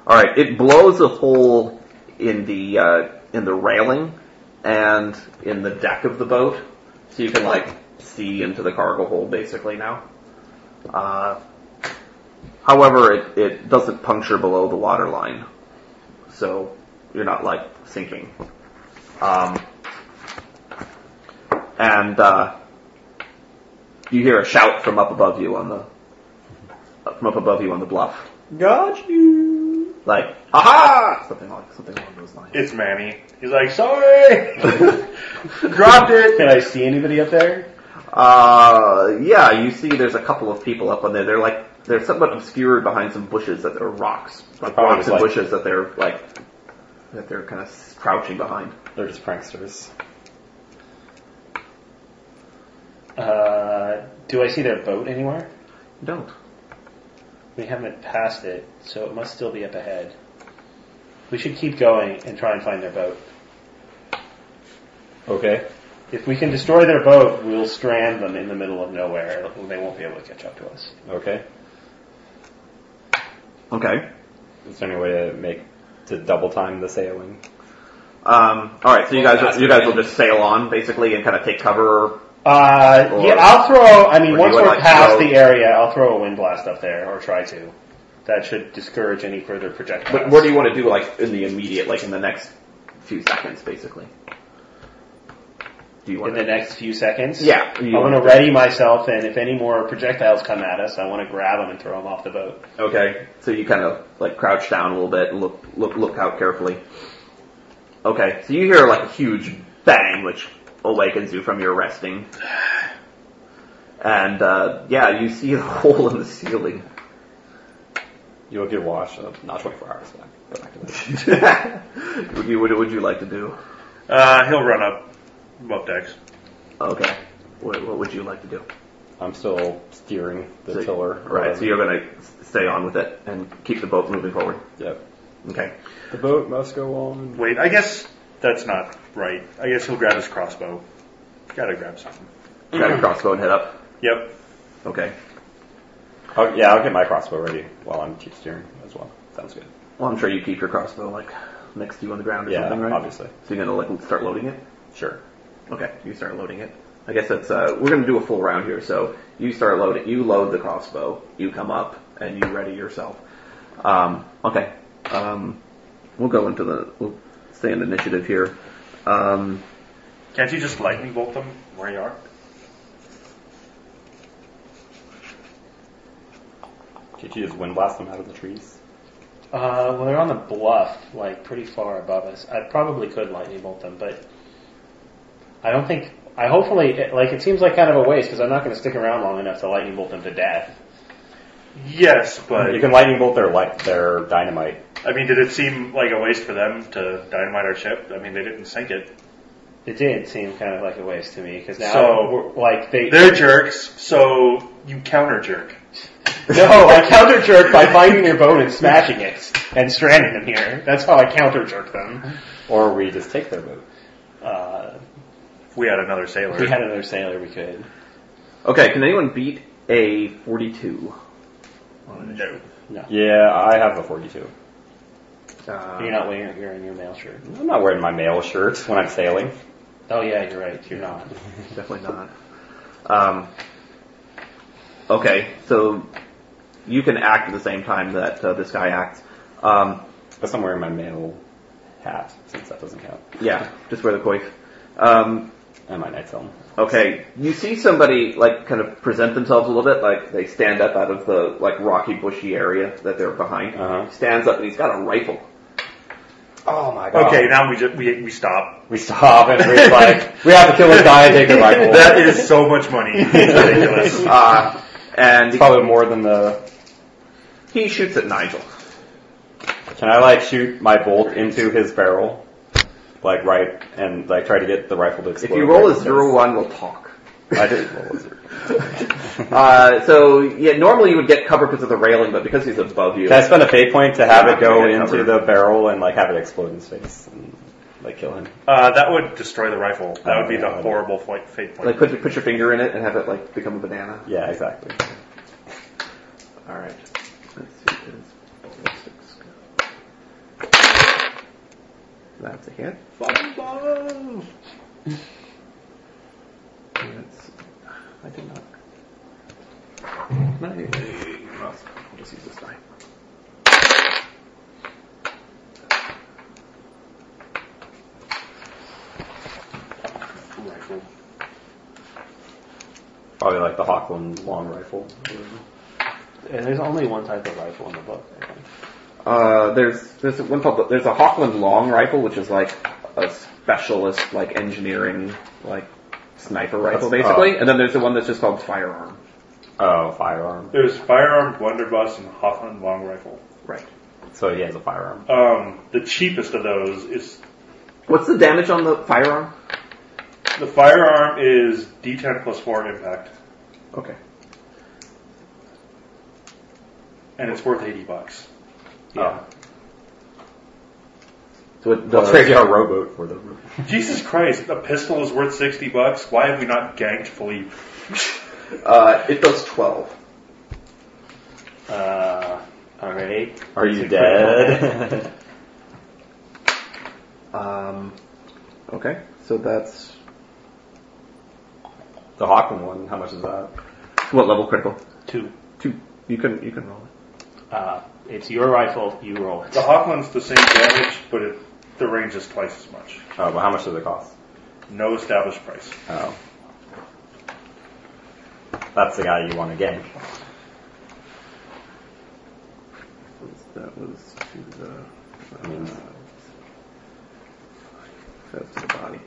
All right, it blows a hole in the uh, in the railing and in the deck of the boat, so you can like see into the cargo hold basically now. Uh, however, it, it doesn't puncture below the water line, so you're not like sinking. Um, and uh, you hear a shout from up above you on the from up above you on the bluff. Got you. Like, aha! Something like something along those lines. It's Manny. He's like, sorry. Dropped it! Can I see anybody up there? Uh, yeah, you see there's a couple of people up on there. They're like, they're somewhat obscured behind some bushes that are rocks. Like Probably rocks and like- bushes that they're like, that they're kind of crouching behind. They're just pranksters. Uh, do I see their boat anywhere? You don't. We haven't passed it, so it must still be up ahead. We should keep going and try and find their boat. Okay. If we can destroy their boat, we'll strand them in the middle of nowhere. They won't be able to catch up to us. Okay. Okay. Is there any way to make to double time the sailing? Um, alright, so you guys, you guys will just sail on basically and kind of take cover. Uh, Or- yeah, I'll throw. I or mean, do once you we're like past throw- the area, I'll throw a wind blast up there, or try to. That should discourage any further projectiles. But what do you want to do like in the immediate, like in the next few seconds basically? Do you in want the to? next few seconds? Yeah. I you want wanna- to ready myself, and if any more projectiles come at us, I want to grab them and throw them off the boat. Okay, so you kind of like crouch down a little bit and look look look out carefully. Okay, so you hear like a huge bang, which awakens you from your resting, and uh, yeah, you see the hole in the ceiling. You'll get washed. uh, Not 24 hours back. Go back to that. would you, what would you like to do? Uh, he'll run up above decks. Okay, what, what would you like to do? I'm still steering the So- tiller. Right, so you're gonna s- stay on with it and keep the boat moving forward. Yep. Okay. The boat must go on. Wait, I guess that's not right. I guess he'll grab his crossbow. Gotta grab something. Grab your crossbow and head up. Yep. Okay. Oh, yeah, I'll get my crossbow ready while I'm keep steering as well. Sounds good. Well, I'm sure you keep your crossbow like next to you on the ground or Yeah, something, right? obviously. So you're gonna like start loading it. Sure. Okay, you start loading it. I guess that's uh, we're gonna do a full round here, so you start loading. You load the crossbow. You come up and you ready yourself. Um, okay, um, we'll go into the we'll stay in initiative here. Um, Can't you just lightning bolt them where you are? Can't you just wind blast them out of the trees? Uh, well, they're on the bluff, like pretty far above us. I probably could lightning bolt them, but I don't think. I hopefully, it, like, it seems like kind of a waste because I'm not going to stick around long enough to lightning bolt them to death. Yes, Uh, you but can lightning bolt their light, their dynamite. I mean, did it seem like a waste for them to dynamite our ship? I mean, they didn't sink it. It did seem kind of like a waste to me because now, So- we're, like, they They're jerks, so you counter jerk. no, I counter jerk by finding their boat and smashing it and stranding them here. That's how I counter jerk them. Or we just take their boat. Uh, If we had another if sailor. we had another sailor, we could. okay, can anyone beat a forty-two? Oh, no. Yeah, I have a 42. Uh, You're not wearing you're in your mail shirt. I'm not wearing my mail shirt when I'm sailing. Oh yeah, you're right. You're not. Definitely not. Um, okay, so you can act at the same time that uh, this guy acts. Um, But I'm wearing my mail hat, since that doesn't count. yeah, just wear the coif. Um, And my night film. okay, you see somebody like kind of present themselves a little bit, like they stand up out of the like rocky, bushy area that they're behind. Uh-huh. Stands up and he's got a rifle. Oh my Okay, now we just we, we stop. We stop and we're like, we have to kill this guy and take the rifle. That is so much money. It's ridiculous. Uh, and It's probably more than the. he shoots at Nigel. Can I like shoot my bolt into his barrel? Like right, and like try to get the rifle to If explode. you roll a right? zero one, we'll talk. I did roll a zero. Uh, so yeah, normally you would get cover because of the railing, but because he's above you, Can I spend a fate point to have it go Yeah, into cover. the barrel and like have it explode in his face and like kill him? Uh, that would destroy the rifle. That would be the Oh, yeah. horrible flight, fate point. Like put put your finger in it and have it like become a banana. Yeah, exactly. All right. Let's see. if it's ballistics. That's a hit. That's, I did not. Not even. I'll just use this die. Probably like the Hawkland long rifle. And there's only one type of rifle in the book. I think. Uh, there's there's one called there's a Hawkland long rifle, which is like a specialist like engineering like sniper rifle That's- basically, oh. and then there's the one that's just called firearm. Oh, firearm. There's firearm, blunderbuss, and Hoffman long rifle. Right. So he has a firearm. Um, the cheapest of those is What's the damage on the firearm? the firearm is D10 plus four impact, Okay. and it's worth 80 bucks. Yeah. So it We'll trade you our rowboat for the. Jesus Christ, a pistol is worth 60 bucks. Why have we not ganked Philippe? Uh, it does 12. Uh, all right. Are you dead? Um, okay, so that's. the Hawkland one. How much is that? What level critical? Two. Two. You can you can roll it. Uh, it's your rifle. You roll it. The Hoffman's the same damage, but it, the range is twice as much. Oh, but how much does it cost? No established price. Oh. That's the guy you want to gank. That was to the. I mean, That's to the body.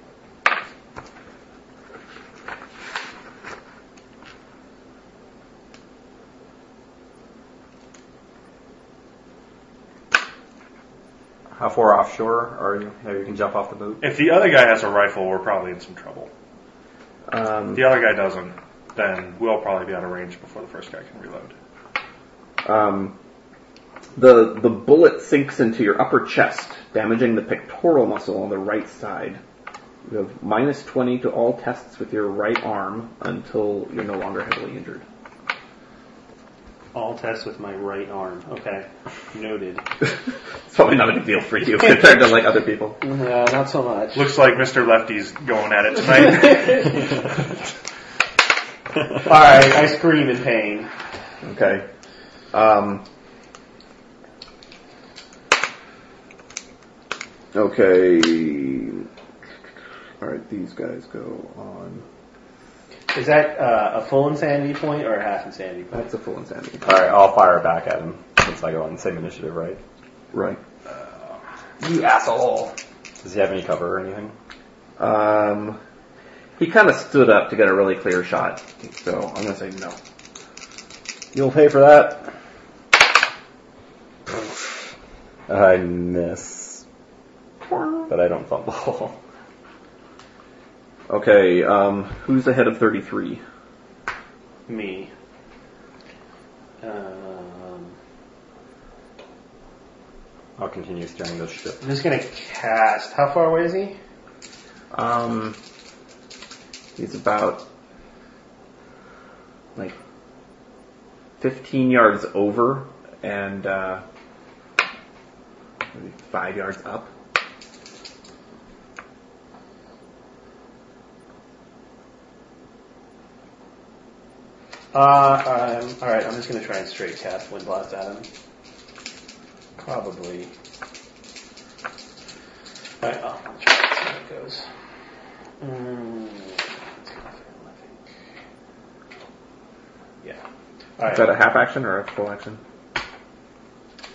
how far offshore are you? There you can jump off the boat. If the other guy has a rifle, we're probably in some trouble. Um, If the other guy doesn't, then we'll probably be out of range before the first guy can reload. um, the the bullet sinks into your upper chest, damaging the pectoral muscle on the right side. You have minus 20 to all tests with your right arm until you're no longer heavily injured. All tests with my right arm. Okay. Noted. It's probably not a big deal for you compared to like other people. No, not so much. Looks like Mr. Lefty's going at it tonight. Alright, I scream in pain. Okay. Um, okay. All right, these guys go on. Is that uh, a full insanity point or a half insanity point? That's a full insanity. Alright, I'll fire back at him since I go on the same initiative, right? Right. You asshole! Does he have any cover or anything? Um, he kind of stood up to get a really clear shot, so I'm gonna say no. You'll pay for that. I miss. But I don't fumble. Okay, um, who's ahead of 33? Me. Um, I'll continue steering this ship. I'm just gonna cast. How far away is he? Um, he's about like 15 yards over and uh, maybe five yards up. Uh, um, all right, I'm just gonna try and straight cast wind blast at him. Probably. All right, oh, I'll try and see how it goes. Mm, it's gonna fail, I think. Yeah. All Is right. that a half action or a full action?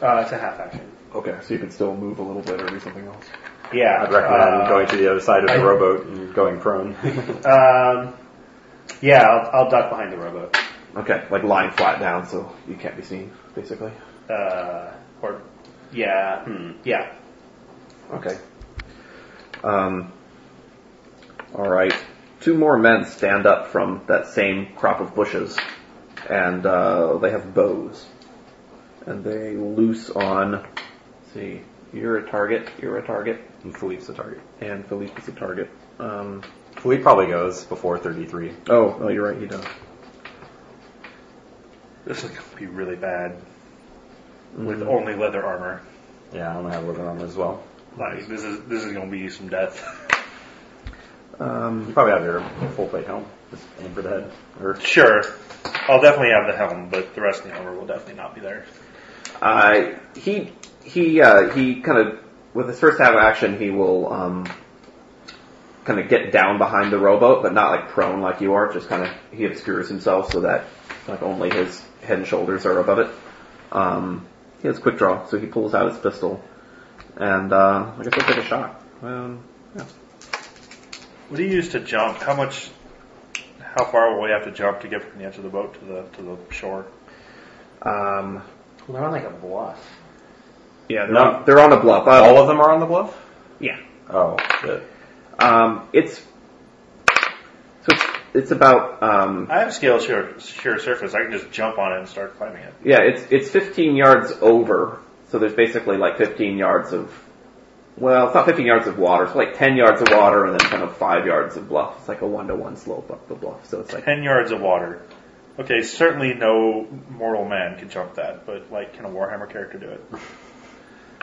Uh, it's a half action. Okay, so you can still move a little bit or do something else. Yeah. I'd recommend uh, going to the other side of the I- rowboat and going prone. Um, yeah, I'll, I'll duck behind the rowboat. Okay, like lying flat down so you can't be seen, basically. Uh, or yeah, hmm, yeah. Okay. Um, all right. Two more men stand up from that same crop of bushes, and uh, they have bows, and they loose on. let's see, you're a target. You're a target, and Philippe's the target. and Philippe is a target. Um, Philippe probably goes before 33. oh, oh, you're right. He does. this is gonna be really bad with Mm-hmm. only leather armor. Yeah, I only have living armor as well. Like this is this is gonna be some death. Um, You probably have your full plate helm. Just aim for the head. Or Sure, I'll definitely have the helm, but the rest of the armor will definitely not be there. Uh, he he uh, he kind of with his first half action he will um, kind of get down behind the rowboat, but not like prone like you are. Just kind of he obscures himself so that like only his head and shoulders are above it. Um, he has quick draw, so he pulls out his pistol and uh, I guess he'll take a shot. Um, What do you use to jump? How much? How far will we have to jump to get from the edge of the boat to the to the shore? um, We're on like a bluff. yeah, they're, on, they're on a bluff. Uh, all of them are on the bluff? Yeah. Oh, shit. Um, it's so it's, it's about um, I have scale sheer, sheer surface. I can just jump on it and start climbing it. Yeah, it's it's 15 yards over, so there's basically like 15 yards of, well, it's not 15 yards of water, it's like 10 yards of water and then kind of five yards of bluff. It's like a one to one slope up the bluff, so it's like Ten yards of water. Okay, certainly no mortal man can jump that, but like, can a Warhammer character do it?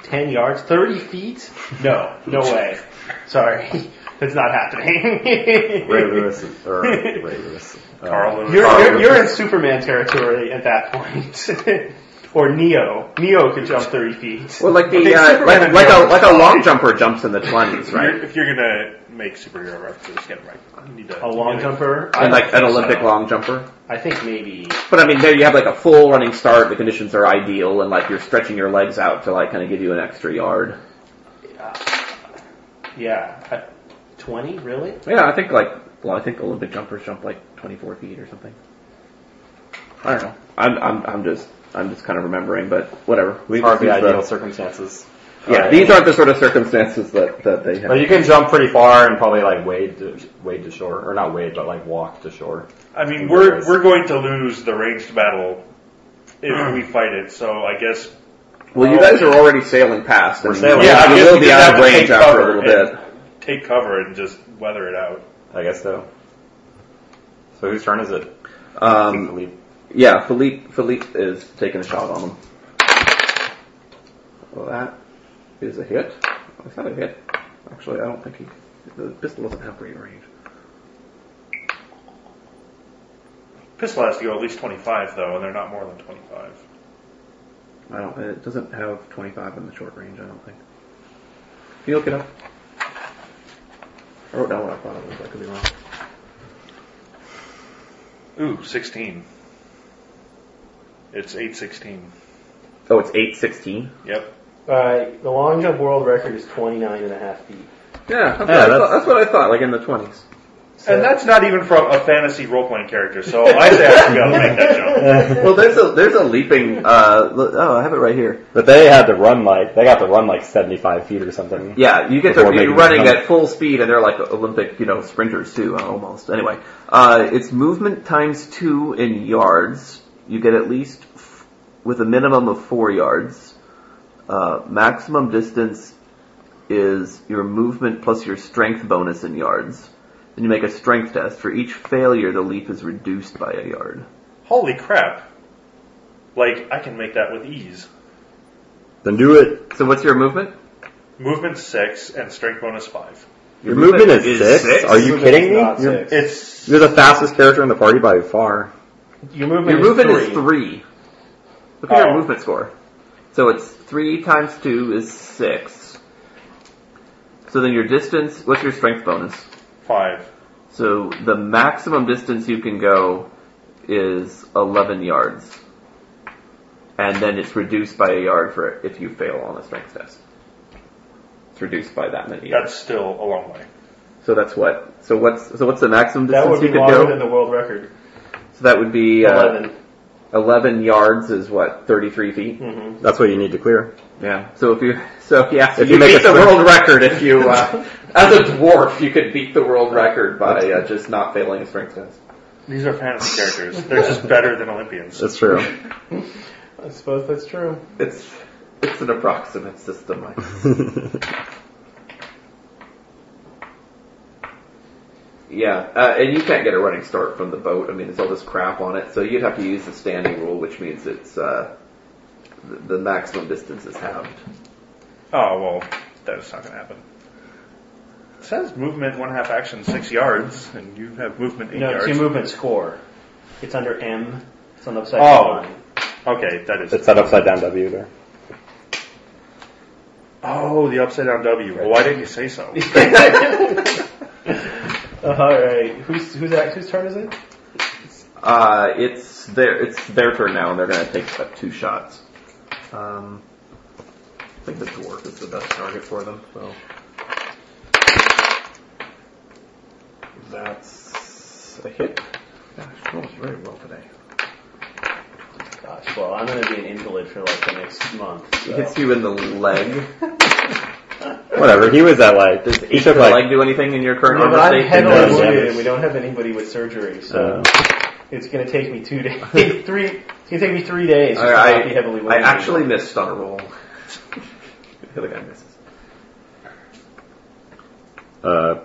Ten yards, thirty feet? No, no way. Sorry, that's not happening. Ray Lewis, is- or Ray Lewis. Uh, Carl Lewis. You're, you're, you're in Superman territory at that point. or Neo. Neo could jump 30 feet. well, like the Okay, uh, Superman like, and like a Neo. like a long jumper jumps in the 20s, If right? you're, if you're gonna make superhero references, get it right. You need to, A long you jumper? I, And like an Olympic long jumper. I think maybe. But I mean, there you have like a full running start. The conditions are ideal, and like you're stretching your legs out to like kind of give you an extra yard. Yeah. I- 20? Really? Yeah, I think like well, I think Olympic jumpers jump like 24 feet or something. I don't know. I'm I'm I'm just I'm just kind of remembering, but whatever. We Are the these are- ideal circumstances. yeah, Uh, these aren't the sort of circumstances that that they But have. you can jump pretty far and probably like wade to, wade to shore, or not wade, but like walk to shore. I mean, we're we're going to lose the ranged battle if we fight it. So I guess Well, you guys are already sailing past. and sailing. you- Yeah, I you guess will we be just out have to of range take after a cover little and- bit. take cover and just weather it out. I guess so. So whose turn is it? Um, Philippe. Yeah, Philippe Philippe is taking a shot on him. Well, that is a hit. Is that a hit? Actually, I don't think he. The pistol doesn't have great range. Pistol has to go at least 25, though, and they're not more than 25. I don't. It doesn't have 25 in the short range. I don't think. Can you look it up? I wrote down what I thought it was. I could be wrong. Ooh, 16. It's 816. Oh, it's 816. Yep. Alright, Uh, the long jump world record is 29 and a half feet. Yeah, Yeah, that's, what I that's- thought, that's what I thought. Like in the 20s. And that's not even from a fantasy role playing character, so I say I should be able to make that jump. well, there's a there's a leaping. Uh, l- oh, I have it right here. But they had to run like they got to run like seventy five feet or something. Yeah, you get to Before you're making running the jump. at full speed, and they're like Olympic, you know, sprinters too, almost. Anyway, uh, it's movement times two in yards. You get at least f- with a minimum of four yards. Uh, maximum distance is your movement plus your strength bonus in yards. Then you make a strength test. For each failure, the leap is reduced by a yard. Holy crap. Like, I can make that with ease. Then do it. So what's your movement? Movement 6 and strength bonus 5. Your movement is six. Are you kidding me? You're, It's. you're the fastest character in the party by far. Your movement, Your movement is three. three. Look at Oh. your movement score. So it's three times two is six. So then your distance, what's your strength bonus? 5. So the maximum distance you can go is 11 yards. And then it's reduced by a yard for if you fail on a strength test. It's reduced by that many yards. That's still a long way. so that's what. So what's so what's the maximum distance That would you be could longer go? than the world record. so that would be uh, 11. 11 yards is what 33 feet. That's what you need to clear. Yeah. So if you, so yeah, so If you, you make beat a the sprint- world record if you, uh, as a dwarf, you could beat the world record by uh, just not failing a strength test. These are fantasy characters. They're just better than Olympians. Oh, That's true. I suppose that's true. It's it's an approximate system. I Yeah, uh, and you can't get a running start from the boat. I mean, there's all this crap on it, so you'd have to use the standing rule, which means it's uh, the, the maximum distance is halved. Oh, well, that's not going to happen. It says movement, one half action, 6 yards, and you have movement 8 No, it's yards. your movement score. It's under M. It's on the upside Oh. down line. Okay, that is. It's that upside down W there. Oh, the upside down W. Well, why didn't you say so? Uh, All right. Who's who's act, whose turn is it? Uh, it's their it's their turn now, and they're gonna take like two shots. Um, I think the dwarf is the best target for them. So that's a hit. Gosh, rolls very well today. Gosh, well, I'm gonna be an invalid for like the next month. He hits you in the leg. Whatever. He was at like he took Does the leg like do anything in your current armor But I'm state? heavily does, wounded yeah. and we don't have anybody with surgery, so uh, it's going to take me two days. three. It's going to take me three days I, to not be I, heavily I wounded. actually missed on a roll. the other guy misses. uh,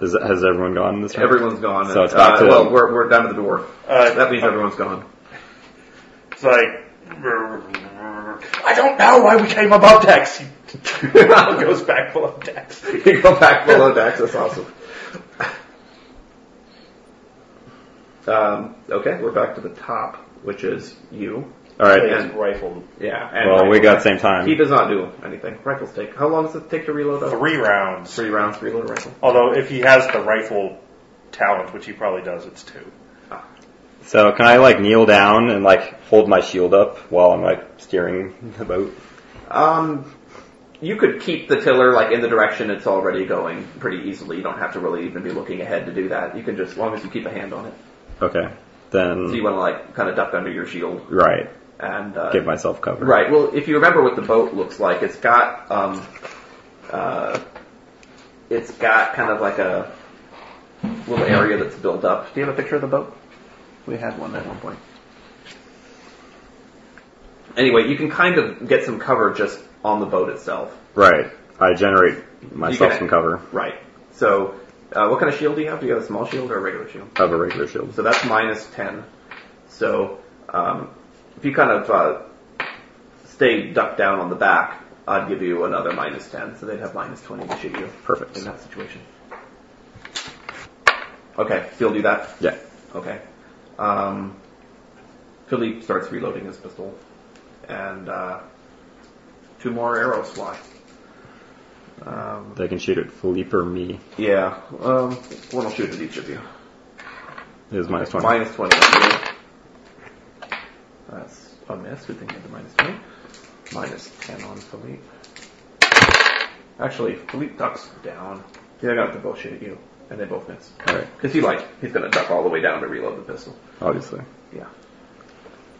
is, has everyone gone this round? Everyone's gone. So it's back uh, to well, them. we're we're down to the dwarf. Uh, That means everyone's gone. It's like, I don't know why we came above Dex. He goes back below Dex. You go back below decks. That's awesome. Um, okay, we're back to the top, which is you. All right. And- Rifle. yeah. And Well, we rifle. got same time. He does not do anything. Rifles take. How long does it take to reload? A Three rounds. Three rounds. to Reload a rifle. Although, if he has the rifle talent, which he probably does, it's two. So can I like kneel down and like hold my shield up while I'm like steering the boat? Um, you could keep the tiller like in the direction it's already going pretty easily. You don't have to really even be looking ahead to do that. You can just, as long as you keep a hand on it. Okay. So you Then want to like kind of duck under your shield right, and uh, give myself cover. Right. Well, if you remember what the boat looks like, it's got um, uh, it's got kind of like a little area that's built up. Do you have a picture of the boat? We had one at one point. Anyway, you can kind of get some cover just on the boat itself. Right. I generate You myself can- some cover. Right. So, uh, what kind of shield do you have? Do you have a small shield or a regular shield? I have a regular shield. So that's minus ten. So um, if you kind of uh, stay ducked down on the back, I'd give you another minus 10. So they'd have minus 20 to shoot you. Perfect. In that situation. Okay, Phil do that? Yeah. Okay. Um, Philly starts reloading his pistol. And uh, two more arrows fly. Um, They can shoot at Philippe or me. yeah, um, one will shoot at each of you. It was minus 20. Minus 20. That's a miss. Good thing you had the minus 20. Minus 10 on Philippe. Actually, Philippe ducks down. Yeah, I got the both shoot at you. And they both miss. Alright, Because he, like, he's going to duck all the way down to reload the pistol. obviously. Yeah.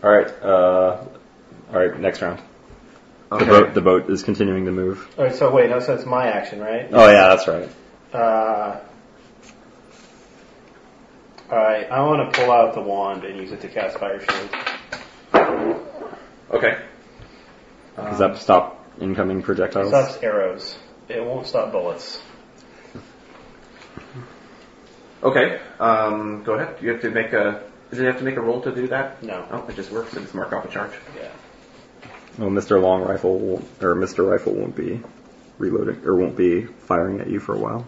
Alright, uh, alright, next round. The, boat, the boat is continuing to move. All right, so wait, no, so it's my action, right? Oh yeah, that's right. Uh, all right, I want to pull out the wand and use it to cast fire shield. Okay. Does that stop incoming It projectiles? stops arrows. It won't stop bullets. Okay. Um, go ahead. You have to make a. Does it have to make a roll to do that? No. Oh, it just works. It just mark off a charge. Yeah. Well, Mr. Long Rifle won't, or Mr. Rifle won't be reloading or won't be firing at you for a while.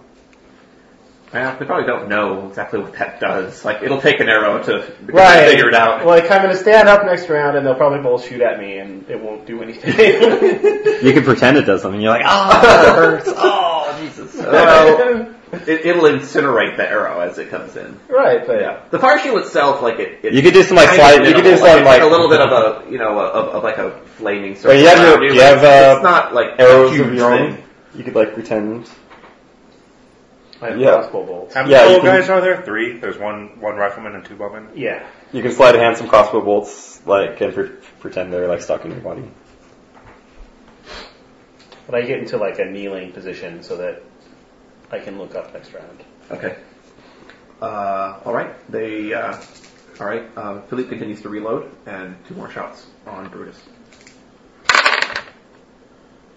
Yeah, they probably don't know exactly what that does. Like, it'll take an arrow to Right. figure it out. Like I'm gonna stand up next round and they'll probably both shoot at me and it won't do anything. You can pretend it does something. You're like, ah, Oh, Well, it, it'll incinerate the arrow as it comes in. right, but Yeah. The fire shield itself, like it. it You could do some, like, kind slide- of you could do minimal. some, it's like- a little bit of a you know of, of like a flaming circle. Wait, you have your- around you have, but uh, it's not like a arrows huge of your own. thing. You could like pretend. I have Yeah. crossbow bolts. How many Yeah, you total can- guys are there? Three. There's one one rifleman and two bowmen. Yeah. You can slide hand some crossbow bolts, like, and pre- pretend they're like stuck in your body. But I get into like a kneeling position so that I can look up next round. Okay. Uh, all right. They. Uh, all right. Um, Philippe continues to reload, and two more shots on Brutus.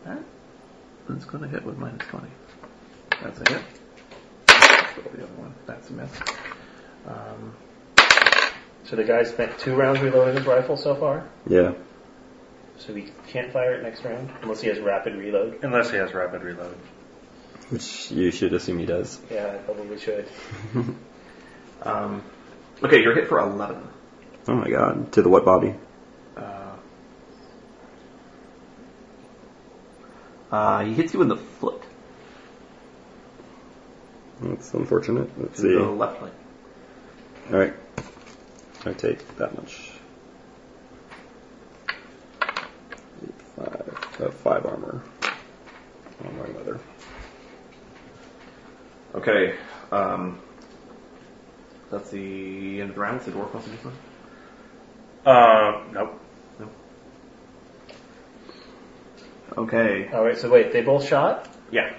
That is going to hit with minus twenty. That's a hit. Roll The other one. That's a miss. Um, So the guy spent two rounds reloading his rifle so far, Yeah. so he can't fire it next round unless he has rapid reload. Unless he has rapid reload. Which you should assume he does. Yeah, I probably should. um, okay, you're hit for eleven. Oh my god. To the what body? Uh, uh, he hits you in the foot. That's unfortunate. Let's in see. The left leg. Alright. I take that much. Five. Uh, five armor. Armor and leather. Okay. Um, that's the end of the round. It's the dwarf wants to do something. Um, nope. Okay. All right, so wait, they both shot, Yeah.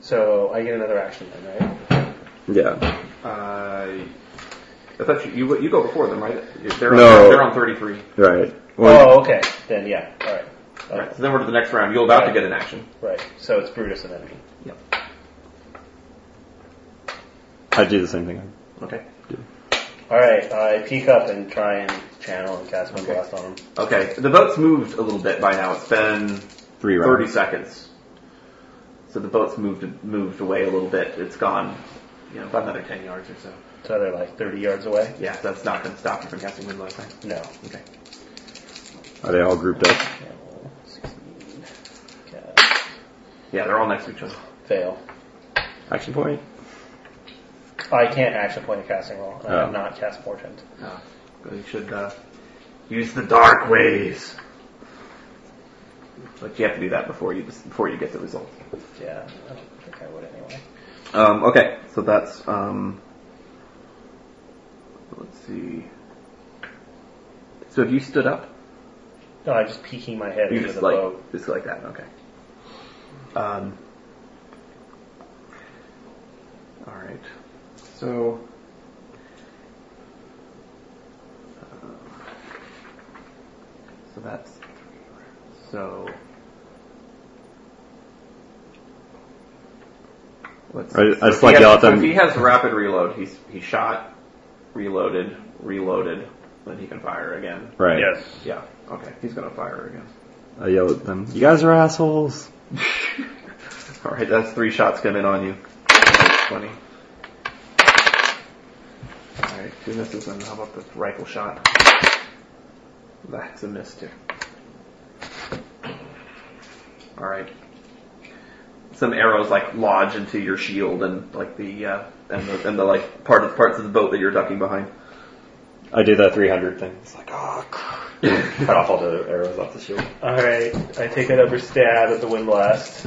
so I get another action then, right? Yeah. Uh, I thought you, you you go before them, right? They're on, No. they're on 33. Right. Well, Oh, okay. Then yeah. All right. Oh, Right. So then we're to the next round. You're about to get an action. Right. So it's Brutus and then me. I do the same thing. Okay. All right. I peek up and try and channel and cast my Okay. blast on him. Okay. The boat's moved a little bit by now. It's been Three 30 rounds. seconds. So the boat's moved moved away a little bit. It's gone, you know, about another 10 yards or so. So they're like 30 yards away. Yeah, so that's not going to stop you from casting wind last time. No. Okay. Are they all grouped up? Channel 16. Cast. Yeah, they're all next to each other. Fail. Action point. I can't action point a casting roll. I Oh. have not cast portent. Uh, you should uh, use the dark ways. But you have to do that before you before you get the result. Yeah. I don't think I would anyway. Um, okay, so that's um, let's see. So have you stood up? No, I'm just peeking my head You into just the like boat. just like that. Okay. Um. All right. So. uh, So that's so. Let's, I- I just if he like has- yell at so them. If he has rapid reload, he's he shot, reloaded, reloaded, Then he can fire again. Right. Yes. Yeah. Okay. He's gonna fire again. I yell at them. You guys are assholes. All right. That's three shots coming on you. Twenty. All right. Two misses, and how about the rifle shot? That's a miss too. All right. Some arrows like lodge into your shield and like the uh, and the and the like part of parts of the boat that you're ducking behind. I do that 300 thing. It's like, oh, crap. cut off all the arrows off the shield. Alright, I take another stab at the wind blast.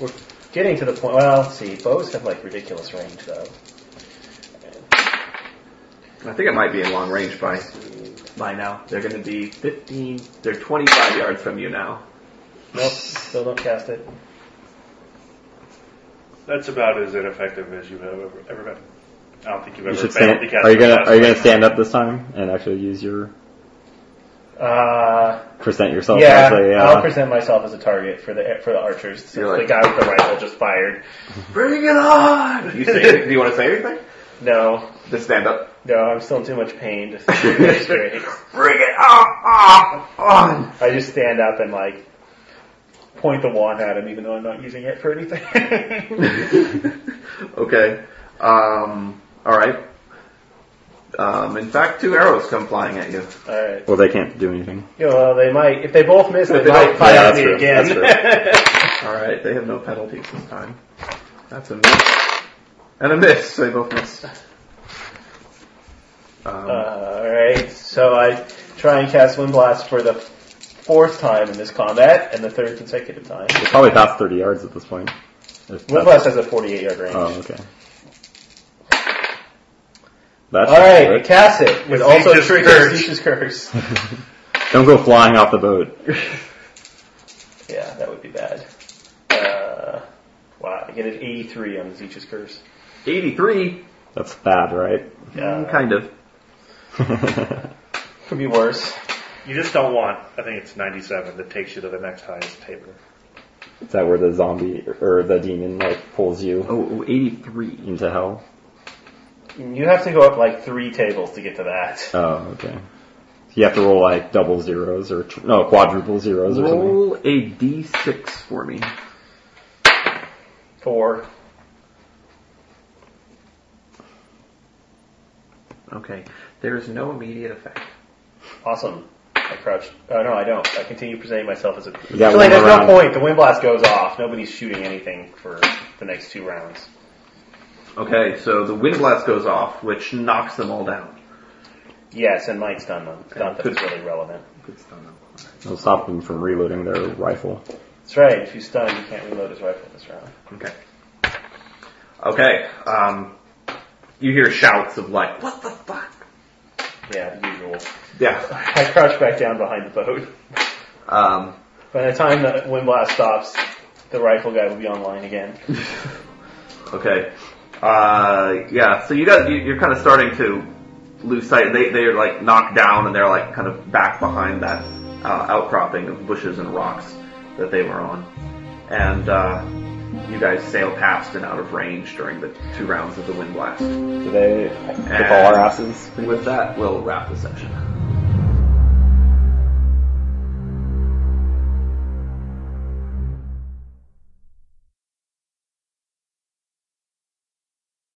We're getting to the point. Well, let's see. Bows have like ridiculous range though. I think it might be in long range by by now. They're going to be 15. They're 25 yards from you now. Nope, still don't cast it. That's about as ineffective as you have ever, ever been. I don't think you've You ever should failed to stand. cast Are you a gonna cast Are you like gonna stand up this time and actually use your Uh, present yourself yeah, as a? Uh, I'll present myself as a target for the for the archers. since You're like- the guy with the rifle just fired. Bring it on! You say, do you want to say anything? No, Just stand up. no, I'm still in too much pain to stay straight. Bring it on! on. I just stand up and like point the wand at him, even though I'm not using it for anything. okay. Um, all right. Um, in fact, two arrows come flying at you. All right. well, they can't do anything. Yeah, well, they might. If they both miss, they, If they might don't- fire yeah, at that's me true, again. All right. They have no penalties this time. That's a miss and a miss. They both miss. Um, uh, all right. So I try and cast Wind Blast for the fourth time in this combat, and the third consecutive time. It's probably past 30 yards at this point. If Wind that's- Blast has a 48 yard range. Oh, okay. That's all right, good. cast it. With also triggers Zeus's curse. Don't go flying off the boat. yeah, that would be bad. Uh, wow, I get an 83 on Zeus's curse. 83. That's bad, right? Yeah, Kind of. could be worse. You just don't want. I think it's 97 that takes you to the next highest table. Is that where the zombie or the demon like pulls you Oh, oh, 83. into hell? You have to go up like three tables to get to that. Oh, okay. You have to roll like double zeros or tr- no quadruple zeros or something. Roll a d6 for me. Four. Okay. There is no immediate effect. Awesome. I crouch. Oh no, I don't. I continue presenting myself as a. You got So, one like, there's round. no point. The wind blast goes off. Nobody's shooting anything for the next two rounds. Okay, so the wind blast goes off, which knocks them all down. Yes, and might stun them. Not that it's really relevant. Good stun them. It'll stop them from reloading their rifle. That's right. If you stun, you can't reload his rifle this round. Okay. Okay. Um, you hear shouts of like, "What the fuck?" Yeah, the usual. Yeah. I crouch back down behind the boat. Um, By the time the wind blast stops, the rifle guy will be online again. okay. Uh, yeah. So you got you, you're kind of starting to lose sight. They they're like knocked down and they're like kind of back behind that uh, outcropping of bushes and rocks that they were on, and uh, you guys sail past and out of range during the two rounds of the wind blast. Do they And all our asses? With that, we'll wrap the session.